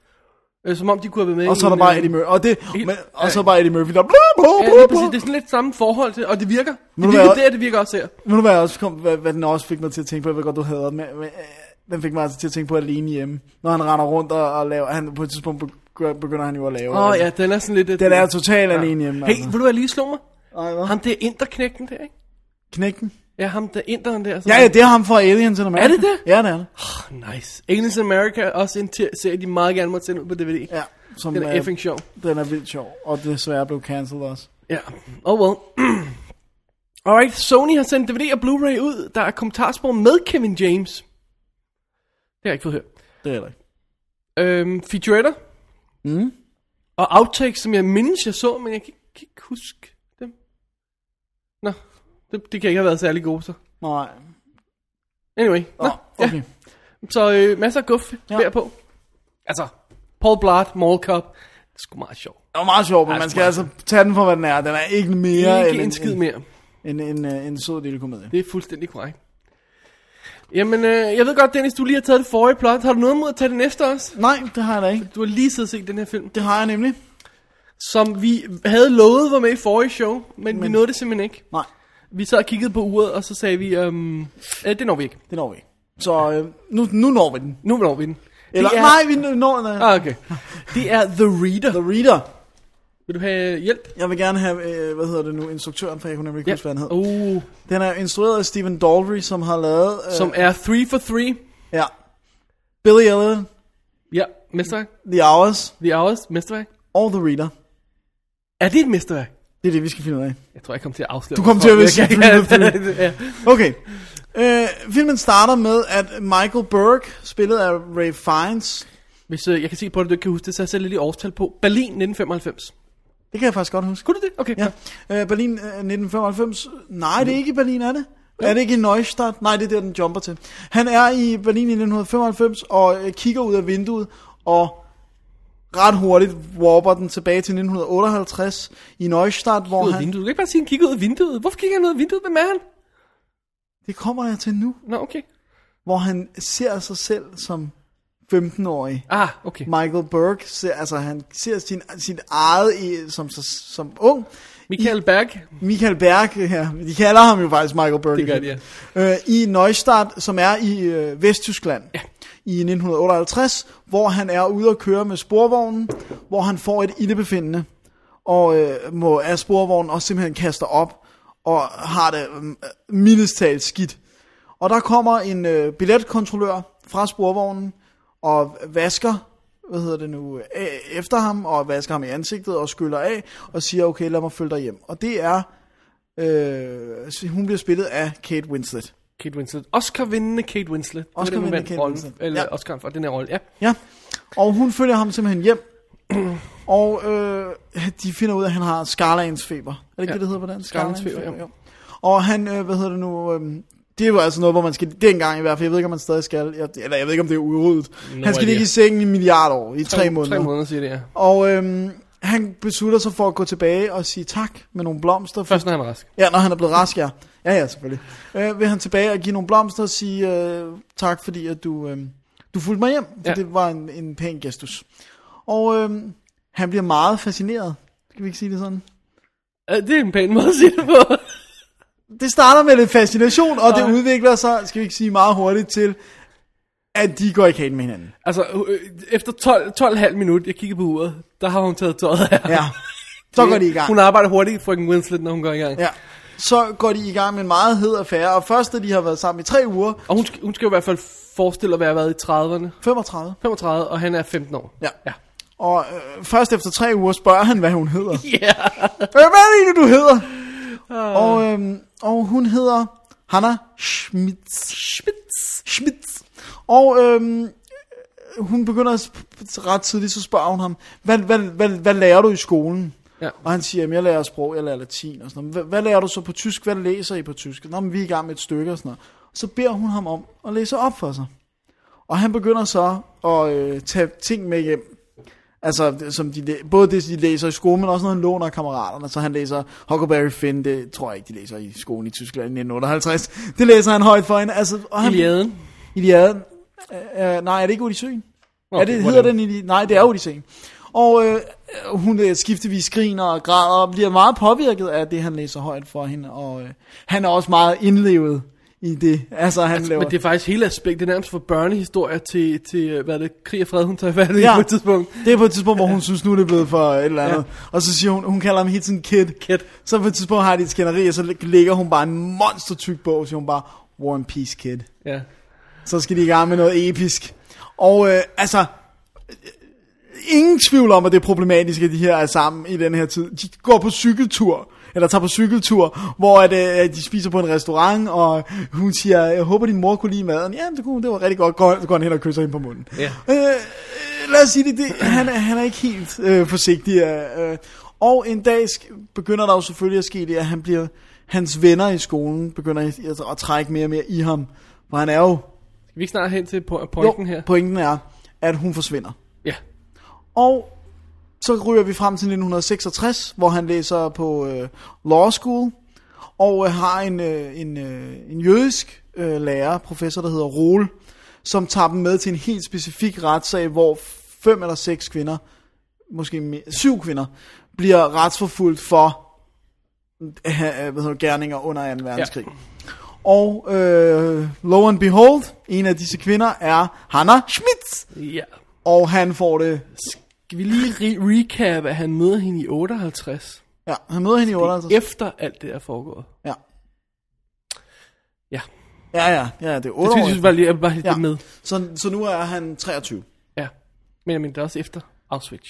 Øh, som om de kunne have været med
Og
i
så er der
en,
bare
øh,
Eddie Murphy, og, det,
helt-
men, og så er bare Eddie Murphy, der bla bla
Ja,
bla
lige præcis. Det er
bla.
sådan lidt samme forhold til, og det virker.
Ved
Det
du
virker
hvad?
der, det virker også her.
Ved du hvad, jeg også kom, hvad, hvad den også fik mig til at tænke på, jeg ved godt, du hader den, men, men, øh, den fik mig altså til at tænke på alene hjemme, når han render rundt og, og laver, han, på et tidspunkt begy- begynder han jo at lave.
Åh oh, ja, den er sådan lidt...
Den er totalt alene hjemme,
Hey,
altså.
vil du hvad lige slå mig?
Ej, hvad?
Ham der inderknægten der, ikke?
Knækken.
Ja, ham der inderen der. som-
Ja, ja, det er ham fra Aliens in America.
Er det det?
Ja, det er det.
Nice. Aliens in America, også en te- serie, de meget gerne må sende ud på DVD.
Ja, som,
den er
øh,
effing sjov.
Den er vildt sjov, og desværre blev cancelled også.
Ja, oh well. Alright, Sony har sendt DVD og Blu-ray ud. Der er kommentarspor med Kevin James. Det har jeg ikke fået hørt.
Det er der ikke.
Øhm, featuretter.
Mm.
Og outtakes, som jeg mindes, jeg så, men jeg kan ikke, kan ikke huske dem. Nå, Det, det kan ikke have været særlig gode, så.
Nej.
Anyway. Nå, okay. Ja. Så øh, masser af guf ja. på. Altså, Paul Blart, Mall Cop. Det er sgu meget sjovt.
Det var meget sjovt, men man skal altså tage den for, hvad den er. Den er ikke mere
Ikke en skid
øh,
mere.
En, en, en, øh, en sød lille komedie.
Det er fuldstændig korrekt. Jamen, øh, jeg ved godt, Dennis, du lige har taget det forrige plot. Har du noget mod at tage det næste også?
Nej, det har jeg da ikke.
Du har lige siddet og set den her film.
Det har jeg nemlig.
Som vi havde lovet var med i forrige show, men, men... vi nåede det simpelthen ikke.
Nej.
Vi sad og kiggede på uret, og så sagde vi, øhm, øh, det når vi ikke.
Det når vi ikke. Så øh, nu, nu når vi den.
Nu når vi den.
Eller,
det er...
nej, vi når den.
Ah, okay. Det er The Reader.
The Reader.
Vil du have hjælp?
Jeg vil gerne have, øh, hvad hedder det nu, instruktøren, for jeg kunne nemlig ikke
Ja.
huske, hvad han hed.
Uh,
Den er instrueret af Stephen Daldry, som har lavet... Øh,
som er 3 for 3.
Ja. Billy Elliot,
Ja, mesterværk.
The Hours
The Hours, mesterværk.
og The Reader.
Er det et mesterværk?
Det er det, vi skal finde ud af.
Jeg tror, jeg kom til at afsløre.
Du kom til at vise
Ja,
Three for
ja,
Three.
ja.
Okay. Øh, filmen starter med, at Michael Burke, spillet af Ray Fiennes,
Hvis øh, jeg kan se på det, du ikke kan huske det, så har jeg sat lidt i årstal på. Berlin 1995.
det kan jeg faktisk godt huske.
Kunne du det? Okay.
Ja. Øh, Berlin øh, 1995. Nej, det er ikke i Berlin, er det? Er det ikke i Neustadt? Nej, det er der, den jumper til. Han er i Berlin i 1995 og øh, kigger ud af vinduet og ret hurtigt warper den tilbage til 1958 i Neustadt, hvor
Ud af
han...
vinduet. Du kan ikke bare sige, at han kigger ud af vinduet. Hvorfor kigger han ud af vinduet? Hvem er han?
Det kommer jeg til nu.
Nå, okay.
Hvor han ser sig selv som 15-årig.
Ah, okay.
Michael Burke, ser, altså han ser sin, sit eget i, som, sig- som ung.
Michael Berg.
Michael Berg, ja, de kalder ham jo faktisk Michael Berg.
Det gør de,
ja. øh, I Neustadt, som er i øh, Vesttyskland ja. i 1958, hvor han er ude at køre med sporvognen, hvor han får et ildebefindende, og øh, må af sporvognen også simpelthen kaster op, og har det øh, mildest talt skidt. Og der kommer en øh, billetkontrollør fra sporvognen, og vasker hvad hedder det nu, øh, efter ham, og vasker ham i ansigtet, og skyller af, og siger, okay, lad mig følge dig hjem. Og det er Øh, hun bliver spillet af Kate Winslet.
Kate Winslet. Oscar-vindende Kate Winslet. Det var
Oscar-vindende
den, hun vandt
Kate
rollen-
Winslet.
Eller
Ja.
ja. Oscar for den her rolle, ja.
Ja. Og hun følger ham simpelthen hjem. og øh, de finder ud af, at han har Skarlagens feber. Er det
Ja.
ikke ja. det, det hedder på dansk?
Skarlagensfeber, ja.
jo. Og han, øh, hvad hedder det nu... Øh, det er jo altså noget, hvor man skal... Dengang i hvert fald, jeg ved ikke, om man stadig skal... Jeg, eller jeg ved ikke, om det er udryddet.
No
han skal
idea.
ligge i sengen i en milliard år. I tre, måneder.
Tre måneder, siger det, ja.
Og øhm, han beslutter sig for at gå tilbage og sige tak med nogle blomster.
Først, når han er rask.
Ja, når han er blevet rask, ja. Ja, ja, selvfølgelig. Øh, vil han tilbage og give nogle blomster og sige øh, tak, fordi at du, øh, du fulgte mig hjem. For
Ja.
ja. det var en, en pæn gestus. Og øh, han bliver meget fascineret. Skal vi ikke sige det sådan?
Øh, Det er en pæn måde at sige det på.
Det starter med lidt fascination, og det
Nej.
udvikler sig, skal vi ikke sige meget hurtigt til, at de går i kage med hinanden.
altså, øh, efter 12, 12,5 minutter, jeg kiggede på uret, der har hun taget tøjet af.
Ja. Så går de i gang.
Hun arbejder hurtigt, frøken Winslet, når hun går i gang.
Ja. Så går de i gang med en meget hed affære, og først da de har været sammen i tre uger,
Og hun, sk- hun skal jo i hvert fald forestille at være været i 30'erne.
35,
35, og han er 15 år.
Ja.
ja.
og øh, først efter tre uger spørger han, hvad hun hedder. Øh,
Yeah.
Hvad er det egentlig, du hedder? Og, øhm, og hun hedder Hanna Schmitz.
Schmitz.
Schmitz. Og øhm, hun begynder at sp- ret tidligt, så spørger hun ham, hvad, hvad, hvad, hvad lærer du i skolen?
Ja.
Og han siger, at jeg lærer sprog, jeg lærer latin og sådan noget. Hvad, hvad lærer du så på tysk? Hvad læser I på tysk? Nå, men vi er i gang med et stykke og sådan noget. Så beder hun ham om at læse op for sig. Og han begynder så at øh, tage ting med hjem. Altså, det- som de, læ- både det, de læser i skolen, men også noget, han låner af kammeraterne. Så han læser Huckleberry Finn, det tror jeg ikke, de læser i skolen i Tyskland i 1958. Det læser han højt for hende. Altså, og han,
Iliaden.
Iliaden. Øh, øh, nej, er det ikke Odysseen? Okay, er det, hedder
whatever.
den Ili- Nej, det er Odysseen. Og øh, øh, hun øh, skiftevis griner og græder og bliver meget påvirket af det, han læser højt for hende. Og øh, han er også meget indlevet i det, altså han altså, laver.
Men det er faktisk hele aspektet, det er nærmest fra børnehistorier til, til øh, hvad er det, krig og fred, hun tager fat i
Ja.
på et tidspunkt.
Det er på et tidspunkt, hvor hun synes, nu er det blevet for et eller andet. Ja. Og så siger hun, hun kalder ham hele tiden kid.
Kid.
Så på et tidspunkt har de et skænderi, og så læ- lægger hun bare en monster tyk bog, og siger hun bare, War and Peace Kid.
Ja.
Så skal de i gang med noget episk. Og øh, altså, øh, ingen tvivl om, at det er problematisk, at de her er sammen i den her tid. De går på cykeltur, eller tager på cykeltur, hvor at, øh, at de spiser på en restaurant, og hun siger, jeg håber din mor kunne lide maden. Ja, det, kunne, hun. det var rigtig godt. Går- Så går han hen og kysser hende på munden.
Ja.
Øh, lad os sige det, det han, er, han er ikke helt øh, forsigtig. Øh, øh. Og en dag sk- begynder der jo selvfølgelig at ske det, at han bliver, hans venner i skolen begynder altså, at trække mere og mere i ham. For han er jo...
Skal vi ikke snart hen til po- pointen
jo,
her?
pointen er, at hun forsvinder.
Ja.
Og så ryger vi frem til 1966, hvor han læser på øh, law school, og øh, har en, øh, en, øh, en jødisk øh, lærer, professor, der hedder Rol, som tager dem med til en helt specifik retssag, hvor fem eller seks kvinder, måske mere, syv kvinder, bliver retsforfulgt for øh, hvad hedder, det, gerninger under 2. verdenskrig. Ja. Og øh, lo and behold, en af disse kvinder er Hanna Schmitz.
Ja.
Og han får det...
Skal vi lige re- recap, at han møder hende i 58?
Ja, han møder hende i
Det er
58.
Efter alt det, der er foregået.
Ja.
Ja.
Ja, ja, ja, det er 8
Jeg synes,
år.
jeg synes bare lige, jeg vil bare lige det med.
Så, så nu er han 23.
Ja. Men jeg mener, det er også efter Auschwitz.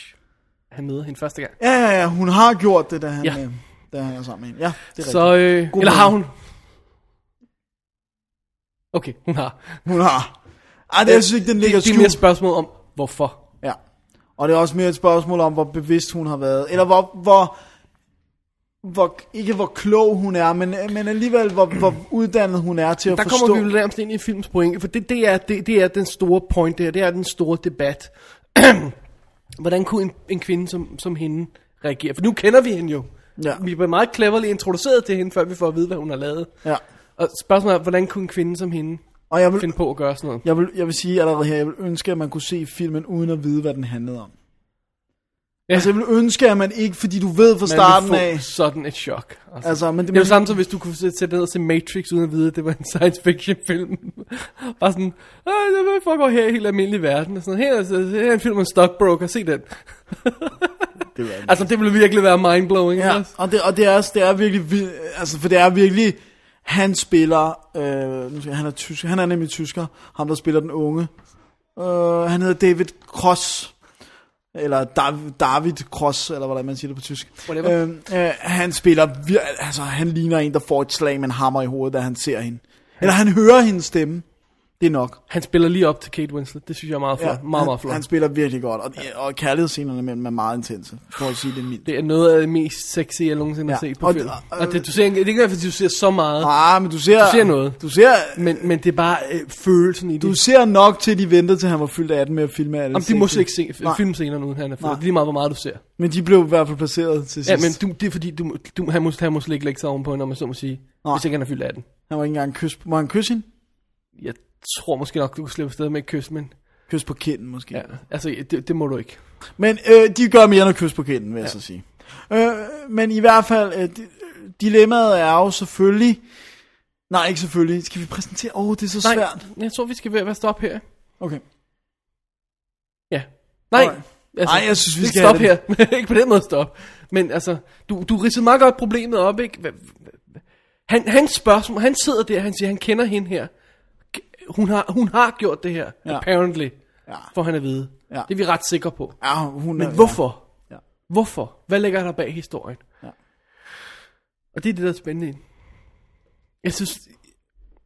Han møder hende første gang.
Ja, ja, ja, hun har gjort det, da han,
Ja.
ja. da han er sammen med hende. Ja, det er
Så,
rigtigt.
øh,
God
eller
pointe.
har hun? Okay, hun har.
Hun har. Ej, øh, det, jeg synes ikke, den ligger
det, det er mere et spørgsmål om, hvorfor.
Ja. Og det er også mere et spørgsmål om, hvor bevidst hun har været. Eller hvor, hvor, hvor ikke hvor klog hun er, men, men alligevel hvor, hvor uddannet hun er til at
der
forstå.
kommer vi jo nærmest ind i films pointe, for det, det, er, det, det er den store point der, det er den store debat. Hvordan kunne en, en kvinde som, som hende reagere? For nu kender vi hende jo.
Ja.
Vi bliver meget cleverly introduceret til hende, før vi får at vide, hvad hun har lavet.
Ja.
Og spørgsmålet er, hvordan kunne en kvinde som hende
Og jeg vil-
finde på at gøre sådan noget?
Jeg vil, jeg vil sige allerede her, jeg vil ønske, at man kunne se filmen uden at vide, hvad den handlede om. Ja. Altså, jeg vil ønske, at man ikke, fordi du ved fra starten
man vil få
af...
sådan et chok.
Altså, men
det,
det-
det er jo
men-
samtidig, hvis du kunne sætte sætte dig ned og se Matrix, uden at vide, at det var en science fiction film. Bare sådan, "Ej, hvad foregår her i helt almindelig verden? Og sådan, her, er- her er en film om en stockbroker, se den.
det
altså, det ville virkelig være mindblowing.
Ja, og det, og det er, også- det er virkelig, vild- altså, for det er virkelig, han spiller, øh, nu skal jeg- han er tysker, han er nemlig tysker, ham der spiller den unge. Øh, han hedder David Cross, eller Dav- David Cross, eller hvordan man siger det på tysk.
Whatever.
øh, han spiller, vir- altså han ligner en, der får et slag med en hammer i hovedet, da han ser hende. Eller han hører hendes stemme. Det er nok.
Han spiller lige op til Kate Winslet, det synes jeg er meget flot. Ja, meget, meget flot.
han, han spiller virkelig godt, og, og kærlighedsscenerne mellem er meget intense, for at sige det mildt.
det er noget af det mest sexy, jeg nogensinde har
Ja,
set på
og-
film.
og-
og det, du ser, ikke- det er ikke engang, fordi du ser så meget.
Ah, men du ser...
Du ser noget.
Du ser...
Men, men det er bare øh, følelsen i det.
Du ser nok til, de ventede til han var fyldt 18 med at filme alle
Jamen, de må
scener.
slet ikke se
Nej,
filmscenerne, uden han er fed.
Nej.
Det er lige meget, hvor meget du ser.
Men de blev i hvert fald placeret til sidst.
Ja, men du, det er fordi, du, du, han, må, han må slet ikke lægge sig ovenpå, når man så må sige, Nej. hvis ikke han er fyldt 18.
Han var ikke engang kys. Må han kysse hende?
Jeg tror måske nok, du kunne slippe afsted med et kys, men...
Kys på kinden måske.
Ja, altså, det, det må du ikke.
Men øh, de gør mere end at kysse på kinden, vil ja. jeg
Ja.
så sige. Øh, men i hvert fald, øh, di- dilemmaet er jo selvfølgelig... Nej, ikke selvfølgelig. Skal vi præsentere... Åh, oh, det er så
Nej,
svært.
jeg tror, vi skal ved at være stoppe her.
Okay.
Ja. Nej. Altså,
Alright. Nej, jeg synes, vi
ikke
skal
stoppe
have
her. ikke på den måde stoppe. Men altså, du, du ridsede meget godt problemet op, ikke? Hva- hva- Han, hans spørgsmål, han sidder der, han siger, han kender hende her. K- Hun har, hun har gjort det her,
Ja.
ja. apparently,
Ja.
for han at vide.
Ja.
Det er vi ret sikre på.
Ja, hun
Men
er,
hvorfor?
Ja.
Hvorfor? Hvad ligger der bag historien?
Ja.
Og det er det, der er spændende i den. Jeg synes,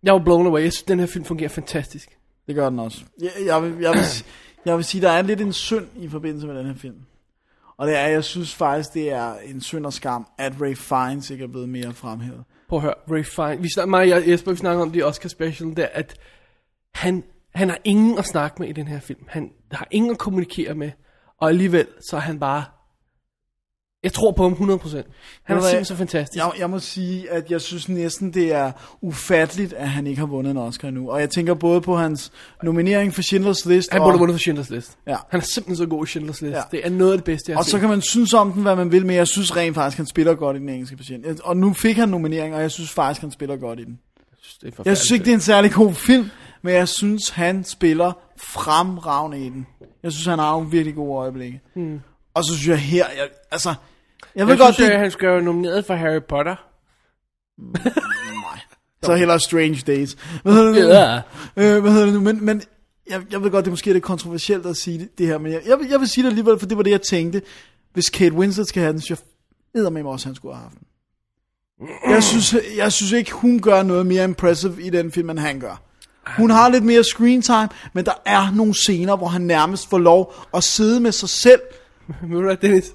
jeg var blown away. Jeg synes, den her film fungerer fantastisk.
Det gør den også. Jeg, jeg, vil, jeg, vil, si- jeg vil sige, der er lidt en synd i forbindelse med den her film. Og det er, jeg synes faktisk, det er en synd og skam, at Ray Fiennes ikke er blevet mere fremhævet.
Prøv at høre, Ray Fine. Vi snakker, mig og Jesper, vi snakker om det i Oscar Special, der, at han, han har ingen at snakke med i den her film. Han har ingen at kommunikere med. Og alligevel, så er han bare... Jeg tror på ham 100%. Han er
Ved du hvad?
simpelthen så fantastisk.
Jeg, jeg må sige, at jeg synes næsten, det er ufatteligt, at han ikke har vundet en Oscar nu. Og jeg tænker både på hans nominering for Schindlers List.
Han
og,
burde have vundet for Schindlers List.
Ja.
Han er simpelthen så god i Schindlers List.
Ja.
Ja. Det er noget af det bedste, jeg har
Og så
set.
kan man synes om den, hvad man vil, men jeg synes rent faktisk, han spiller godt i den engelske patient. Og nu fik han nominering, og jeg synes faktisk, han spiller godt i den.
Det er en
Jeg synes ikke, det er en særlig god film, men jeg synes, han spiller fremragende i den. Jeg synes, han har nogle virkelig gode øjeblikke.
Hmm.
Og så synes jeg her, jeg, altså... Jeg
Jeg,
ved
jeg
godt,
synes,
det,
at han skal være nomineret for Harry Potter.
så heller Strange Days. Hvad hedder det nu?
Ja.
Øh, hvad hedder det nu? Men, men jeg, jeg ved godt, det måske er lidt kontroversielt at sige det, det her, men jeg, jeg, vil, jeg vil sige det alligevel, for det var det, jeg tænkte. Hvis Kate Winslet skal have den, synes jeg med også, han skulle have haft den. Jeg synes, jeg synes ikke, hun gør noget mere impressive i den film, end han gør. Hun har lidt mere screen time, men der er nogle scener, hvor han nærmest får lov at sidde med sig selv.
Ved du hvad, Dennis?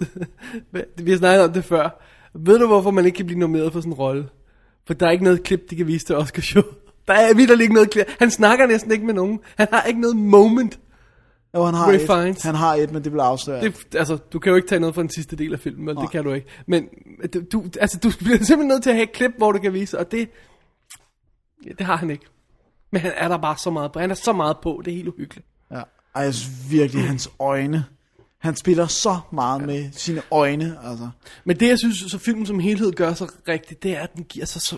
Vi har snakket om det før. Ved du, hvorfor man ikke kan blive nomineret for sådan en rolle? For der er ikke noget klip, de kan vise til Oscar Show. Der er vildt ikke noget klip. Han snakker næsten ikke med nogen. Han har ikke noget moment.
Jo, han har
Ray
et.
Fiennes.
Han har et, men det bliver afsløret.
Det, altså, du kan jo ikke tage noget fra den sidste del af filmen, vel? det kan du ikke. Men du, du, altså, du bliver simpelthen nødt til at have et klip, hvor du kan vise, og det, ja, det har han ikke. Men han er der bare så meget på. Han er så meget på, det er helt uhyggeligt.
Ja. Ej, jeg synes virkelig, hans øjne. Han spiller så meget ja. med sine øjne, altså.
Men det, jeg synes, så filmen som helhed gør så rigtigt, det er, at den giver sig så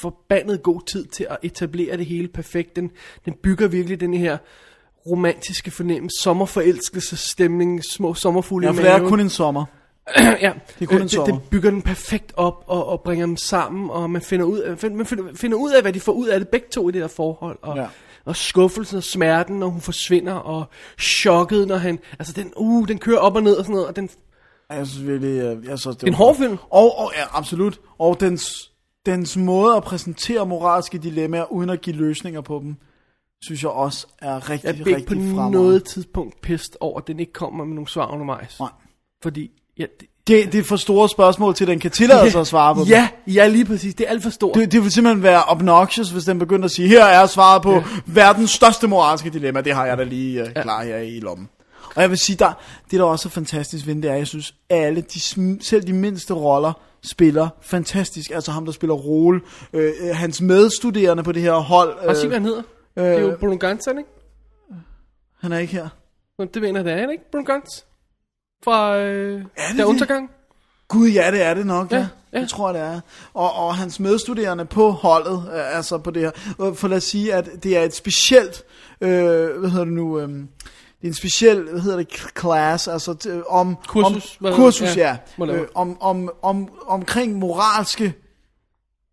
forbandet god tid til at etablere det hele perfekt. Den, den bygger virkelig den her romantiske fornemmelse, sommerforelskelsesstemning, små sommerfugle i
Ja, for det er
maven.
kun en sommer.
ja,
Det er kun
Øh,
en sommer.
Det, det bygger den perfekt op og, og bringer dem sammen, og man finder ud af, find, man finder, finder ud af, hvad de får ud af det begge to i det der forhold. Og, ja. og skuffelsen og smerten, når hun forsvinder, og chokket, når han... Altså, den, uh, den kører op og ned og sådan noget, og den...
Ej, Jeg synes virkelig, øh, jeg synes,
Det
det
er
var
en hård
flot.
film.
Og, og ja, absolut. Og dens, dens måde at præsentere moralske dilemmaer, uden at give løsninger på dem, synes jeg også er rigtig,
Jeg blev ikke
rigtig
på
fremragende.
noget tidspunkt pist over, at den ikke kommer med nogle svar undervejs.
Nej.
Fordi... Ja, det,
Det, det er for store spørgsmål til, at den kan tillade sig altså at svare på dem.
ja, ja, lige præcis. Det er alt for stort.
Det, det ville simpelthen være obnoxious, hvis den begyndte at sige, her er svaret på
Ja.
ja. verdens største moralske dilemma, det har jeg da lige uh, klar her i lommen. Og jeg vil sige, der, det der også er fantastisk ved den, det er, jeg synes, alle, de, sm- selv de mindste roller, spiller fantastisk. Altså ham, der spiller Role, øh, øh, hans medstuderende på det her hold.
Har du set, hvad han hedder?
Øh,
det er jo Bruno Gantz, er det ikke?
Han er ikke her.
Nå, Det mener jeg, det er han, ikke? Bruno Gantz? Fra øh, Der
det?
Untergang?
Gud, ja, det er det nok, ja.
Ja,
ja. Jeg tror, det er. Og, og hans medstuderende på holdet, øh, altså på det her. Og For lad os sige, at det er et specielt, øh, hvad hedder det nu, øh, det er en speciel, hvad hedder det, k- class, altså t- øh, om...
Kursus, hvad
Om,
hedder
kursus,
det?
ja.
Ja,
ja.
whatever.
Øh, om, om, om, omkring moralske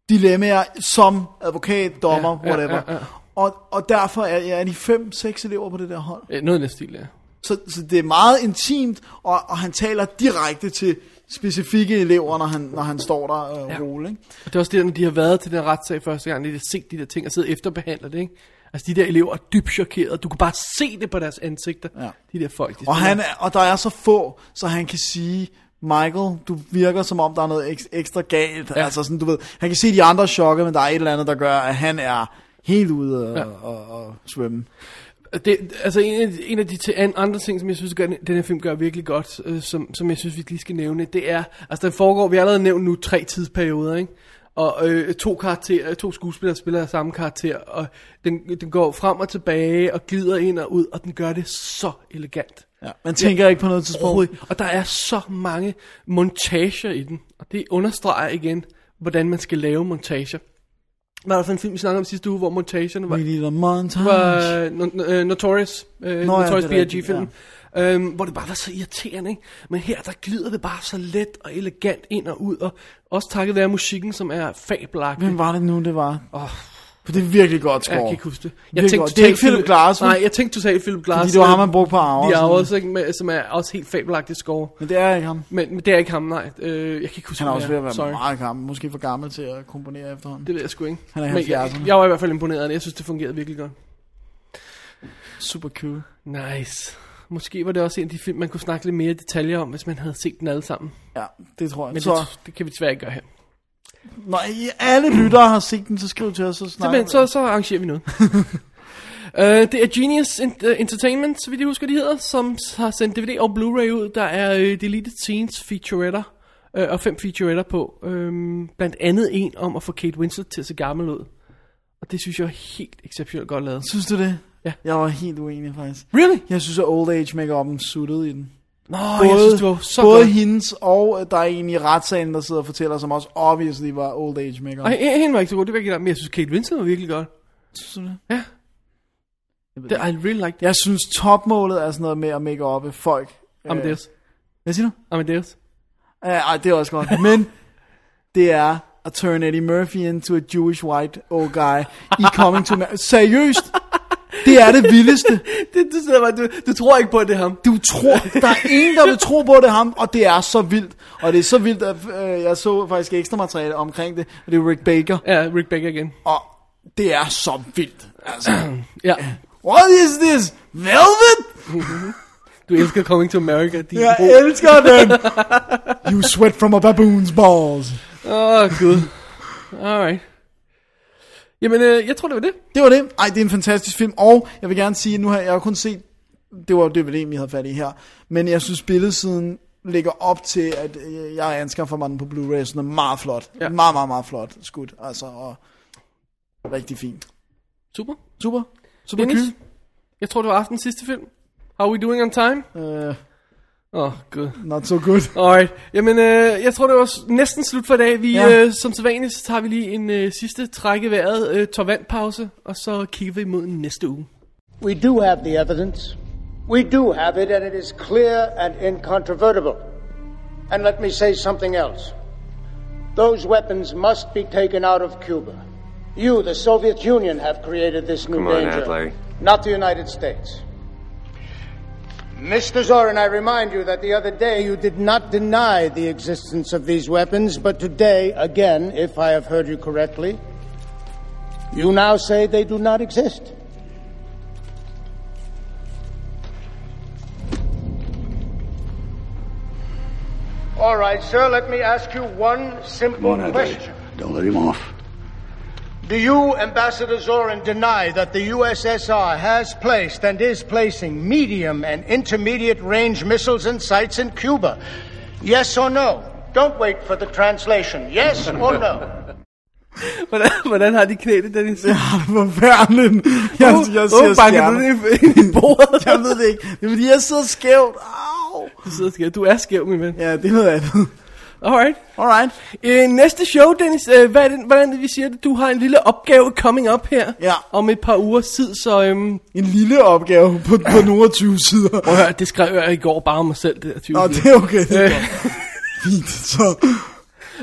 dilemmaer som advokat, dommer,
Ja, ja,
whatever.
ja, ja.
Og, og derfor er, er de fem, seks elever på det der hold.
Øh, Noget i den stil, ja.
Så, så det er meget intimt, og, og han taler direkte til specifikke elever, når han, når han står der øh, ja. rolig. Ikke?
Og det er også det, når de har været til den retssag første gang, de har set de der ting og siddet efterbehandler det, ikke? Altså, de der elever er dybt chokerede. Du kan bare se det på deres ansigter, ja. de der folk. De
Og, han,
er...
er- og der er så få, så han kan sige, Michael, du virker som om, der er noget ek- ekstra galt. Ja. Altså sådan, du ved, han kan se de andre chokke, men der er et eller andet, der gør, at han er helt ude at, ja. at, at svømme.
Det, altså, en af, en af de til, an, andre ting, som jeg synes, gør, den den her film gør virkelig godt, øh, som, som jeg synes, vi lige skal nævne, det er, altså, den foregår, vi har allerede nævnt nu, tre tidsperioder, ikke? Og øh, to, karakterer, to skuespillere spiller af samme karakter, og den, den går frem og tilbage, og glider ind og ud, og den gør det så elegant.
Ja. Man tænker ikke på noget tidspunkt.
Overhovedet. Og der er så mange montager i den. Og det understreger igen, hvordan man skal lave montager. Var der sådan en film, vi snakkede om sidste uge, hvor montagerne var...
We need a montage.
Var øh, no, øh, Notorious, øh,
Nå ja,
Notorious
det er
B.I.G.
rigtigt,
film. Ja. Øhm, hvor det bare var så irriterende, ikke? Men her, der glider det bare så let og elegant ind og ud. Og også takket være musikken, som er fabelagtig.
Hvem var det nu, det var?
Åh.
For det er virkelig godt score.
Jeg kan ikke huske det.
Jeg virkelig godt. Det er ikke Philip Glass. vel?
Nej, jeg tænkte, du sagde Philip Glass.
Fordi det var ham, han brugte på Hours.
De Hours, ikke? Med, som er også helt fabelagtig score.
Men det er ikke ham.
Men, men det er ikke ham, nej. Øh, jeg kan ikke huske,
Han er
hvem
også
det
ved at være
Sorry.
meget gammel. Måske for gammel til at komponere efterhånden.
Det ved jeg sgu ikke.
Han er i
Men jeg,
70'erne.
jeg var i hvert fald imponeret af det. Jeg synes, det fungerede virkelig godt.
Super cool.
Nice. Måske var det også en af de film, man kunne snakke lidt mere detaljer om, hvis man havde set den alle sammen.
Ja, det tror jeg.
Men det,
så,
det kan vi desværre ikke gøre her.
når I alle lyttere har set den, så skriv til os, så snakker
Simpelthen, så, så arrangerer vi noget. uh, det er Genius Ent- øh, Entertainment, så vidt jeg husker, de hedder, som s- har sendt DVD og Blu-ray ud. Der er uh, Deleted Scenes featuretter, uh, og fem featuretter på. Um, blandt andet en om at få Kate Winslet til at se gammel ud. Og det synes jeg er helt exceptionelt godt lavet.
Synes du det?
Ja.
Jeg var helt uenig, faktisk.
Really?
Jeg synes, at old age make-up'en suttede i den.
Nå, jeg synes, det var så
både
godt.
hendes og øh, der er en i retssagen, der sidder og fortæller, som også obviously var old age make-up.
Nej, h- hende var ikke så god, det var ikke der, men jeg synes Kate Winslet var virkelig godt.
Synes du det?
Ja. Det, I really liked
Jeg synes, topmålet er sådan noget med at make up folk. Øh,
Amadeus.
Hvad siger du?
Amadeus.
Ja, ej, det er også godt. Men det er at turn Eddie Murphy into a Jewish white old guy i Coming to America. Seriøst? Det er det vildeste.
det, du, sidder bare, du, du tror ikke på, at det er ham.
Du tror, der er ingen, der vil tro på, at det er ham, og det er så vildt. Og det er så vildt, at øh, jeg så faktisk ekstra materiale omkring det, og det er Rick Baker.
Ja, Rick Baker igen.
Og det er så vildt. Altså,
Ja.
what is this? Velvet?
Du elsker Coming to America. Din
Jeg
bro.
elsker den. You sweat from a baboon's balls.
Åh, oh, gud. Alright. Jamen, øh, jeg tror, det var det.
Det var det. Ej, det er en fantastisk film. Og jeg vil gerne sige, at nu har jeg jo kun set... Det var jo DVD'en, vi havde fat i her. Men jeg synes, billedsiden ligger op til, at øh, jeg anskaffer mig den på Blu-ray. Sådan er meget flot. Ja. Meget, meget, meget flot skudt. Altså, og rigtig fint.
Super.
Super. Super
Dennis,
cool.
jeg tror, det var aftens sidste film. How are we doing on time?
Uh,
oh, gud.
Not so good.
Alright. Jamen, øh, jeg tror, det var s- næsten slut for i dag. Vi,
Ja.
ja. øh, som sædvanligt, så tager vi lige en øh, sidste træk i vejret, øh, tår vandpause, og så kigger vi imod næste uge.
We do have the evidence. We do have it, and it is clear and incontrovertible. And let me say something else. Those weapons must be taken out of Cuba. You, the Soviet Union, have created this new
Come on,
danger,
Adlai.
not the United States. Mr. Zorin, I remind you that the other day you did not deny the existence of these weapons, but today, again, if I have heard you correctly, you now say they do not exist. All right, sir, let me ask you one
Come
simple
on, Adlai.
question.
Don't let him off.
Do you, Ambassador Zorin, deny that the USSR has placed and is placing medium and intermediate range missiles and sites in Cuba? Yes or no? Don't wait for the translation. Yes or no?
Hvordan, hvordan har de knæet, Dennis? Ja,
forfærdeligt. Jeg,
Åh,
jeg
åh,
siger
banker du
stjerner.
ind i- ind i bordet?
jeg ved det ikke. Det er fordi, jeg sidder skævt. Au.
Du sidder skævt. Du er skæv, min ven.
Ja, det er noget andet.
Alright.
Alright.
Øh, næste show, Dennis, øh, hvad er det, hvordan er det, vi siger det? Du har en lille opgave coming up her.
Ja.
Om et par uger tid, så... Øhm,
En lille opgave på, på nogle af 20 sider.
Prøv at høre, det skrev jeg i går bare om mig selv, det der 20
Nå,
sider.
det er okay, det er
Øh.
godt. Fint, så...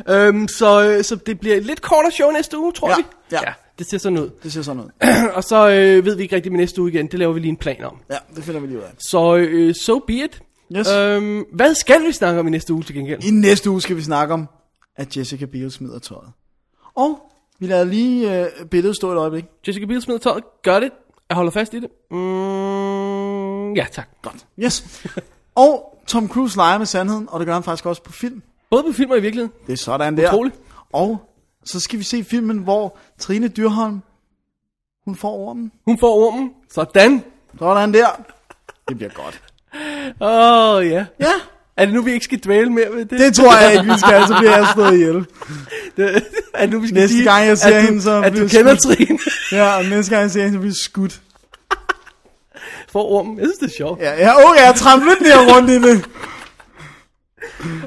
Øhm, så, øh, så det bliver et lidt kortere show næste uge, tror
Ja,
vi.
ja.
Det ser sådan ud.
Det ser sådan ud.
og så øh, ved vi ikke rigtig med næste uge igen. Det laver vi lige en plan om.
Ja, det finder vi lige ud af. Øh,
Så øh, so be it.
Yes.
Øhm, hvad skal vi snakke om i næste uge til gengæld?
I næste uge skal vi snakke om, at Jessica Biel smider tøjet. Og vi lader lige øh, billedet stå et øjeblik.
Jessica Biel smider tøjet. Gør det. Jeg holder fast i det. Mm, ja, tak. Godt.
Yes. og Tom Cruise leger med sandheden, og det gør han faktisk også på film.
Både på film og i virkeligheden.
Det er sådan der.
Utroligt.
Og så skal vi se filmen, hvor Trine Dyrholm, hun får ormen.
Hun får ormen. Sådan.
Sådan der. Det bliver godt.
Åh, oh, ja.
Ja.
Er det nu, vi ikke skal dvæle mere ved det?
Det tror jeg ikke, vi skal, så bliver jeg slået ihjel.
Det, er det nu, vi skal
Næste
sige,
gang jeg ser
at du,
hende, så
At du
bliver
kender
skudt.
Trine.
Ja, og næste gang jeg ser hende, så bliver jeg skudt.
For ormen. Jeg synes, det er sjovt.
Ja, ja, oh, jeg har trampet lidt mere rundt i det.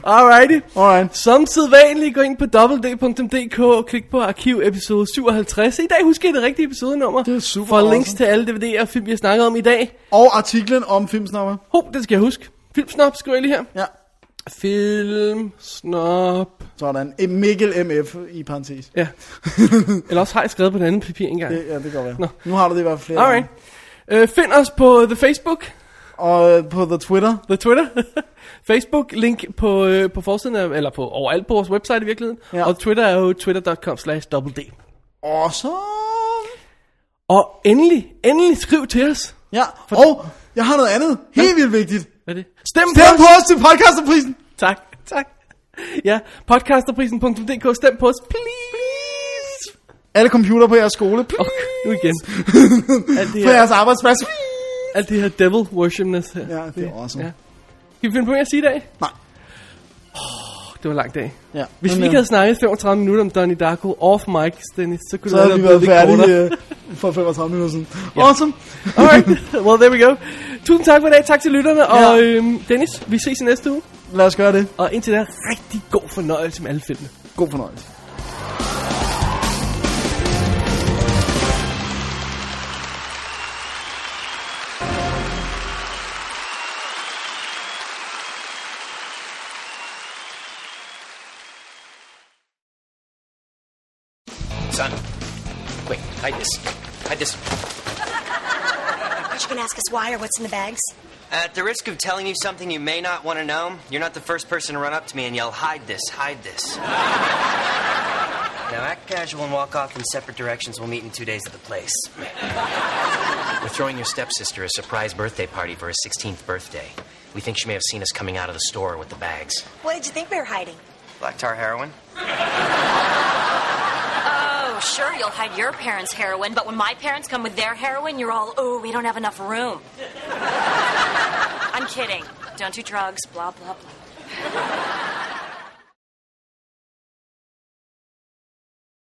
Alrighty.
Alright.
Som sædvanligt, gå ind på www.dk og klik på arkiv episode 57. I dag husker jeg det rigtige episodenummer. Det er
super
For
awesome.
links til alle DVD'er og film, vi har snakket om i dag.
Og artiklen om filmsnapper.
Ho, det skal jeg huske. Filmsnap skriver jeg lige her.
Ja.
Filmsnap.
Sådan. Eh, Mikkel MF i parentes.
Ja. Eller også har jeg skrevet på den anden papir engang.
Det, ja, det kan godt være.
Nå.
Nu har du det i hvert fald flere
Alright. Øh, find os på The Facebook.
Og øh, på The Twitter.
The Twitter. Facebook link på, øh, på forsiden af, eller på overalt på vores website i virkeligheden. Ja. Og Twitter er jo twitter.com slash d.
Awesome.
Og endelig, endelig skriv til os.
Ja, og jeg har noget andet. Helt vildt vigtigt.
Hvad er det? Stem,
Stem på os til podcasterprisen.
Tak, tak. Ja, podcasterprisen.dk, stem på os, please.
Alle computer på jeres skole. Please.
Nu igen. Alt det
På
her,
jeres arbejdsplads.
alt det her devil worshipness her.
Ja, det er awesome.
Ja. Kan vi finde på mere at sige i dag?
Nej.
Oh, det var en lang dag.
Ja.
Hvis
Men,
vi
øh,
ikke havde snakket 35 minutter om Donnie Darko off mic, Dennis, så kunne
Så
det
havde
have
vi
blevet
været
lidt
færdige
kortere.
øh, for 35 minutter siden. Awesome.
Alright, well there we go. Tusind tak for i dag, tak til lytterne, og øhm, Dennis, vi ses i næste uge.
Lad os gøre det.
Og indtil da, rigtig god fornøjelse med alle filmene.
God fornøjelse.
Son, quick, hide this. Hide this.
Aren't you going to ask us why or what's in the bags?
At the risk of telling you something you may not want to know, you're not the first person to run up to me and yell, hide this, hide this. now act casual and walk off in separate directions. We'll meet in two days at the place. We're throwing your stepsister a surprise birthday party for her 16th birthday. We think she may have seen us coming out of the store with the bags.
What did you think we were hiding?
Black tar heroin?
Oh,
Sure, you'll hide your parents' heroin, but when my parents come with their heroin, you're all, oh, we don't have enough room. I'm kidding. Don't do drugs, blah, blah, blah.